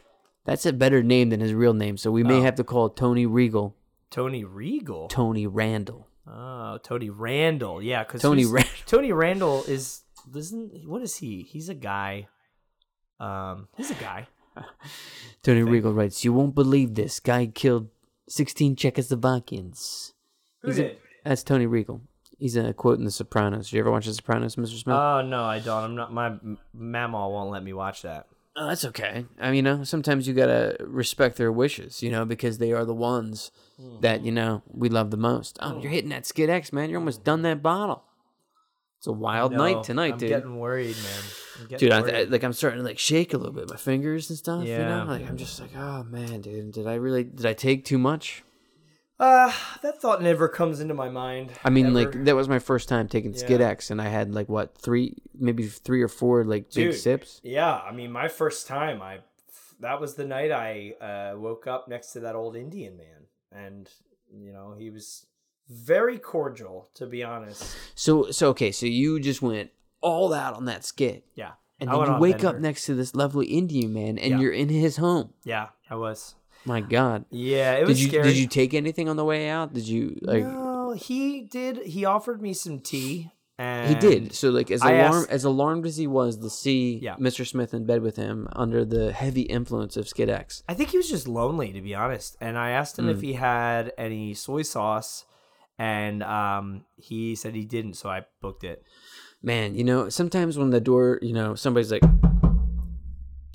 [SPEAKER 1] That's a better name than his real name, so we
[SPEAKER 2] Oh.
[SPEAKER 1] may have to call Tony Regal
[SPEAKER 2] Tony Regal.
[SPEAKER 1] Tony Randall.
[SPEAKER 2] Oh, Tony Randall. Yeah, because
[SPEAKER 1] Tony Rand-
[SPEAKER 2] Tony Randall is isn't what is he? He's a guy. Um, he's a guy.
[SPEAKER 1] Tony Regal writes, "You won't believe this. Guy killed 16 Czechoslovakians."
[SPEAKER 2] Who did?
[SPEAKER 1] That's Tony Regal. He's a quote in The Sopranos. Did you ever watch The Sopranos, Mr. Smith?
[SPEAKER 2] Oh no, I don't. I'm not. My m- mamaw won't let me watch that.
[SPEAKER 1] Oh, that's okay. I mean, you know, sometimes you gotta respect their wishes, you know, because they are the ones that you know we love the most. Oh, you're hitting that Skid X, man. You're almost done that bottle. It's a wild
[SPEAKER 2] No,
[SPEAKER 1] night tonight,
[SPEAKER 2] I'm
[SPEAKER 1] dude.
[SPEAKER 2] Getting worried, man. I'm getting
[SPEAKER 1] Dude, I,
[SPEAKER 2] worried.
[SPEAKER 1] I, like I'm starting to like shake a little bit, my fingers and stuff.
[SPEAKER 2] Yeah.
[SPEAKER 1] You know, like I'm just like, oh man, dude, did I really did I take too much?
[SPEAKER 2] uh, that thought never comes into my mind.
[SPEAKER 1] I mean,
[SPEAKER 2] ever.
[SPEAKER 1] like that was my first time taking Skid
[SPEAKER 2] Yeah.
[SPEAKER 1] X, and I had like what three, maybe three or four like big
[SPEAKER 2] Dude.
[SPEAKER 1] sips.
[SPEAKER 2] Yeah, I mean, my first time, I that was the night I uh, woke up next to that old Indian man, and you know he was very cordial, to be honest.
[SPEAKER 1] So so okay, so you just went all out on that skid.
[SPEAKER 2] Yeah,
[SPEAKER 1] And
[SPEAKER 2] I
[SPEAKER 1] then
[SPEAKER 2] went
[SPEAKER 1] you
[SPEAKER 2] on
[SPEAKER 1] wake up
[SPEAKER 2] Bender.
[SPEAKER 1] next to this lovely Indian man, and
[SPEAKER 2] Yeah.
[SPEAKER 1] you're in his home.
[SPEAKER 2] Yeah, I was.
[SPEAKER 1] My God,
[SPEAKER 2] Yeah, it was
[SPEAKER 1] did you
[SPEAKER 2] scary.
[SPEAKER 1] did you take anything on the way out? Did you like?
[SPEAKER 2] no, he did. He offered me some tea, and
[SPEAKER 1] He did. So like, as
[SPEAKER 2] I
[SPEAKER 1] alarm
[SPEAKER 2] asked-
[SPEAKER 1] as alarmed as he was to see
[SPEAKER 2] Yeah.
[SPEAKER 1] Mr. Smith in bed with him under the heavy influence of Skid X.
[SPEAKER 2] I think he was just lonely, to be honest. And I asked him if
[SPEAKER 1] Mm.
[SPEAKER 2] he had any soy sauce, and um, he said he didn't, so I booked it.
[SPEAKER 1] Man, you know, sometimes when the door, you know, somebody's like,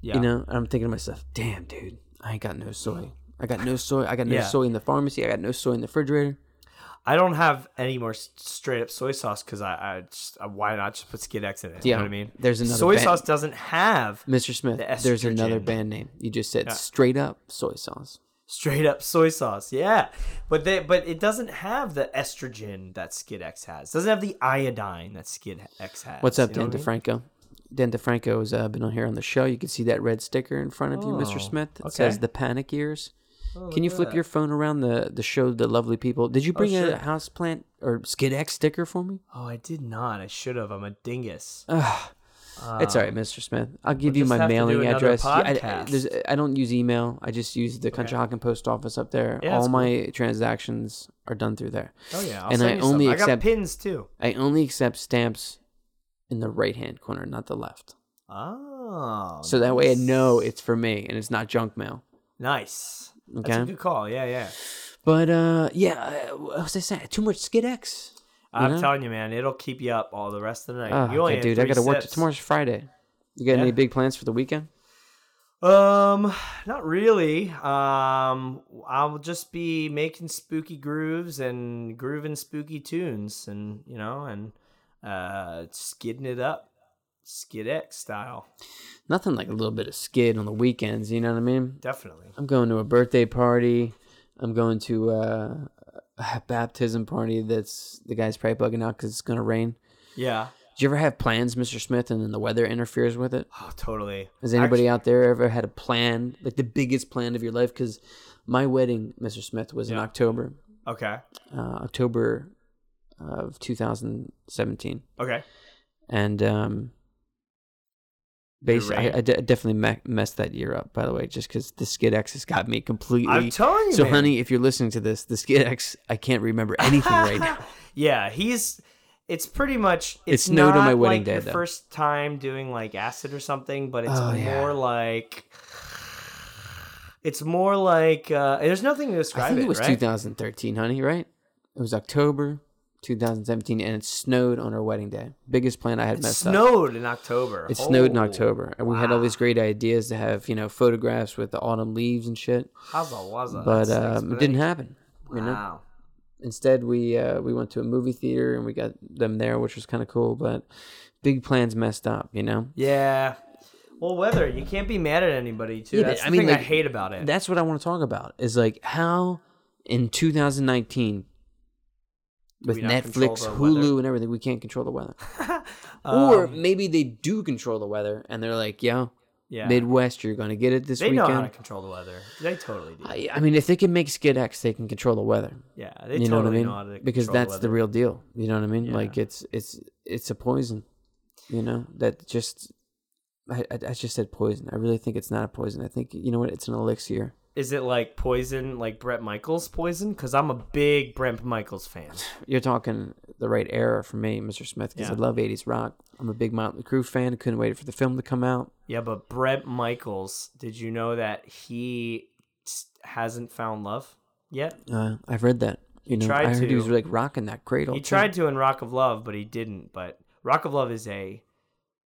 [SPEAKER 2] Yeah,
[SPEAKER 1] you know, I'm thinking to myself, damn, dude, I ain't got no soy. I got no soy. I got no
[SPEAKER 2] Yeah.
[SPEAKER 1] soy in the pharmacy. I got no soy in the refrigerator.
[SPEAKER 2] I don't have any more s- straight up soy sauce because I, I just uh, why not just put Skid X in it? You
[SPEAKER 1] Yeah,
[SPEAKER 2] know what I mean?
[SPEAKER 1] there's another
[SPEAKER 2] soy
[SPEAKER 1] ban-
[SPEAKER 2] sauce doesn't have
[SPEAKER 1] Mr. Smith,
[SPEAKER 2] The
[SPEAKER 1] there's another
[SPEAKER 2] estrogen.
[SPEAKER 1] band name. You just said straight up soy sauce.
[SPEAKER 2] straight up soy sauce. Yeah, but they, but it doesn't have the estrogen that Skid X has. Doesn't have the iodine that Skid X has.
[SPEAKER 1] What's up,
[SPEAKER 2] you know
[SPEAKER 1] Dan
[SPEAKER 2] what I mean?
[SPEAKER 1] DeFranco? Dan DeFranco has uh, been on here on the show. You can see that red sticker in front of you, Mr. Smith. It
[SPEAKER 2] Oh, okay. Oh,
[SPEAKER 1] says the panic years. Can you flip your phone around the the show the lovely people? Did you bring
[SPEAKER 2] sure.
[SPEAKER 1] a house plant or Skid X sticker for me?
[SPEAKER 2] Oh, I did not. I should have. I'm a dingus.
[SPEAKER 1] Ugh. it's all right, Mr. Smith. I'll give you
[SPEAKER 2] Ah. just
[SPEAKER 1] my
[SPEAKER 2] have to do
[SPEAKER 1] mailing
[SPEAKER 2] another
[SPEAKER 1] address. Yeah, I, I,
[SPEAKER 2] podcast.
[SPEAKER 1] there's- I don't use email. I just use the Conshohocken post office up there.
[SPEAKER 2] Yeah,
[SPEAKER 1] all
[SPEAKER 2] that's
[SPEAKER 1] my transactions are done through there.
[SPEAKER 2] Oh yeah, I'll
[SPEAKER 1] and
[SPEAKER 2] send
[SPEAKER 1] I
[SPEAKER 2] you
[SPEAKER 1] only
[SPEAKER 2] some. I got
[SPEAKER 1] accept
[SPEAKER 2] pins too.
[SPEAKER 1] I only accept stamps in the right hand corner, not the left.
[SPEAKER 2] Oh,
[SPEAKER 1] so that way I
[SPEAKER 2] nice.
[SPEAKER 1] know it's for me and it's not junk mail.
[SPEAKER 2] nice. That's a
[SPEAKER 1] Okay.
[SPEAKER 2] good call. Yeah, yeah.
[SPEAKER 1] But uh, yeah, uh, what was I saying? Too much Skid X.
[SPEAKER 2] I'm
[SPEAKER 1] know?
[SPEAKER 2] telling you, man, it'll keep you up all the rest of the night.
[SPEAKER 1] Oh,
[SPEAKER 2] you only
[SPEAKER 1] okay,
[SPEAKER 2] had
[SPEAKER 1] dude, I
[SPEAKER 2] three
[SPEAKER 1] gotta work.
[SPEAKER 2] sips.
[SPEAKER 1] Tomorrow's Friday. You got any
[SPEAKER 2] Yeah.
[SPEAKER 1] big plans for the weekend?
[SPEAKER 2] Um, not really. Um, I'll just be making spooky grooves and grooving spooky tunes, and you know, and uh, skidding it up, skid X style,
[SPEAKER 1] Nothing like a little bit of skid on the weekends. You know what I mean?
[SPEAKER 2] definitely.
[SPEAKER 1] I'm going to a birthday party. I'm going to uh, a baptism party. That's the guy's probably bugging out because it's gonna rain.
[SPEAKER 2] Yeah.
[SPEAKER 1] Did you ever have plans, Mr. Smith, and then the weather interferes with it?
[SPEAKER 2] Oh, totally.
[SPEAKER 1] Has anybody out there ever had a plan, like the biggest plan of your life? Because my wedding, Mr. Smith, was in October,
[SPEAKER 2] Okay.
[SPEAKER 1] uh, October of 2017,
[SPEAKER 2] Okay.
[SPEAKER 1] and um, basically,
[SPEAKER 2] rain?
[SPEAKER 1] I, I de- definitely me- messed that year up. By the way, just because the Skid X has got me completely.
[SPEAKER 2] I'm telling you,
[SPEAKER 1] so,
[SPEAKER 2] man.
[SPEAKER 1] honey, if you're listening to this, the Skid X, I can't remember anything right now.
[SPEAKER 2] Yeah, he's. It's pretty much.
[SPEAKER 1] It
[SPEAKER 2] It's
[SPEAKER 1] snowed on my
[SPEAKER 2] not
[SPEAKER 1] wedding
[SPEAKER 2] like
[SPEAKER 1] day,
[SPEAKER 2] The
[SPEAKER 1] though.
[SPEAKER 2] first time doing like acid or something, but it's
[SPEAKER 1] Oh, yeah.
[SPEAKER 2] more like. It's more like uh, there's nothing to describe
[SPEAKER 1] I think it was
[SPEAKER 2] right?
[SPEAKER 1] 2013, honey, right? It was October 2017, and it snowed on our wedding day. Biggest plan I had
[SPEAKER 2] It
[SPEAKER 1] messed up.
[SPEAKER 2] snowed in October.
[SPEAKER 1] It snowed in
[SPEAKER 2] Oh,
[SPEAKER 1] October, and we had all these great ideas to have, you know, photographs with the autumn leaves and shit,
[SPEAKER 2] Haza waza.
[SPEAKER 1] but
[SPEAKER 2] That sucks,
[SPEAKER 1] um, it didn't happen. You know,
[SPEAKER 2] Wow.
[SPEAKER 1] instead we uh, we went to a movie theater and we got them there, which was kind of cool. But big plans messed up, you know.
[SPEAKER 2] Yeah. Well, weather. You can't be mad at anybody too.
[SPEAKER 1] Yeah, but
[SPEAKER 2] That's the
[SPEAKER 1] I mean,
[SPEAKER 2] thing I
[SPEAKER 1] like,
[SPEAKER 2] hate about it.
[SPEAKER 1] That's what I want to talk about is like how in 2019 with
[SPEAKER 2] we not control
[SPEAKER 1] Netflix,
[SPEAKER 2] the
[SPEAKER 1] Hulu,
[SPEAKER 2] weather?
[SPEAKER 1] and everything, we can't control the weather.
[SPEAKER 2] Um,
[SPEAKER 1] or maybe they do control the weather, and they're like, "Yo,
[SPEAKER 2] yeah.
[SPEAKER 1] Midwest, you're gonna get it this
[SPEAKER 2] they know
[SPEAKER 1] weekend."
[SPEAKER 2] how to control the weather. They totally do.
[SPEAKER 1] I, I mean, if they can make Skid X, they can control the weather.
[SPEAKER 2] Yeah, they
[SPEAKER 1] you know
[SPEAKER 2] totally
[SPEAKER 1] what I mean?
[SPEAKER 2] know how to
[SPEAKER 1] because
[SPEAKER 2] control
[SPEAKER 1] that's the
[SPEAKER 2] weather.
[SPEAKER 1] real deal. You know what I mean?
[SPEAKER 2] Yeah.
[SPEAKER 1] Like it's it's it's a poison. You know that just. I, I I just said poison. I really think it's not a poison. I think you know what? It's an elixir.
[SPEAKER 2] Is it like poison, like Brett Michaels poison? Because I'm a big Brett Michaels fan.
[SPEAKER 1] You're talking the right era for me, Mr. Smith, because I
[SPEAKER 2] Yeah.
[SPEAKER 1] love '80s rock. I'm a big Motley Crue fan. Couldn't wait for the film to come out.
[SPEAKER 2] Yeah, but Brett Michaels, did you know that he s- hasn't found love yet?
[SPEAKER 1] Uh, I've read that. You know,
[SPEAKER 2] tried
[SPEAKER 1] I heard he
[SPEAKER 2] to.
[SPEAKER 1] was like rocking that cradle.
[SPEAKER 2] He
[SPEAKER 1] too.
[SPEAKER 2] tried to in Rock of Love, but he didn't. But Rock of Love is a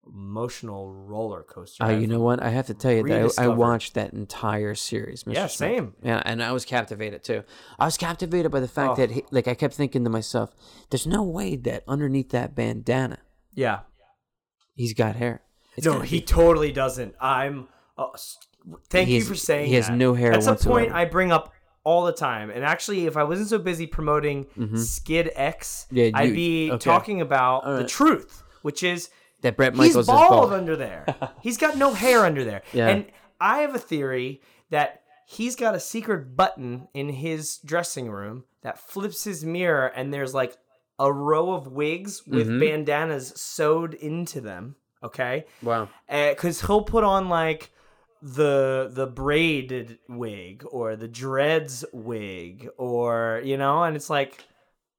[SPEAKER 2] emotional roller coaster.
[SPEAKER 1] Oh,
[SPEAKER 2] I've-
[SPEAKER 1] you know what? I have to tell you that I, I
[SPEAKER 2] rediscovered.
[SPEAKER 1] watched that entire series. Mr.
[SPEAKER 2] Yeah,
[SPEAKER 1] Smith.
[SPEAKER 2] same.
[SPEAKER 1] Yeah, and I was captivated too. I was captivated by the fact
[SPEAKER 2] Oh.
[SPEAKER 1] that, he, like, I kept thinking to myself, "There's no way that underneath that bandana,
[SPEAKER 2] Yeah.
[SPEAKER 1] he's got hair." It's
[SPEAKER 2] no,
[SPEAKER 1] gotta
[SPEAKER 2] he
[SPEAKER 1] be-
[SPEAKER 2] totally doesn't. I'm. Uh, s- thank
[SPEAKER 1] He
[SPEAKER 2] you
[SPEAKER 1] has-
[SPEAKER 2] for saying
[SPEAKER 1] he has
[SPEAKER 2] that.
[SPEAKER 1] no hair
[SPEAKER 2] That's a point
[SPEAKER 1] whatsoever.
[SPEAKER 2] I bring up all the time. And actually, if I wasn't so busy promoting Skid X,
[SPEAKER 1] Mm-hmm. Yeah, you-
[SPEAKER 2] I'd be
[SPEAKER 1] okay.
[SPEAKER 2] talking about the
[SPEAKER 1] right.
[SPEAKER 2] truth, which is
[SPEAKER 1] that Brett
[SPEAKER 2] he's
[SPEAKER 1] Michaels
[SPEAKER 2] bald,
[SPEAKER 1] is bald.
[SPEAKER 2] under there. he's got no hair under there.
[SPEAKER 1] Yeah.
[SPEAKER 2] And I have a theory that he's got a secret button in his dressing room that flips his mirror, and there's like a row of wigs with
[SPEAKER 1] Mm-hmm.
[SPEAKER 2] bandanas sewed into them. Okay
[SPEAKER 1] wow.
[SPEAKER 2] because Eh, he'll put on like the the braided wig or the dreads wig or you know and it's like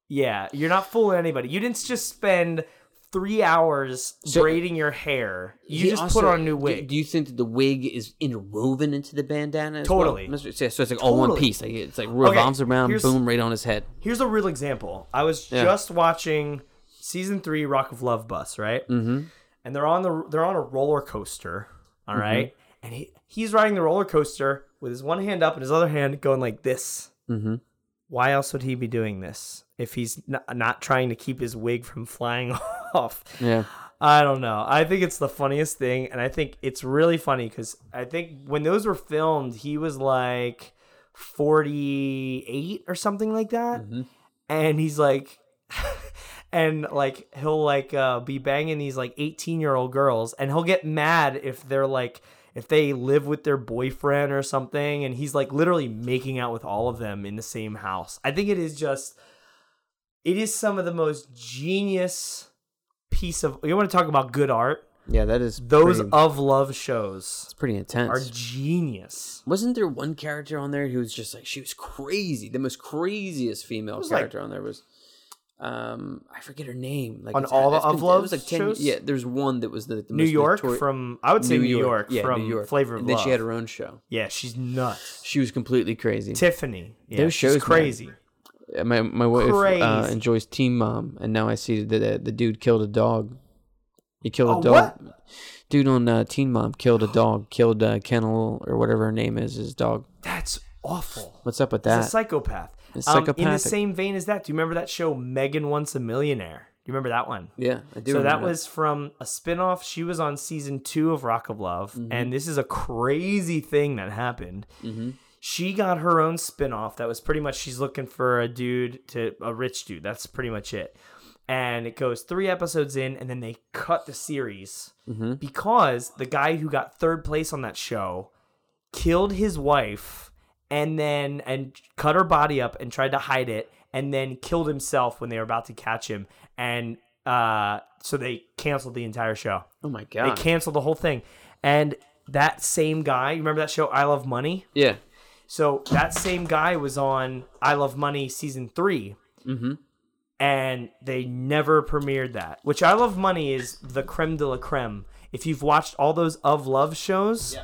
[SPEAKER 2] yeah you're not fooling anybody you didn't just spend three hours
[SPEAKER 1] So-
[SPEAKER 2] braiding your hair you
[SPEAKER 1] He
[SPEAKER 2] just
[SPEAKER 1] also-
[SPEAKER 2] put on a new
[SPEAKER 1] do- Do,
[SPEAKER 2] wig
[SPEAKER 1] you think that the wig is interwoven into the bandana? as
[SPEAKER 2] Totally.
[SPEAKER 1] Well? Mr. Yeah, so it's like all one
[SPEAKER 2] Totally.
[SPEAKER 1] piece. Like it's like revolves around,
[SPEAKER 2] here's-
[SPEAKER 1] boom, right on his head.
[SPEAKER 2] here's a real example i was
[SPEAKER 1] Yeah.
[SPEAKER 2] just watching season three rock of love bus right mm-hmm. and they're on the they're on a roller coaster all
[SPEAKER 1] Mm-hmm.
[SPEAKER 2] right and he, he's riding the roller coaster with his one hand up and his other hand going like this
[SPEAKER 1] Mm-hmm.
[SPEAKER 2] why else would he be doing this if he's not, not trying to keep his wig from flying off?
[SPEAKER 1] Yeah.
[SPEAKER 2] I don't know. I think it's the funniest thing, and I think it's really funny because I think when those were filmed, he was like 48 or something like that, and he's like. And like he'll like uh, be banging these like eighteen year old girls, and he'll get mad if they're like if they live with their boyfriend or something and he's like literally making out with all of them in the same house. I think it is just it is some of the most genius piece of you want to talk about good art?
[SPEAKER 1] Yeah, that is
[SPEAKER 2] Those
[SPEAKER 1] pretty,
[SPEAKER 2] of love shows
[SPEAKER 1] it's pretty intense.
[SPEAKER 2] are genius.
[SPEAKER 1] Wasn't there one character on there who was just like she was crazy? The most craziest female
[SPEAKER 2] like-
[SPEAKER 1] character on there was, um, I forget her name. Like
[SPEAKER 2] On
[SPEAKER 1] it's-
[SPEAKER 2] all the
[SPEAKER 1] it's been-
[SPEAKER 2] Of
[SPEAKER 1] it
[SPEAKER 2] Love
[SPEAKER 1] was like 10
[SPEAKER 2] shows?
[SPEAKER 1] Yeah, there's one that was the, the
[SPEAKER 2] New
[SPEAKER 1] most
[SPEAKER 2] York
[SPEAKER 1] notori-
[SPEAKER 2] from I would say New, York,
[SPEAKER 1] yeah,
[SPEAKER 2] from
[SPEAKER 1] New York.
[SPEAKER 2] Flavor of
[SPEAKER 1] And then
[SPEAKER 2] Love.
[SPEAKER 1] she had her own show.
[SPEAKER 2] yeah, she's nuts.
[SPEAKER 1] She was completely crazy.
[SPEAKER 2] Tiffany. Yeah,
[SPEAKER 1] Those
[SPEAKER 2] she's
[SPEAKER 1] shows, man.
[SPEAKER 2] crazy.
[SPEAKER 1] Uh, my my wife uh,
[SPEAKER 2] Crazy.
[SPEAKER 1] enjoys Team Mom, and now I see that the, the dude killed a dog. He killed
[SPEAKER 2] Oh,
[SPEAKER 1] a dog. Dude on uh, Teen Mom killed a dog. Killed uh, Kennel or whatever her name is. His dog.
[SPEAKER 2] That's awful.
[SPEAKER 1] What's up with
[SPEAKER 2] He's
[SPEAKER 1] that?
[SPEAKER 2] a psychopath.
[SPEAKER 1] It's
[SPEAKER 2] Um, in the
[SPEAKER 1] psychopathic.
[SPEAKER 2] same vein as that, do you remember that show Megan Wants a Millionaire? Do you remember that one?
[SPEAKER 1] yeah, I do.
[SPEAKER 2] so that
[SPEAKER 1] remember
[SPEAKER 2] was from a spin-off. She was on season two of Rock of Love,
[SPEAKER 1] Mm-hmm.
[SPEAKER 2] and this is a crazy thing that happened. She got her own spin-off that was pretty much she's looking for a dude to a rich dude. That's pretty much it. And it goes three episodes in, and then they cut the series
[SPEAKER 1] Mm-hmm.
[SPEAKER 2] because the guy who got third place on that show killed his wife and then and cut her body up and tried to hide it and then killed himself when they were about to catch him and uh so they canceled the entire show
[SPEAKER 1] Oh my
[SPEAKER 2] they
[SPEAKER 1] god.
[SPEAKER 2] canceled the whole thing and that same guy you remember that show i love money
[SPEAKER 1] yeah.
[SPEAKER 2] so that same guy was on i love money season 3
[SPEAKER 1] Mm-hmm.
[SPEAKER 2] and they never premiered that which i love money is the creme de la creme if you've watched all those of love shows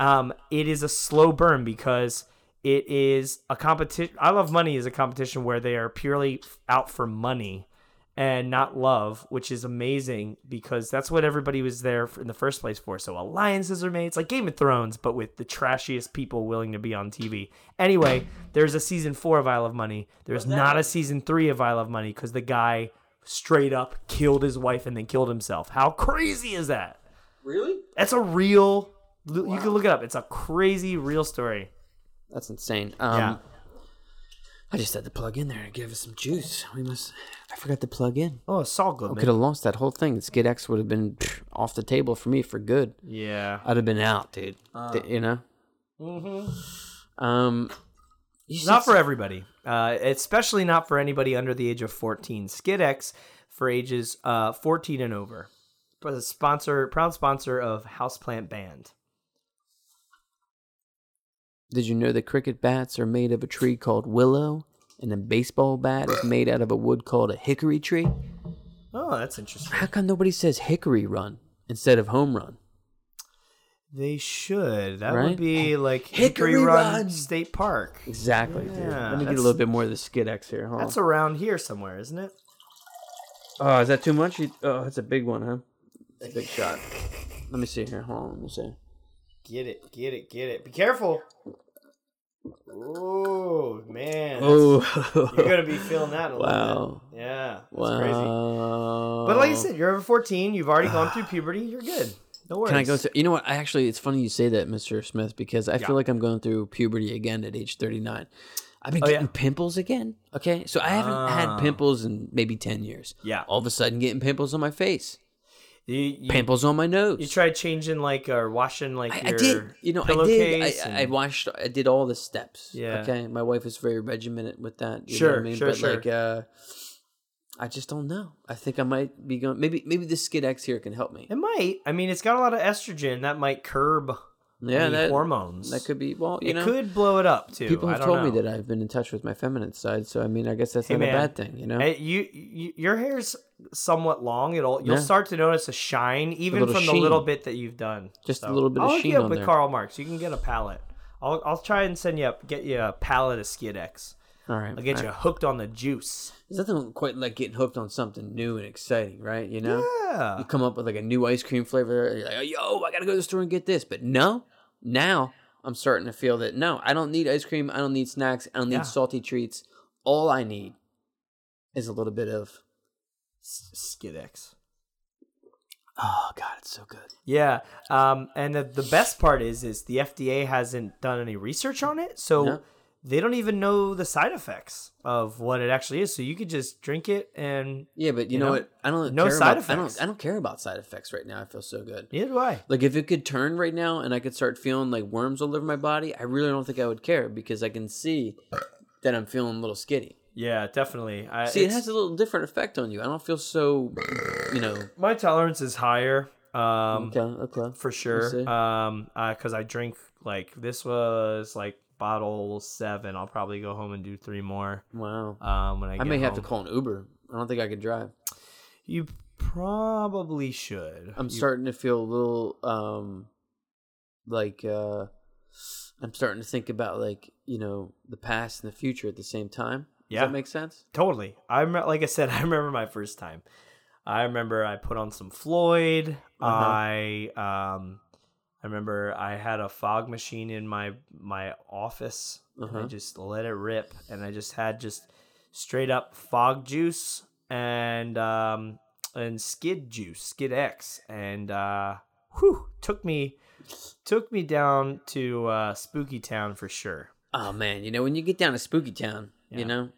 [SPEAKER 2] um, it is a slow burn because it is a competition. I love money is a competition where they are purely out for money and not love, which is amazing because that's what everybody was there for in the first place for. So alliances are made. It's like Game of Thrones, but with the trashiest people willing to be on TV. Anyway, there's a season four of I Love Money. There's not a season three of I Love Money because the guy straight up killed his wife and then killed himself. How crazy is that?
[SPEAKER 1] Really?
[SPEAKER 2] That's a real. You can look it up. It's a crazy real story.
[SPEAKER 1] That's insane. Um,
[SPEAKER 2] Yeah.
[SPEAKER 1] I just had to plug in there and give us some juice. We must. I forgot to plug in.
[SPEAKER 2] Oh, it's all good.
[SPEAKER 1] Could have lost that whole thing. Skid X would have been pff, off the table for me for good.
[SPEAKER 2] Yeah.
[SPEAKER 1] I'd have been out, dude.
[SPEAKER 2] Uh.
[SPEAKER 1] D- you know. Mm-hmm. Um. You
[SPEAKER 2] Not
[SPEAKER 1] said-
[SPEAKER 2] for everybody. Uh, especially not for anybody under the age of 14. Skid X for ages uh, 14 and over. But the sponsor, proud sponsor of Houseplant Band.
[SPEAKER 1] Did you know that cricket bats are made of a tree called willow, and a baseball bat is made out of a wood called a hickory tree?
[SPEAKER 2] Oh, that's interesting.
[SPEAKER 1] How come nobody says hickory run instead of home run?
[SPEAKER 2] They should. That
[SPEAKER 1] Right?
[SPEAKER 2] would be like
[SPEAKER 1] Hickory
[SPEAKER 2] Hickory Run,
[SPEAKER 1] Run!
[SPEAKER 2] State Park.
[SPEAKER 1] Exactly. dude. Let me
[SPEAKER 2] Yeah,
[SPEAKER 1] get a
[SPEAKER 2] that's-
[SPEAKER 1] little bit more of the skid X here. Hold on.
[SPEAKER 2] That's around here somewhere, isn't it?
[SPEAKER 1] Oh, is that too much? You- Oh, that's a big one, huh? That's a big shot. Let me see here. Hold on. Let me see.
[SPEAKER 2] Get it, get it, get it. Be careful. Oh, man. You're
[SPEAKER 1] Oh,
[SPEAKER 2] gonna be feeling that in a
[SPEAKER 1] Wow.
[SPEAKER 2] little bit. Yeah. That's crazy.
[SPEAKER 1] wow.
[SPEAKER 2] But like I said, you're over 14. You've already gone through puberty. You're good. No worries.
[SPEAKER 1] can I go? To, you know what? I actually, it's funny you say that, Mister Smith, because I
[SPEAKER 2] Yeah.
[SPEAKER 1] feel like I'm going through puberty again at age 39. I've been
[SPEAKER 2] Oh, yeah.
[SPEAKER 1] getting pimples again. Okay, so I haven't
[SPEAKER 2] Ah.
[SPEAKER 1] had pimples in maybe 10 years.
[SPEAKER 2] Yeah.
[SPEAKER 1] All of a sudden, getting pimples on my face,
[SPEAKER 2] You, you,
[SPEAKER 1] pimples on my nose.
[SPEAKER 2] you tried changing like or washing like
[SPEAKER 1] I, I
[SPEAKER 2] your.
[SPEAKER 1] did. You know, I did.
[SPEAKER 2] pillowcase
[SPEAKER 1] I, I
[SPEAKER 2] and-
[SPEAKER 1] watched. I did all the steps.
[SPEAKER 2] Yeah.
[SPEAKER 1] Okay. My wife is very regimented with that. You Know what
[SPEAKER 2] Sure,
[SPEAKER 1] I mean,
[SPEAKER 2] sure,
[SPEAKER 1] but
[SPEAKER 2] sure.
[SPEAKER 1] like, uh, I just don't know. I think I might be going. Maybe, maybe the Skid X here can help me.
[SPEAKER 2] It might. I mean, it's got a lot of estrogen that might curb
[SPEAKER 1] Yeah,
[SPEAKER 2] the
[SPEAKER 1] that
[SPEAKER 2] hormones.
[SPEAKER 1] that could be. Well, you
[SPEAKER 2] it
[SPEAKER 1] know,
[SPEAKER 2] could blow it up too.
[SPEAKER 1] people have
[SPEAKER 2] I don't
[SPEAKER 1] told
[SPEAKER 2] know.
[SPEAKER 1] me that I've been in touch with my feminine side. So I mean, I guess that's
[SPEAKER 2] Hey,
[SPEAKER 1] not a
[SPEAKER 2] man.
[SPEAKER 1] bad thing. You know,
[SPEAKER 2] Hey, you, you your hair's somewhat long. It'll you'll
[SPEAKER 1] Yeah.
[SPEAKER 2] start to notice a shine even
[SPEAKER 1] little
[SPEAKER 2] from the little
[SPEAKER 1] sheen.
[SPEAKER 2] bit that you've done.
[SPEAKER 1] Just a little bit
[SPEAKER 2] I'll
[SPEAKER 1] of
[SPEAKER 2] hook
[SPEAKER 1] sheen
[SPEAKER 2] you up
[SPEAKER 1] on
[SPEAKER 2] with
[SPEAKER 1] there.
[SPEAKER 2] Karl Marx. You can get a palette. I'll I'll try and send you up get you a palette of Skid X.
[SPEAKER 1] all right.
[SPEAKER 2] I'll get
[SPEAKER 1] all
[SPEAKER 2] you
[SPEAKER 1] right.
[SPEAKER 2] hooked on the juice.
[SPEAKER 1] There's nothing quite like getting hooked on something new and exciting, right? You know.
[SPEAKER 2] Yeah.
[SPEAKER 1] you come up with like a new ice cream flavor. and You're like, oh, yo, I gotta go to the store and get this. But no, now I'm starting to feel that no, I don't need ice cream. I don't need snacks. I don't need
[SPEAKER 2] Yeah.
[SPEAKER 1] salty treats. All I need is a little bit of
[SPEAKER 2] S- Skid X.
[SPEAKER 1] oh god, it's so good.
[SPEAKER 2] Yeah. Um and the, the best part is is the FDA hasn't done any research on it. So
[SPEAKER 1] No.
[SPEAKER 2] they don't even know the side effects of what it actually is. So you could just drink it and
[SPEAKER 1] Yeah, but you,
[SPEAKER 2] You
[SPEAKER 1] know,
[SPEAKER 2] know?
[SPEAKER 1] what? I don't
[SPEAKER 2] No
[SPEAKER 1] care
[SPEAKER 2] side
[SPEAKER 1] about, I don't
[SPEAKER 2] effects.
[SPEAKER 1] I don't care about side effects right now. I feel so good.
[SPEAKER 2] neither do I.
[SPEAKER 1] Like if it could turn right now and I could start feeling like worms all over my body, I really don't think I would care because I can see that I'm feeling a little skinny.
[SPEAKER 2] Yeah, definitely. I,
[SPEAKER 1] See, it
[SPEAKER 2] it's-
[SPEAKER 1] has a little different effect on you. I don't feel so, you know.
[SPEAKER 2] my tolerance is higher. Um,
[SPEAKER 1] Okay, okay.
[SPEAKER 2] for
[SPEAKER 1] see.
[SPEAKER 2] sure. Um, because I drink like this was like bottle seven. I'll probably go home and do three more.
[SPEAKER 1] Wow.
[SPEAKER 2] Um, when I,
[SPEAKER 1] I
[SPEAKER 2] get
[SPEAKER 1] may have to
[SPEAKER 2] home.
[SPEAKER 1] call an Uber. I don't think I could drive.
[SPEAKER 2] You probably should.
[SPEAKER 1] I'm
[SPEAKER 2] You-
[SPEAKER 1] starting to feel a little um like uh I'm starting to think about like, you know, the past and the future at the same time. Does
[SPEAKER 2] Yeah.
[SPEAKER 1] that make sense?
[SPEAKER 2] Totally. I rem- like I said, I remember my first time. I remember I put on some Floyd.
[SPEAKER 1] Uh-huh.
[SPEAKER 2] I um I remember I had a fog machine in my my office and
[SPEAKER 1] Uh-huh.
[SPEAKER 2] I just let it rip and I just had just straight up fog juice and um and skid juice, skid X and uh whew, took me took me down to uh spooky town for sure.
[SPEAKER 1] Oh man, you know, when you get down to Spooky Town,
[SPEAKER 2] Yeah.
[SPEAKER 1] you know,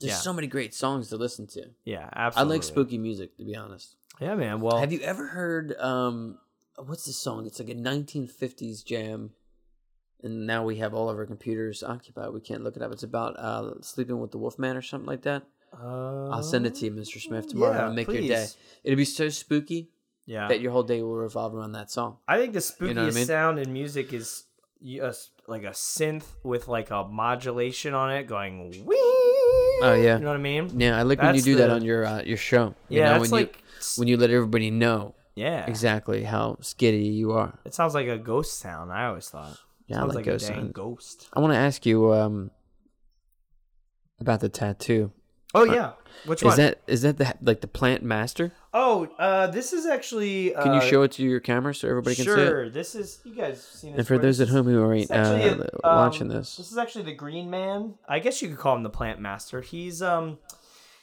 [SPEAKER 1] there's
[SPEAKER 2] Yeah.
[SPEAKER 1] so many great songs to listen to.
[SPEAKER 2] Yeah,
[SPEAKER 1] I
[SPEAKER 2] absolutely.
[SPEAKER 1] like spooky music to be honest.
[SPEAKER 2] Yeah, man. Well,
[SPEAKER 1] Have you ever heard um what's the song? It's like a 1950s jam. And now we have all of our computers occupied. We can't look it up. It's about uh, sleeping with the Wolfman or something like that.
[SPEAKER 2] uh,
[SPEAKER 1] I'll send it to you, Mr. Smith, tomorrow
[SPEAKER 2] Oh. yeah,
[SPEAKER 1] and make
[SPEAKER 2] please.
[SPEAKER 1] your day. It'll be so spooky
[SPEAKER 2] Yeah.
[SPEAKER 1] that your whole day will revolve around that song.
[SPEAKER 2] I think the spookiest
[SPEAKER 1] You know what I mean?
[SPEAKER 2] sound in music is y- a s- like a synth with like a modulation on it going wee. Oh
[SPEAKER 1] yeah.
[SPEAKER 2] You know what I mean?
[SPEAKER 1] Yeah, I like when you
[SPEAKER 2] That's
[SPEAKER 1] do that
[SPEAKER 2] the-
[SPEAKER 1] on your uh, your show. You
[SPEAKER 2] Yeah,
[SPEAKER 1] know,
[SPEAKER 2] it's
[SPEAKER 1] when
[SPEAKER 2] like
[SPEAKER 1] you when you let everybody know
[SPEAKER 2] yeah.
[SPEAKER 1] exactly how skitty you are.
[SPEAKER 2] It sounds like a ghost sound. I always thought.
[SPEAKER 1] Yeah, I
[SPEAKER 2] sounds
[SPEAKER 1] like
[SPEAKER 2] a
[SPEAKER 1] ghost
[SPEAKER 2] dang
[SPEAKER 1] sounds.
[SPEAKER 2] ghost.
[SPEAKER 1] I want to ask you um about the tattoo.
[SPEAKER 2] Oh yeah. Which
[SPEAKER 1] Is
[SPEAKER 2] one?
[SPEAKER 1] that is that the like the plant master?
[SPEAKER 2] oh, uh, this is actually. Uh,
[SPEAKER 1] Can you show it to your camera so everybody can see it?
[SPEAKER 2] Sure. This is you guys have seen. This
[SPEAKER 1] And for
[SPEAKER 2] where this
[SPEAKER 1] those at
[SPEAKER 2] is-
[SPEAKER 1] home who
[SPEAKER 2] it's
[SPEAKER 1] aren't
[SPEAKER 2] actually
[SPEAKER 1] uh,
[SPEAKER 2] a- um,
[SPEAKER 1] watching this,
[SPEAKER 2] This is actually the Green Man. I guess you could call him the Plant Master. He's um,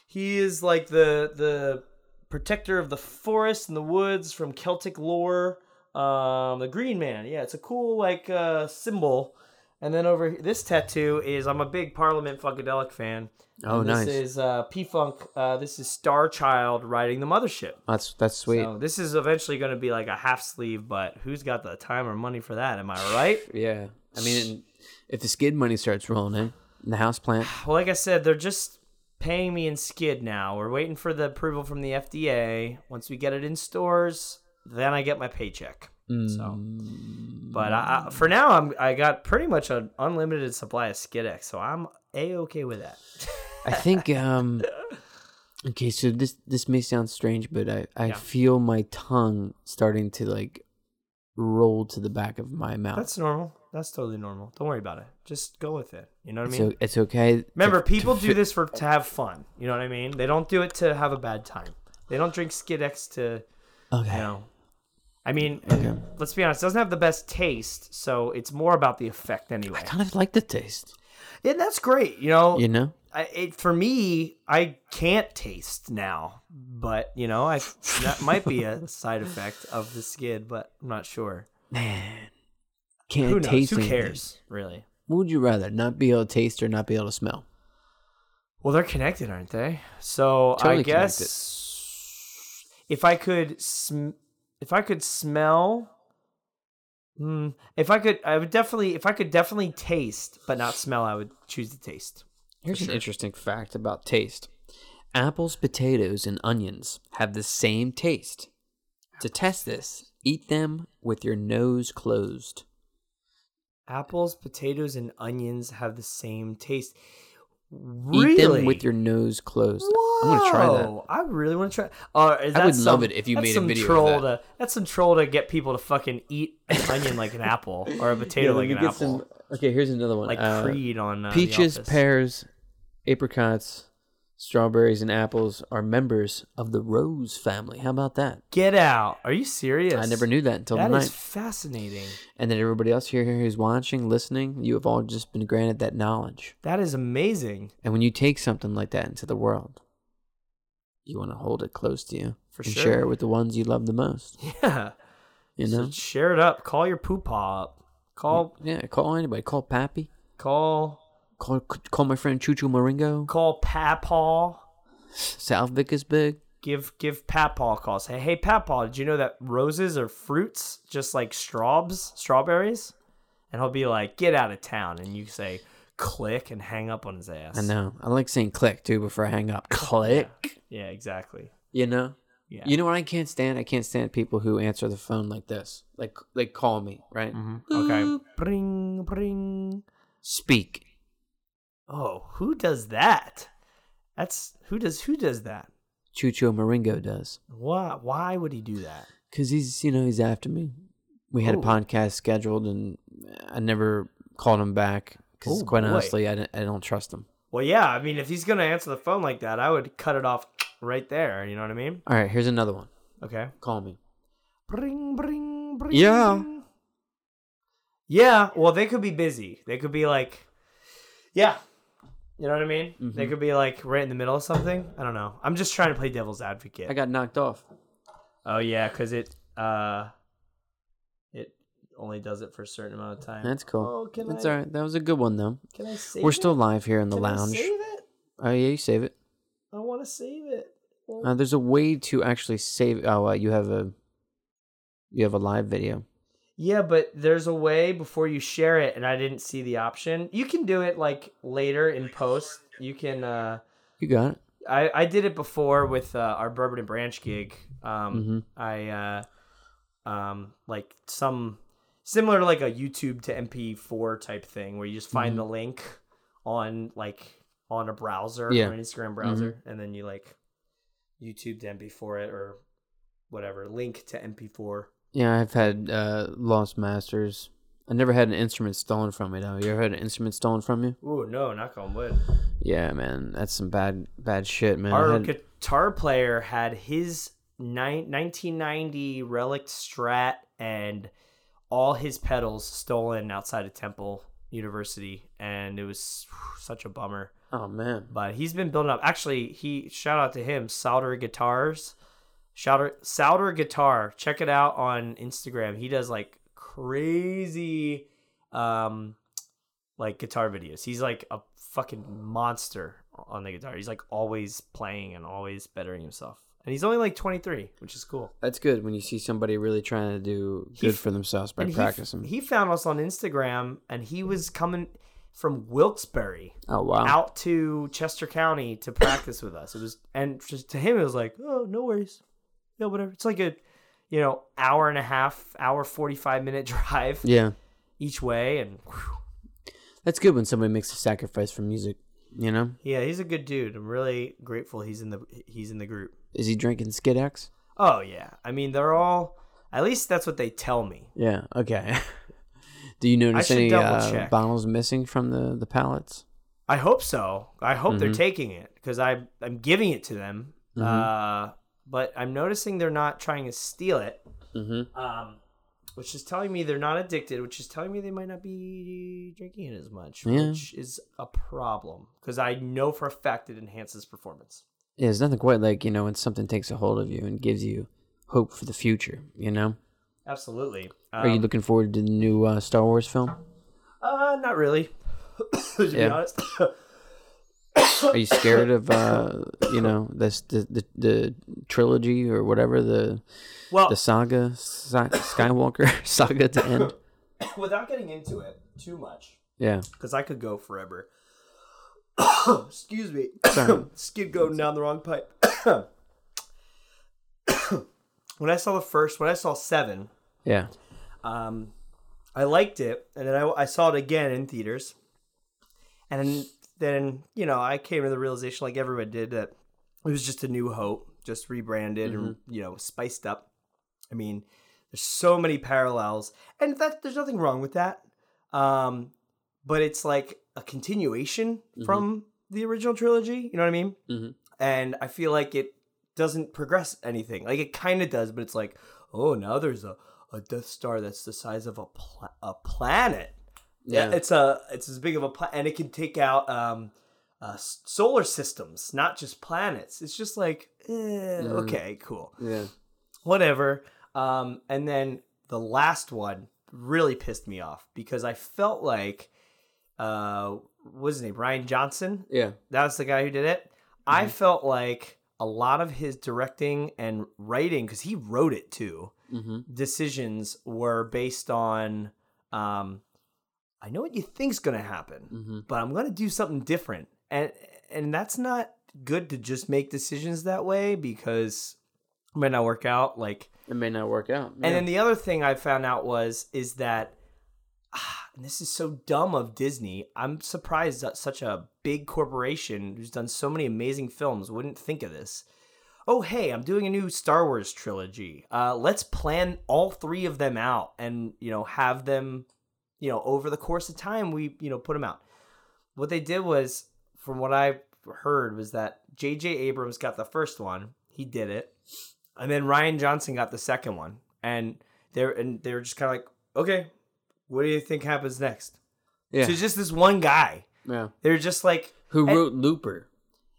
[SPEAKER 2] he is like the the protector of the forest and the woods from Celtic lore. Um, the Green Man. Yeah, it's a cool like uh symbol. And then over here, this tattoo is I'm a big Parliament Funkadelic fan.
[SPEAKER 1] Oh,
[SPEAKER 2] And this
[SPEAKER 1] nice.
[SPEAKER 2] is uh, P Funk. Uh, this is Star Child riding the mothership.
[SPEAKER 1] that's that's sweet.
[SPEAKER 2] So this is eventually going to be like a half sleeve, but who's got the time or money for that? Am I right?
[SPEAKER 1] Yeah, I mean, if the skid money starts rolling in, the house plant.
[SPEAKER 2] Well, like I said, they're just paying me in skid now. We're waiting for the approval from the FDA. Once we get it in stores, then I get my paycheck. So, but I, I, for now, I'm I got pretty much an unlimited supply of Skidex, so I'm a okay with that.
[SPEAKER 1] I think um okay, so this this may sound strange, but I I
[SPEAKER 2] Yeah.
[SPEAKER 1] feel my tongue starting to like roll to the back of my mouth.
[SPEAKER 2] That's normal. That's totally normal. Don't worry about it. Just go with it. You know what I
[SPEAKER 1] it's,
[SPEAKER 2] mean?
[SPEAKER 1] o- it's okay. to-
[SPEAKER 2] Remember,
[SPEAKER 1] to
[SPEAKER 2] people do
[SPEAKER 1] fi-
[SPEAKER 2] this for to have fun. You know what I mean? They don't do it to have a bad time. They don't drink Skidex to,
[SPEAKER 1] Okay.
[SPEAKER 2] you know. I mean,
[SPEAKER 1] Okay.
[SPEAKER 2] let's be honest, it doesn't have the best taste, so it's more about the effect anyway.
[SPEAKER 1] Kind of like the taste,
[SPEAKER 2] Yeah, that's great. You know,
[SPEAKER 1] you know.
[SPEAKER 2] I, it, for me, I can't taste now, but you know, I that might be a side effect of the skid, but I'm not sure.
[SPEAKER 1] Man, can't
[SPEAKER 2] Who knows?
[SPEAKER 1] taste.
[SPEAKER 2] Who
[SPEAKER 1] anything.
[SPEAKER 2] cares? Really?
[SPEAKER 1] What would you rather not be able to taste or not be able to smell?
[SPEAKER 2] Well, they're connected, aren't they? So I
[SPEAKER 1] Totally
[SPEAKER 2] guess if I could, sm- if I could smell, Hmm. if I could, I would definitely, if I could definitely taste but not smell, I would choose the taste.
[SPEAKER 1] Here's an interesting fact about taste: apples, potatoes, and onions have the same taste. To test this, eat them with your nose closed.
[SPEAKER 2] Apples, potatoes, and onions have the same taste. Really?
[SPEAKER 1] Eat them with your nose closed. I'm gonna try that.
[SPEAKER 2] Whoa, I really want to try. Oh, is
[SPEAKER 1] I
[SPEAKER 2] that
[SPEAKER 1] would
[SPEAKER 2] some,
[SPEAKER 1] love it if you
[SPEAKER 2] that's
[SPEAKER 1] made a
[SPEAKER 2] some
[SPEAKER 1] video of
[SPEAKER 2] Troll
[SPEAKER 1] that.
[SPEAKER 2] To, that's some troll to get people to fucking eat an onion like an apple or a potato like an apple.
[SPEAKER 1] okay, here's another one.
[SPEAKER 2] like
[SPEAKER 1] Uh,
[SPEAKER 2] Creed on uh, The
[SPEAKER 1] peaches,
[SPEAKER 2] Office.
[SPEAKER 1] pears, apricots, strawberries, and apples are members of the rose family. How about that?
[SPEAKER 2] Get out! Are you serious?
[SPEAKER 1] I never knew that until
[SPEAKER 2] That
[SPEAKER 1] tonight.
[SPEAKER 2] is fascinating.
[SPEAKER 1] And then everybody else here who's watching, listening, you have all just been granted that knowledge.
[SPEAKER 2] That is amazing.
[SPEAKER 1] And when you take something like that into the world, you want to hold it close to you
[SPEAKER 2] For
[SPEAKER 1] and
[SPEAKER 2] sure.
[SPEAKER 1] share it with the ones you love the most.
[SPEAKER 2] Yeah.
[SPEAKER 1] You
[SPEAKER 2] So
[SPEAKER 1] know,
[SPEAKER 2] share it up. Call your poopaw up. Call
[SPEAKER 1] yeah. Call anybody. Call Pappy.
[SPEAKER 2] call
[SPEAKER 1] Call, call my friend Chuchu Moringo.
[SPEAKER 2] Call Papaw.
[SPEAKER 1] Salvik is big.
[SPEAKER 2] Give give Papaw a call. Say, hey Papaw, did you know that roses are fruits, just like straws, strawberries? And he'll be like, get out of town. And you say, click, and hang up on his ass.
[SPEAKER 1] I know. I like saying click too before I hang up. Click.
[SPEAKER 2] Yeah, exactly.
[SPEAKER 1] You know?
[SPEAKER 2] Yeah.
[SPEAKER 1] You know what I can't stand? I can't stand people who answer the phone like this. Like like call me, right?
[SPEAKER 2] Mm-hmm. Okay. Bring, bring.
[SPEAKER 1] Speak.
[SPEAKER 2] Oh, who does that? That's who does who does that?
[SPEAKER 1] Chucho Moringo does.
[SPEAKER 2] Why why would he do that?
[SPEAKER 1] Cause he's you know, he's after me. We had
[SPEAKER 2] Oh.
[SPEAKER 1] a podcast scheduled and I never called him back because
[SPEAKER 2] Oh,
[SPEAKER 1] quite
[SPEAKER 2] boy.
[SPEAKER 1] honestly I, don't- I don't trust him.
[SPEAKER 2] Well, yeah, I mean, if he's gonna answer the phone like that, I would cut it off right there. You know what I mean?
[SPEAKER 1] All right, here's another one.
[SPEAKER 2] Okay.
[SPEAKER 1] Call me.
[SPEAKER 2] Bring, bring, bring.
[SPEAKER 1] Yeah.
[SPEAKER 2] Yeah. Well, they could be busy. They could be like, yeah. You know what I mean?
[SPEAKER 1] Mm-hmm.
[SPEAKER 2] They could be like right in the middle of something. I don't know. I'm just trying to play devil's advocate.
[SPEAKER 1] I got knocked off.
[SPEAKER 2] oh yeah, because it uh, it only does it for a certain amount of time.
[SPEAKER 1] That's cool.
[SPEAKER 2] Oh, can
[SPEAKER 1] That's
[SPEAKER 2] I-
[SPEAKER 1] all right. That was a good one though.
[SPEAKER 2] Can I save?
[SPEAKER 1] We're
[SPEAKER 2] it?
[SPEAKER 1] still live here in the
[SPEAKER 2] Can I
[SPEAKER 1] lounge.
[SPEAKER 2] save it?
[SPEAKER 1] Oh yeah, you save it.
[SPEAKER 2] I want to save it. Well,
[SPEAKER 1] Uh, there's a way to actually save. Oh, uh, you have a you have a live video.
[SPEAKER 2] Yeah, but there's a way before you share it, and I didn't see the option. You can do it like later in post. You can. Uh,
[SPEAKER 1] You got it.
[SPEAKER 2] I I did it before with uh, our Bourbon and Branch gig.
[SPEAKER 1] Mm-hmm.
[SPEAKER 2] Um, I uh, um like some similar to like a YouTube to MP4 type thing where you just find the link on like on a browser
[SPEAKER 1] Yeah.
[SPEAKER 2] or an Instagram browser, and then you like YouTube to MP4 it or whatever link to MP4.
[SPEAKER 1] Yeah, I've had uh, lost masters. I never had an instrument stolen from me though. You ever had an instrument stolen from you?
[SPEAKER 2] Ooh, no, knock on wood.
[SPEAKER 1] Yeah, man, that's some bad bad shit, man. I
[SPEAKER 2] Our
[SPEAKER 1] had-
[SPEAKER 2] guitar player had his nine, 1990 Relic Strat and all his pedals stolen outside of Temple University, and it was such a bummer.
[SPEAKER 1] oh man,
[SPEAKER 2] But he's been building up. Actually, he shout out to him, Solder Guitars, Solder Solder Guitar. Check it out on Instagram. He does like crazy, um, like guitar videos. He's like a fucking monster on the guitar. He's like always playing and always bettering himself. And he's only like 23, which is cool.
[SPEAKER 1] that's good when you see somebody really trying to do
[SPEAKER 2] He
[SPEAKER 1] good
[SPEAKER 2] f-
[SPEAKER 1] for themselves by
[SPEAKER 2] And he f-
[SPEAKER 1] practicing.
[SPEAKER 2] He, found us on Instagram, and he was coming from Wilkes-Barre.
[SPEAKER 1] oh wow,
[SPEAKER 2] out to Chester County to practice with us. It was and just to him it was like, oh, no worries, yeah, whatever. It's like a, you know, hour and a half, hour forty five minute drive
[SPEAKER 1] yeah,
[SPEAKER 2] each way, and whew.
[SPEAKER 1] that's good when somebody makes a sacrifice for music. You know,
[SPEAKER 2] yeah, he's a good dude. I'm really grateful he's in the he's in the group.
[SPEAKER 1] is he drinking Skid X?
[SPEAKER 2] Oh yeah, I mean they're all at least that's what they tell me.
[SPEAKER 1] Yeah. Okay. Do you
[SPEAKER 2] I
[SPEAKER 1] notice
[SPEAKER 2] should
[SPEAKER 1] any uh,
[SPEAKER 2] double-check.
[SPEAKER 1] bottles missing from the the pallets?
[SPEAKER 2] I hope so. I hope they're
[SPEAKER 1] Mhm.
[SPEAKER 2] taking it because I I'm giving it to them. Uh, but I'm noticing they're not trying to steal it.
[SPEAKER 1] Mm-hmm.
[SPEAKER 2] um, which is telling me they're not addicted, which is telling me they might not be drinking it as much,
[SPEAKER 1] Yeah.
[SPEAKER 2] which is a problem because I know for a fact it enhances performance.
[SPEAKER 1] Yeah, there's nothing quite like you know when something takes a hold of you and gives you hope for the future. You know,
[SPEAKER 2] Absolutely.
[SPEAKER 1] are you
[SPEAKER 2] Um,
[SPEAKER 1] looking forward to the new uh, Star Wars film?
[SPEAKER 2] uh, not really. to be
[SPEAKER 1] Yeah.
[SPEAKER 2] honest,
[SPEAKER 1] Are you scared of uh, you know this the, the the trilogy or whatever the
[SPEAKER 2] well,
[SPEAKER 1] the saga si- Skywalker saga to end?
[SPEAKER 2] without getting into it too much,
[SPEAKER 1] Yeah,
[SPEAKER 2] because I could go forever. Excuse me.
[SPEAKER 1] Sorry.
[SPEAKER 2] Skid going down the wrong pipe. when I saw the first, when I saw seven,
[SPEAKER 1] yeah.
[SPEAKER 2] Um, I liked it, and then I, I saw it again in theaters, and then you know I came to the realization, like everyone did, that it was just a new hope, just rebranded and you know spiced up. I mean, there's so many parallels, and that there's nothing wrong with that. Um, but it's like a continuation from the original trilogy. You know what I mean?
[SPEAKER 1] Mhm.
[SPEAKER 2] And I feel like it doesn't progress anything. Like it kind of does, but it's like, oh, now there's a, a Death Star that's the size of a pla- a planet. Yeah,
[SPEAKER 1] Yeah.
[SPEAKER 2] it's a it's as big of a planet, and it can take out um, uh, s- solar systems, not just planets. It's just like, eh, okay, cool
[SPEAKER 1] Yeah.
[SPEAKER 2] whatever. Um, and then the last one really pissed me off because I felt like uh, what's his name? Ryan Johnson.
[SPEAKER 1] Yeah.
[SPEAKER 2] That's the guy who did it. I felt like a lot of his directing and writing, because he wrote it too,
[SPEAKER 1] Mm-hmm.
[SPEAKER 2] decisions were based on, um, I know what you think's going to happen,
[SPEAKER 1] Mm-hmm.
[SPEAKER 2] but I'm going to do something different. And and that's not good to just make decisions that way because it might not work out. Like,
[SPEAKER 1] It may not work out.
[SPEAKER 2] and then the other thing I found out was is that, ah, and this is so dumb of Disney. I'm surprised that such a big corporation who's done so many amazing films wouldn't think of this. Oh hey, I'm doing a new Star Wars trilogy. Uh, let's plan all three of them out, and you know have them, you know over the course of time we you know put them out. What they did was, from what I heard, was that J.J. Abrams got the first one. He did it and then Ryan Johnson got the second one, and they're and they were just kind of like, okay, what do you think happens next?
[SPEAKER 1] yeah.
[SPEAKER 2] So it's just this one guy.
[SPEAKER 1] yeah.
[SPEAKER 2] They're just like,
[SPEAKER 1] Who
[SPEAKER 2] and-
[SPEAKER 1] wrote Looper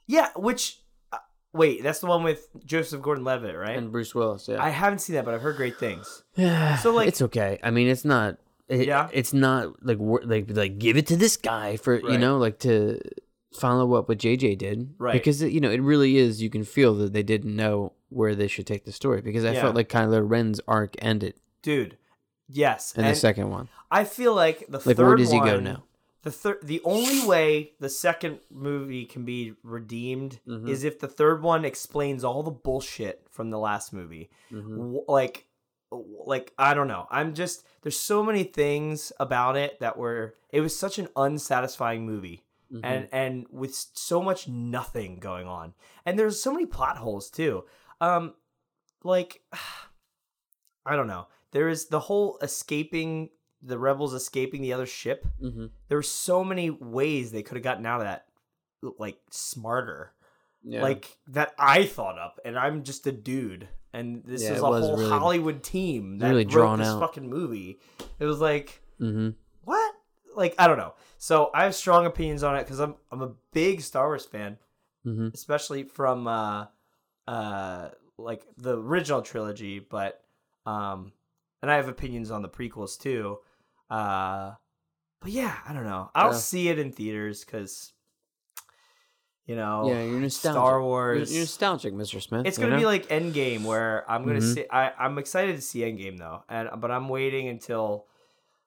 [SPEAKER 2] yeah, which uh, wait, that's the one with Joseph Gordon-Levitt, right?
[SPEAKER 1] and Bruce Willis? Yeah.
[SPEAKER 2] I haven't seen that, but I've heard great things.
[SPEAKER 1] Yeah,
[SPEAKER 2] So, like-
[SPEAKER 1] it's okay. I mean, it's not. It,
[SPEAKER 2] Yeah.
[SPEAKER 1] it's not like wor- like like give it to this guy for you
[SPEAKER 2] Right.
[SPEAKER 1] know like to follow up what JJ did,
[SPEAKER 2] Right.
[SPEAKER 1] Because it, you know it really is. You can feel that they didn't know where they should take the story because I
[SPEAKER 2] Yeah.
[SPEAKER 1] felt like Kylo Ren's arc ended
[SPEAKER 2] Dude, yes,
[SPEAKER 1] in
[SPEAKER 2] and
[SPEAKER 1] the second one.
[SPEAKER 2] I feel like the
[SPEAKER 1] Like
[SPEAKER 2] third
[SPEAKER 1] where does he go
[SPEAKER 2] one-
[SPEAKER 1] now?
[SPEAKER 2] The third, the only way the second movie can be redeemed
[SPEAKER 1] Mhm.
[SPEAKER 2] is if the third one explains all the bullshit from the last movie.
[SPEAKER 1] Mhm.
[SPEAKER 2] w- like like i don't know i'm just there's so many things about it that were it was such an unsatisfying movie
[SPEAKER 1] Mhm.
[SPEAKER 2] and and with so much nothing going on and there's so many plot holes too um like i don't know there is the whole escaping the rebels escaping the other ship
[SPEAKER 1] Mhm.
[SPEAKER 2] there were so many ways they could have gotten out of that like smarter
[SPEAKER 1] Yeah.
[SPEAKER 2] like that I thought up, and I'm just a dude, and this
[SPEAKER 1] Yeah,
[SPEAKER 2] is
[SPEAKER 1] it
[SPEAKER 2] a
[SPEAKER 1] was
[SPEAKER 2] whole
[SPEAKER 1] really-
[SPEAKER 2] Hollywood team that
[SPEAKER 1] really
[SPEAKER 2] wrote
[SPEAKER 1] drawn
[SPEAKER 2] this
[SPEAKER 1] out.
[SPEAKER 2] fucking movie. It was like
[SPEAKER 1] Mhm.
[SPEAKER 2] what? Like I don't know. So I have strong opinions on it because I'm I'm a big Star Wars fan,
[SPEAKER 1] Mhm.
[SPEAKER 2] especially from uh uh like the original trilogy, but um and I have opinions on the prequels too. Uh but yeah, I don't know. I'll
[SPEAKER 1] Yeah.
[SPEAKER 2] see it in theaters because you know
[SPEAKER 1] yeah, you're nostalgic.
[SPEAKER 2] Oh, Star
[SPEAKER 1] You're-
[SPEAKER 2] Wars.
[SPEAKER 1] You're nostalgic, Mister Smith.
[SPEAKER 2] It's
[SPEAKER 1] you
[SPEAKER 2] gonna
[SPEAKER 1] know?
[SPEAKER 2] be like Endgame, where I'm gonna
[SPEAKER 1] Mhm.
[SPEAKER 2] see. I, I'm excited to see Endgame though, and but I'm waiting until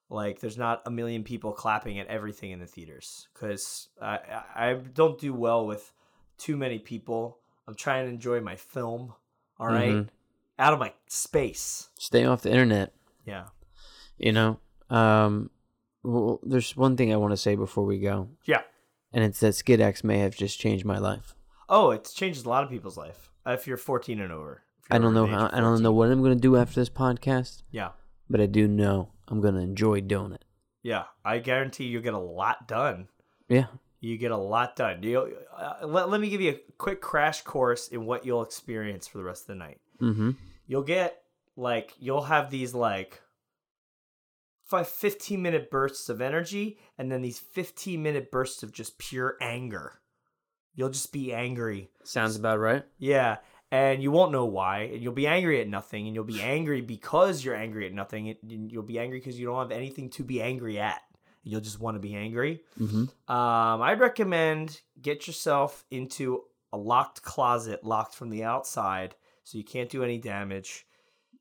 [SPEAKER 2] like there's not a million people clapping at everything in the theaters because I, I I don't do well with too many people. I'm trying to enjoy my film. All right?
[SPEAKER 1] Mhm.
[SPEAKER 2] out of my space.
[SPEAKER 1] stay off the internet.
[SPEAKER 2] Yeah,
[SPEAKER 1] You know, um, well, there's one thing I want to say before we go.
[SPEAKER 2] yeah.
[SPEAKER 1] and it's that Skid X may have just changed my life.
[SPEAKER 2] Oh, it changes a lot of people's life uh, if you're 14 and over. If
[SPEAKER 1] I
[SPEAKER 2] you're
[SPEAKER 1] don't
[SPEAKER 2] over
[SPEAKER 1] know
[SPEAKER 2] the age
[SPEAKER 1] how,
[SPEAKER 2] of
[SPEAKER 1] I don't know
[SPEAKER 2] 14.
[SPEAKER 1] what I'm going to do after this podcast,
[SPEAKER 2] Yeah,
[SPEAKER 1] but I do know I'm going to enjoy doing it.
[SPEAKER 2] yeah. I guarantee you'll get a lot done.
[SPEAKER 1] Yeah.
[SPEAKER 2] you get a lot done. You, uh, let, let me give you a quick crash course in what you'll experience for the rest of the night.
[SPEAKER 1] Mhm.
[SPEAKER 2] You'll get like you'll have these like five 15 minute bursts of energy and then these 15 minute bursts of just pure anger. You'll just be angry.
[SPEAKER 1] Sounds about right.
[SPEAKER 2] Yeah. And you won't know why, and you'll be angry at nothing, and you'll be angry because you're angry at nothing. and You'll be angry because you don't have anything to be angry at. You'll just want to be angry.
[SPEAKER 1] Mhm.
[SPEAKER 2] Um, I recommend get yourself into a locked closet, locked from the outside, so you can't do any damage.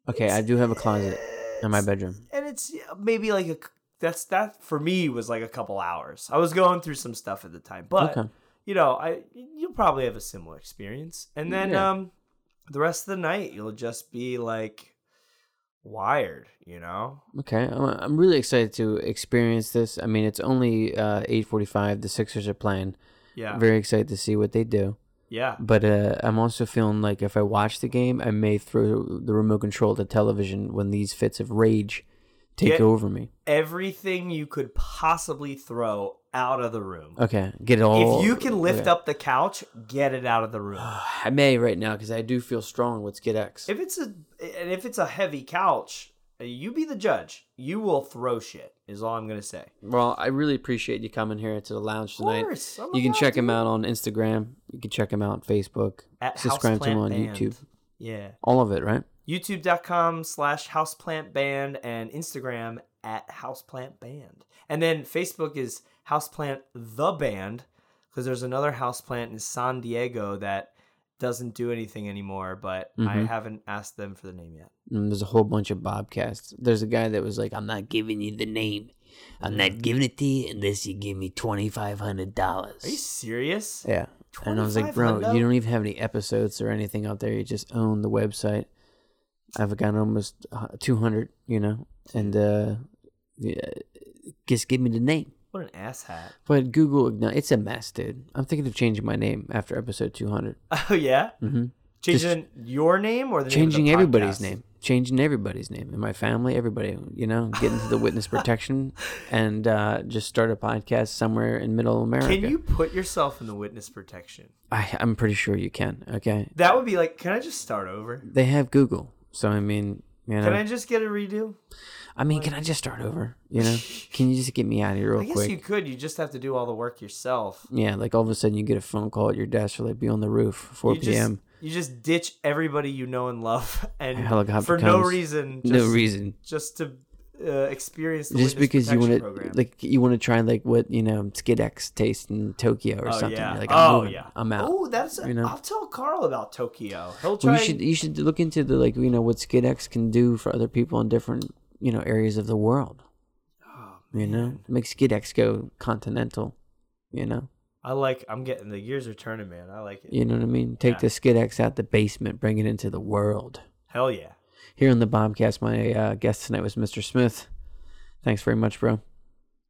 [SPEAKER 1] Okay, I do have a closet in my
[SPEAKER 2] It's-
[SPEAKER 1] bedroom.
[SPEAKER 2] and it's yeah, maybe like a c- that's that for me was like a couple hours. I was going through some stuff at the time, but
[SPEAKER 1] Okay.
[SPEAKER 2] you know, I you'll probably have a similar experience, and then
[SPEAKER 1] Yeah.
[SPEAKER 2] um, the rest of the night you'll just be like wired, you know.
[SPEAKER 1] Okay. I'm, I'm really excited to experience this. I mean, it's only uh 8:45. The Sixers are playing.
[SPEAKER 2] Yeah,
[SPEAKER 1] Very excited to see what they do.
[SPEAKER 2] yeah,
[SPEAKER 1] But uh, I'm also feeling like if I watch the game, I may throw the remote control to television when these fits of rage take
[SPEAKER 2] Get-
[SPEAKER 1] over me.
[SPEAKER 2] everything you could possibly throw out of the room.
[SPEAKER 1] Okay, get it all.
[SPEAKER 2] If you can lift
[SPEAKER 1] okay.
[SPEAKER 2] up the couch, get it out of the room.
[SPEAKER 1] I may right now because I do feel strong with Skid X.
[SPEAKER 2] If it's a and if it's a heavy couch, uh, you be the judge. You will throw shit. Is all I'm gonna say.
[SPEAKER 1] well, I really appreciate you coming here to the lounge
[SPEAKER 2] Of
[SPEAKER 1] tonight.
[SPEAKER 2] course, Oh I'm
[SPEAKER 1] You can
[SPEAKER 2] allowed
[SPEAKER 1] check
[SPEAKER 2] to.
[SPEAKER 1] him out on Instagram. You can check him out on Facebook.
[SPEAKER 2] At
[SPEAKER 1] subscribe to him
[SPEAKER 2] Houseplant
[SPEAKER 1] on
[SPEAKER 2] Band.
[SPEAKER 1] YouTube.
[SPEAKER 2] Yeah,
[SPEAKER 1] All of it, right?
[SPEAKER 2] YouTube.com slash Houseplant Band and Instagram at Houseplant Band, and then Facebook is Houseplant the band because there's another houseplant in San Diego that doesn't do anything anymore, but I
[SPEAKER 1] Mhm.
[SPEAKER 2] haven't asked them for the name yet.
[SPEAKER 1] And Mm, there's a whole bunch of Bobcats. There's a guy that was like, I'm not giving you the name. I'm
[SPEAKER 2] Mm.
[SPEAKER 1] not giving it to you unless you give me $2,500.
[SPEAKER 2] Are you serious?
[SPEAKER 1] Yeah. And I was like, bro,
[SPEAKER 2] 2500?
[SPEAKER 1] you don't even have any episodes or anything out there. You just own the website. I've got almost uh, 200, you know, and uh, yeah, just give me the name.
[SPEAKER 2] What an asshat.
[SPEAKER 1] But Google, Igni- it's a mess, dude. I'm thinking of changing my name after episode 200.
[SPEAKER 2] Oh yeah,
[SPEAKER 1] hmm
[SPEAKER 2] changing your name or the name of the
[SPEAKER 1] Changing everybody's
[SPEAKER 2] podcast?
[SPEAKER 1] name, changing everybody's name in my family, everybody, you know, get into the witness protection and uh, just start a podcast somewhere in middle America.
[SPEAKER 2] Can you put yourself in the witness protection?
[SPEAKER 1] I, I'm pretty sure you can. Okay.
[SPEAKER 2] That would be like, can I just start over?
[SPEAKER 1] They have Google. So, I mean, you know.
[SPEAKER 2] Can I just get a redo?
[SPEAKER 1] I mean, can I just start over? You know, can you just get me out of here
[SPEAKER 2] I
[SPEAKER 1] real
[SPEAKER 2] guess
[SPEAKER 1] quick?
[SPEAKER 2] you could. You just have to do all the work yourself.
[SPEAKER 1] Yeah, like all of a sudden you get a phone call at your desk for like be on the roof, 4
[SPEAKER 2] you
[SPEAKER 1] p.m.
[SPEAKER 2] Just, you just ditch everybody you know and love, and
[SPEAKER 1] A helicopter
[SPEAKER 2] for no
[SPEAKER 1] comes.
[SPEAKER 2] reason. Just,
[SPEAKER 1] no reason,
[SPEAKER 2] Just to uh, experience the
[SPEAKER 1] just
[SPEAKER 2] witness
[SPEAKER 1] because you
[SPEAKER 2] protection
[SPEAKER 1] want to
[SPEAKER 2] program.
[SPEAKER 1] like you want to try like what you know Skid X taste in Tokyo or
[SPEAKER 2] Oh,
[SPEAKER 1] something.
[SPEAKER 2] yeah.
[SPEAKER 1] You're like, I'm
[SPEAKER 2] oh
[SPEAKER 1] moving.
[SPEAKER 2] yeah.
[SPEAKER 1] I'm out.
[SPEAKER 2] Oh, that's.
[SPEAKER 1] you know?
[SPEAKER 2] I'll tell Carl about Tokyo. He'll try.
[SPEAKER 1] Well, you should you should look into the like you know what Skid X can do for other people in different you know areas of the world.
[SPEAKER 2] Oh,
[SPEAKER 1] You know, make Skid X go continental. You know,
[SPEAKER 2] I like. I'm getting the gears are turning, man. I like it.
[SPEAKER 1] you know what I mean. Take
[SPEAKER 2] Yeah.
[SPEAKER 1] the Skid X out the basement, bring it into the world.
[SPEAKER 2] Hell yeah.
[SPEAKER 1] Here on the Bombcast, my uh, guest tonight was Mr. Smith. Thanks very much, bro. Of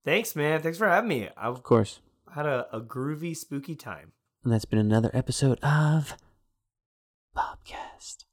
[SPEAKER 2] Thanks, man. Thanks for having me. I
[SPEAKER 1] course.
[SPEAKER 2] had a, a groovy, spooky time.
[SPEAKER 1] And that's been another episode of Bobcast.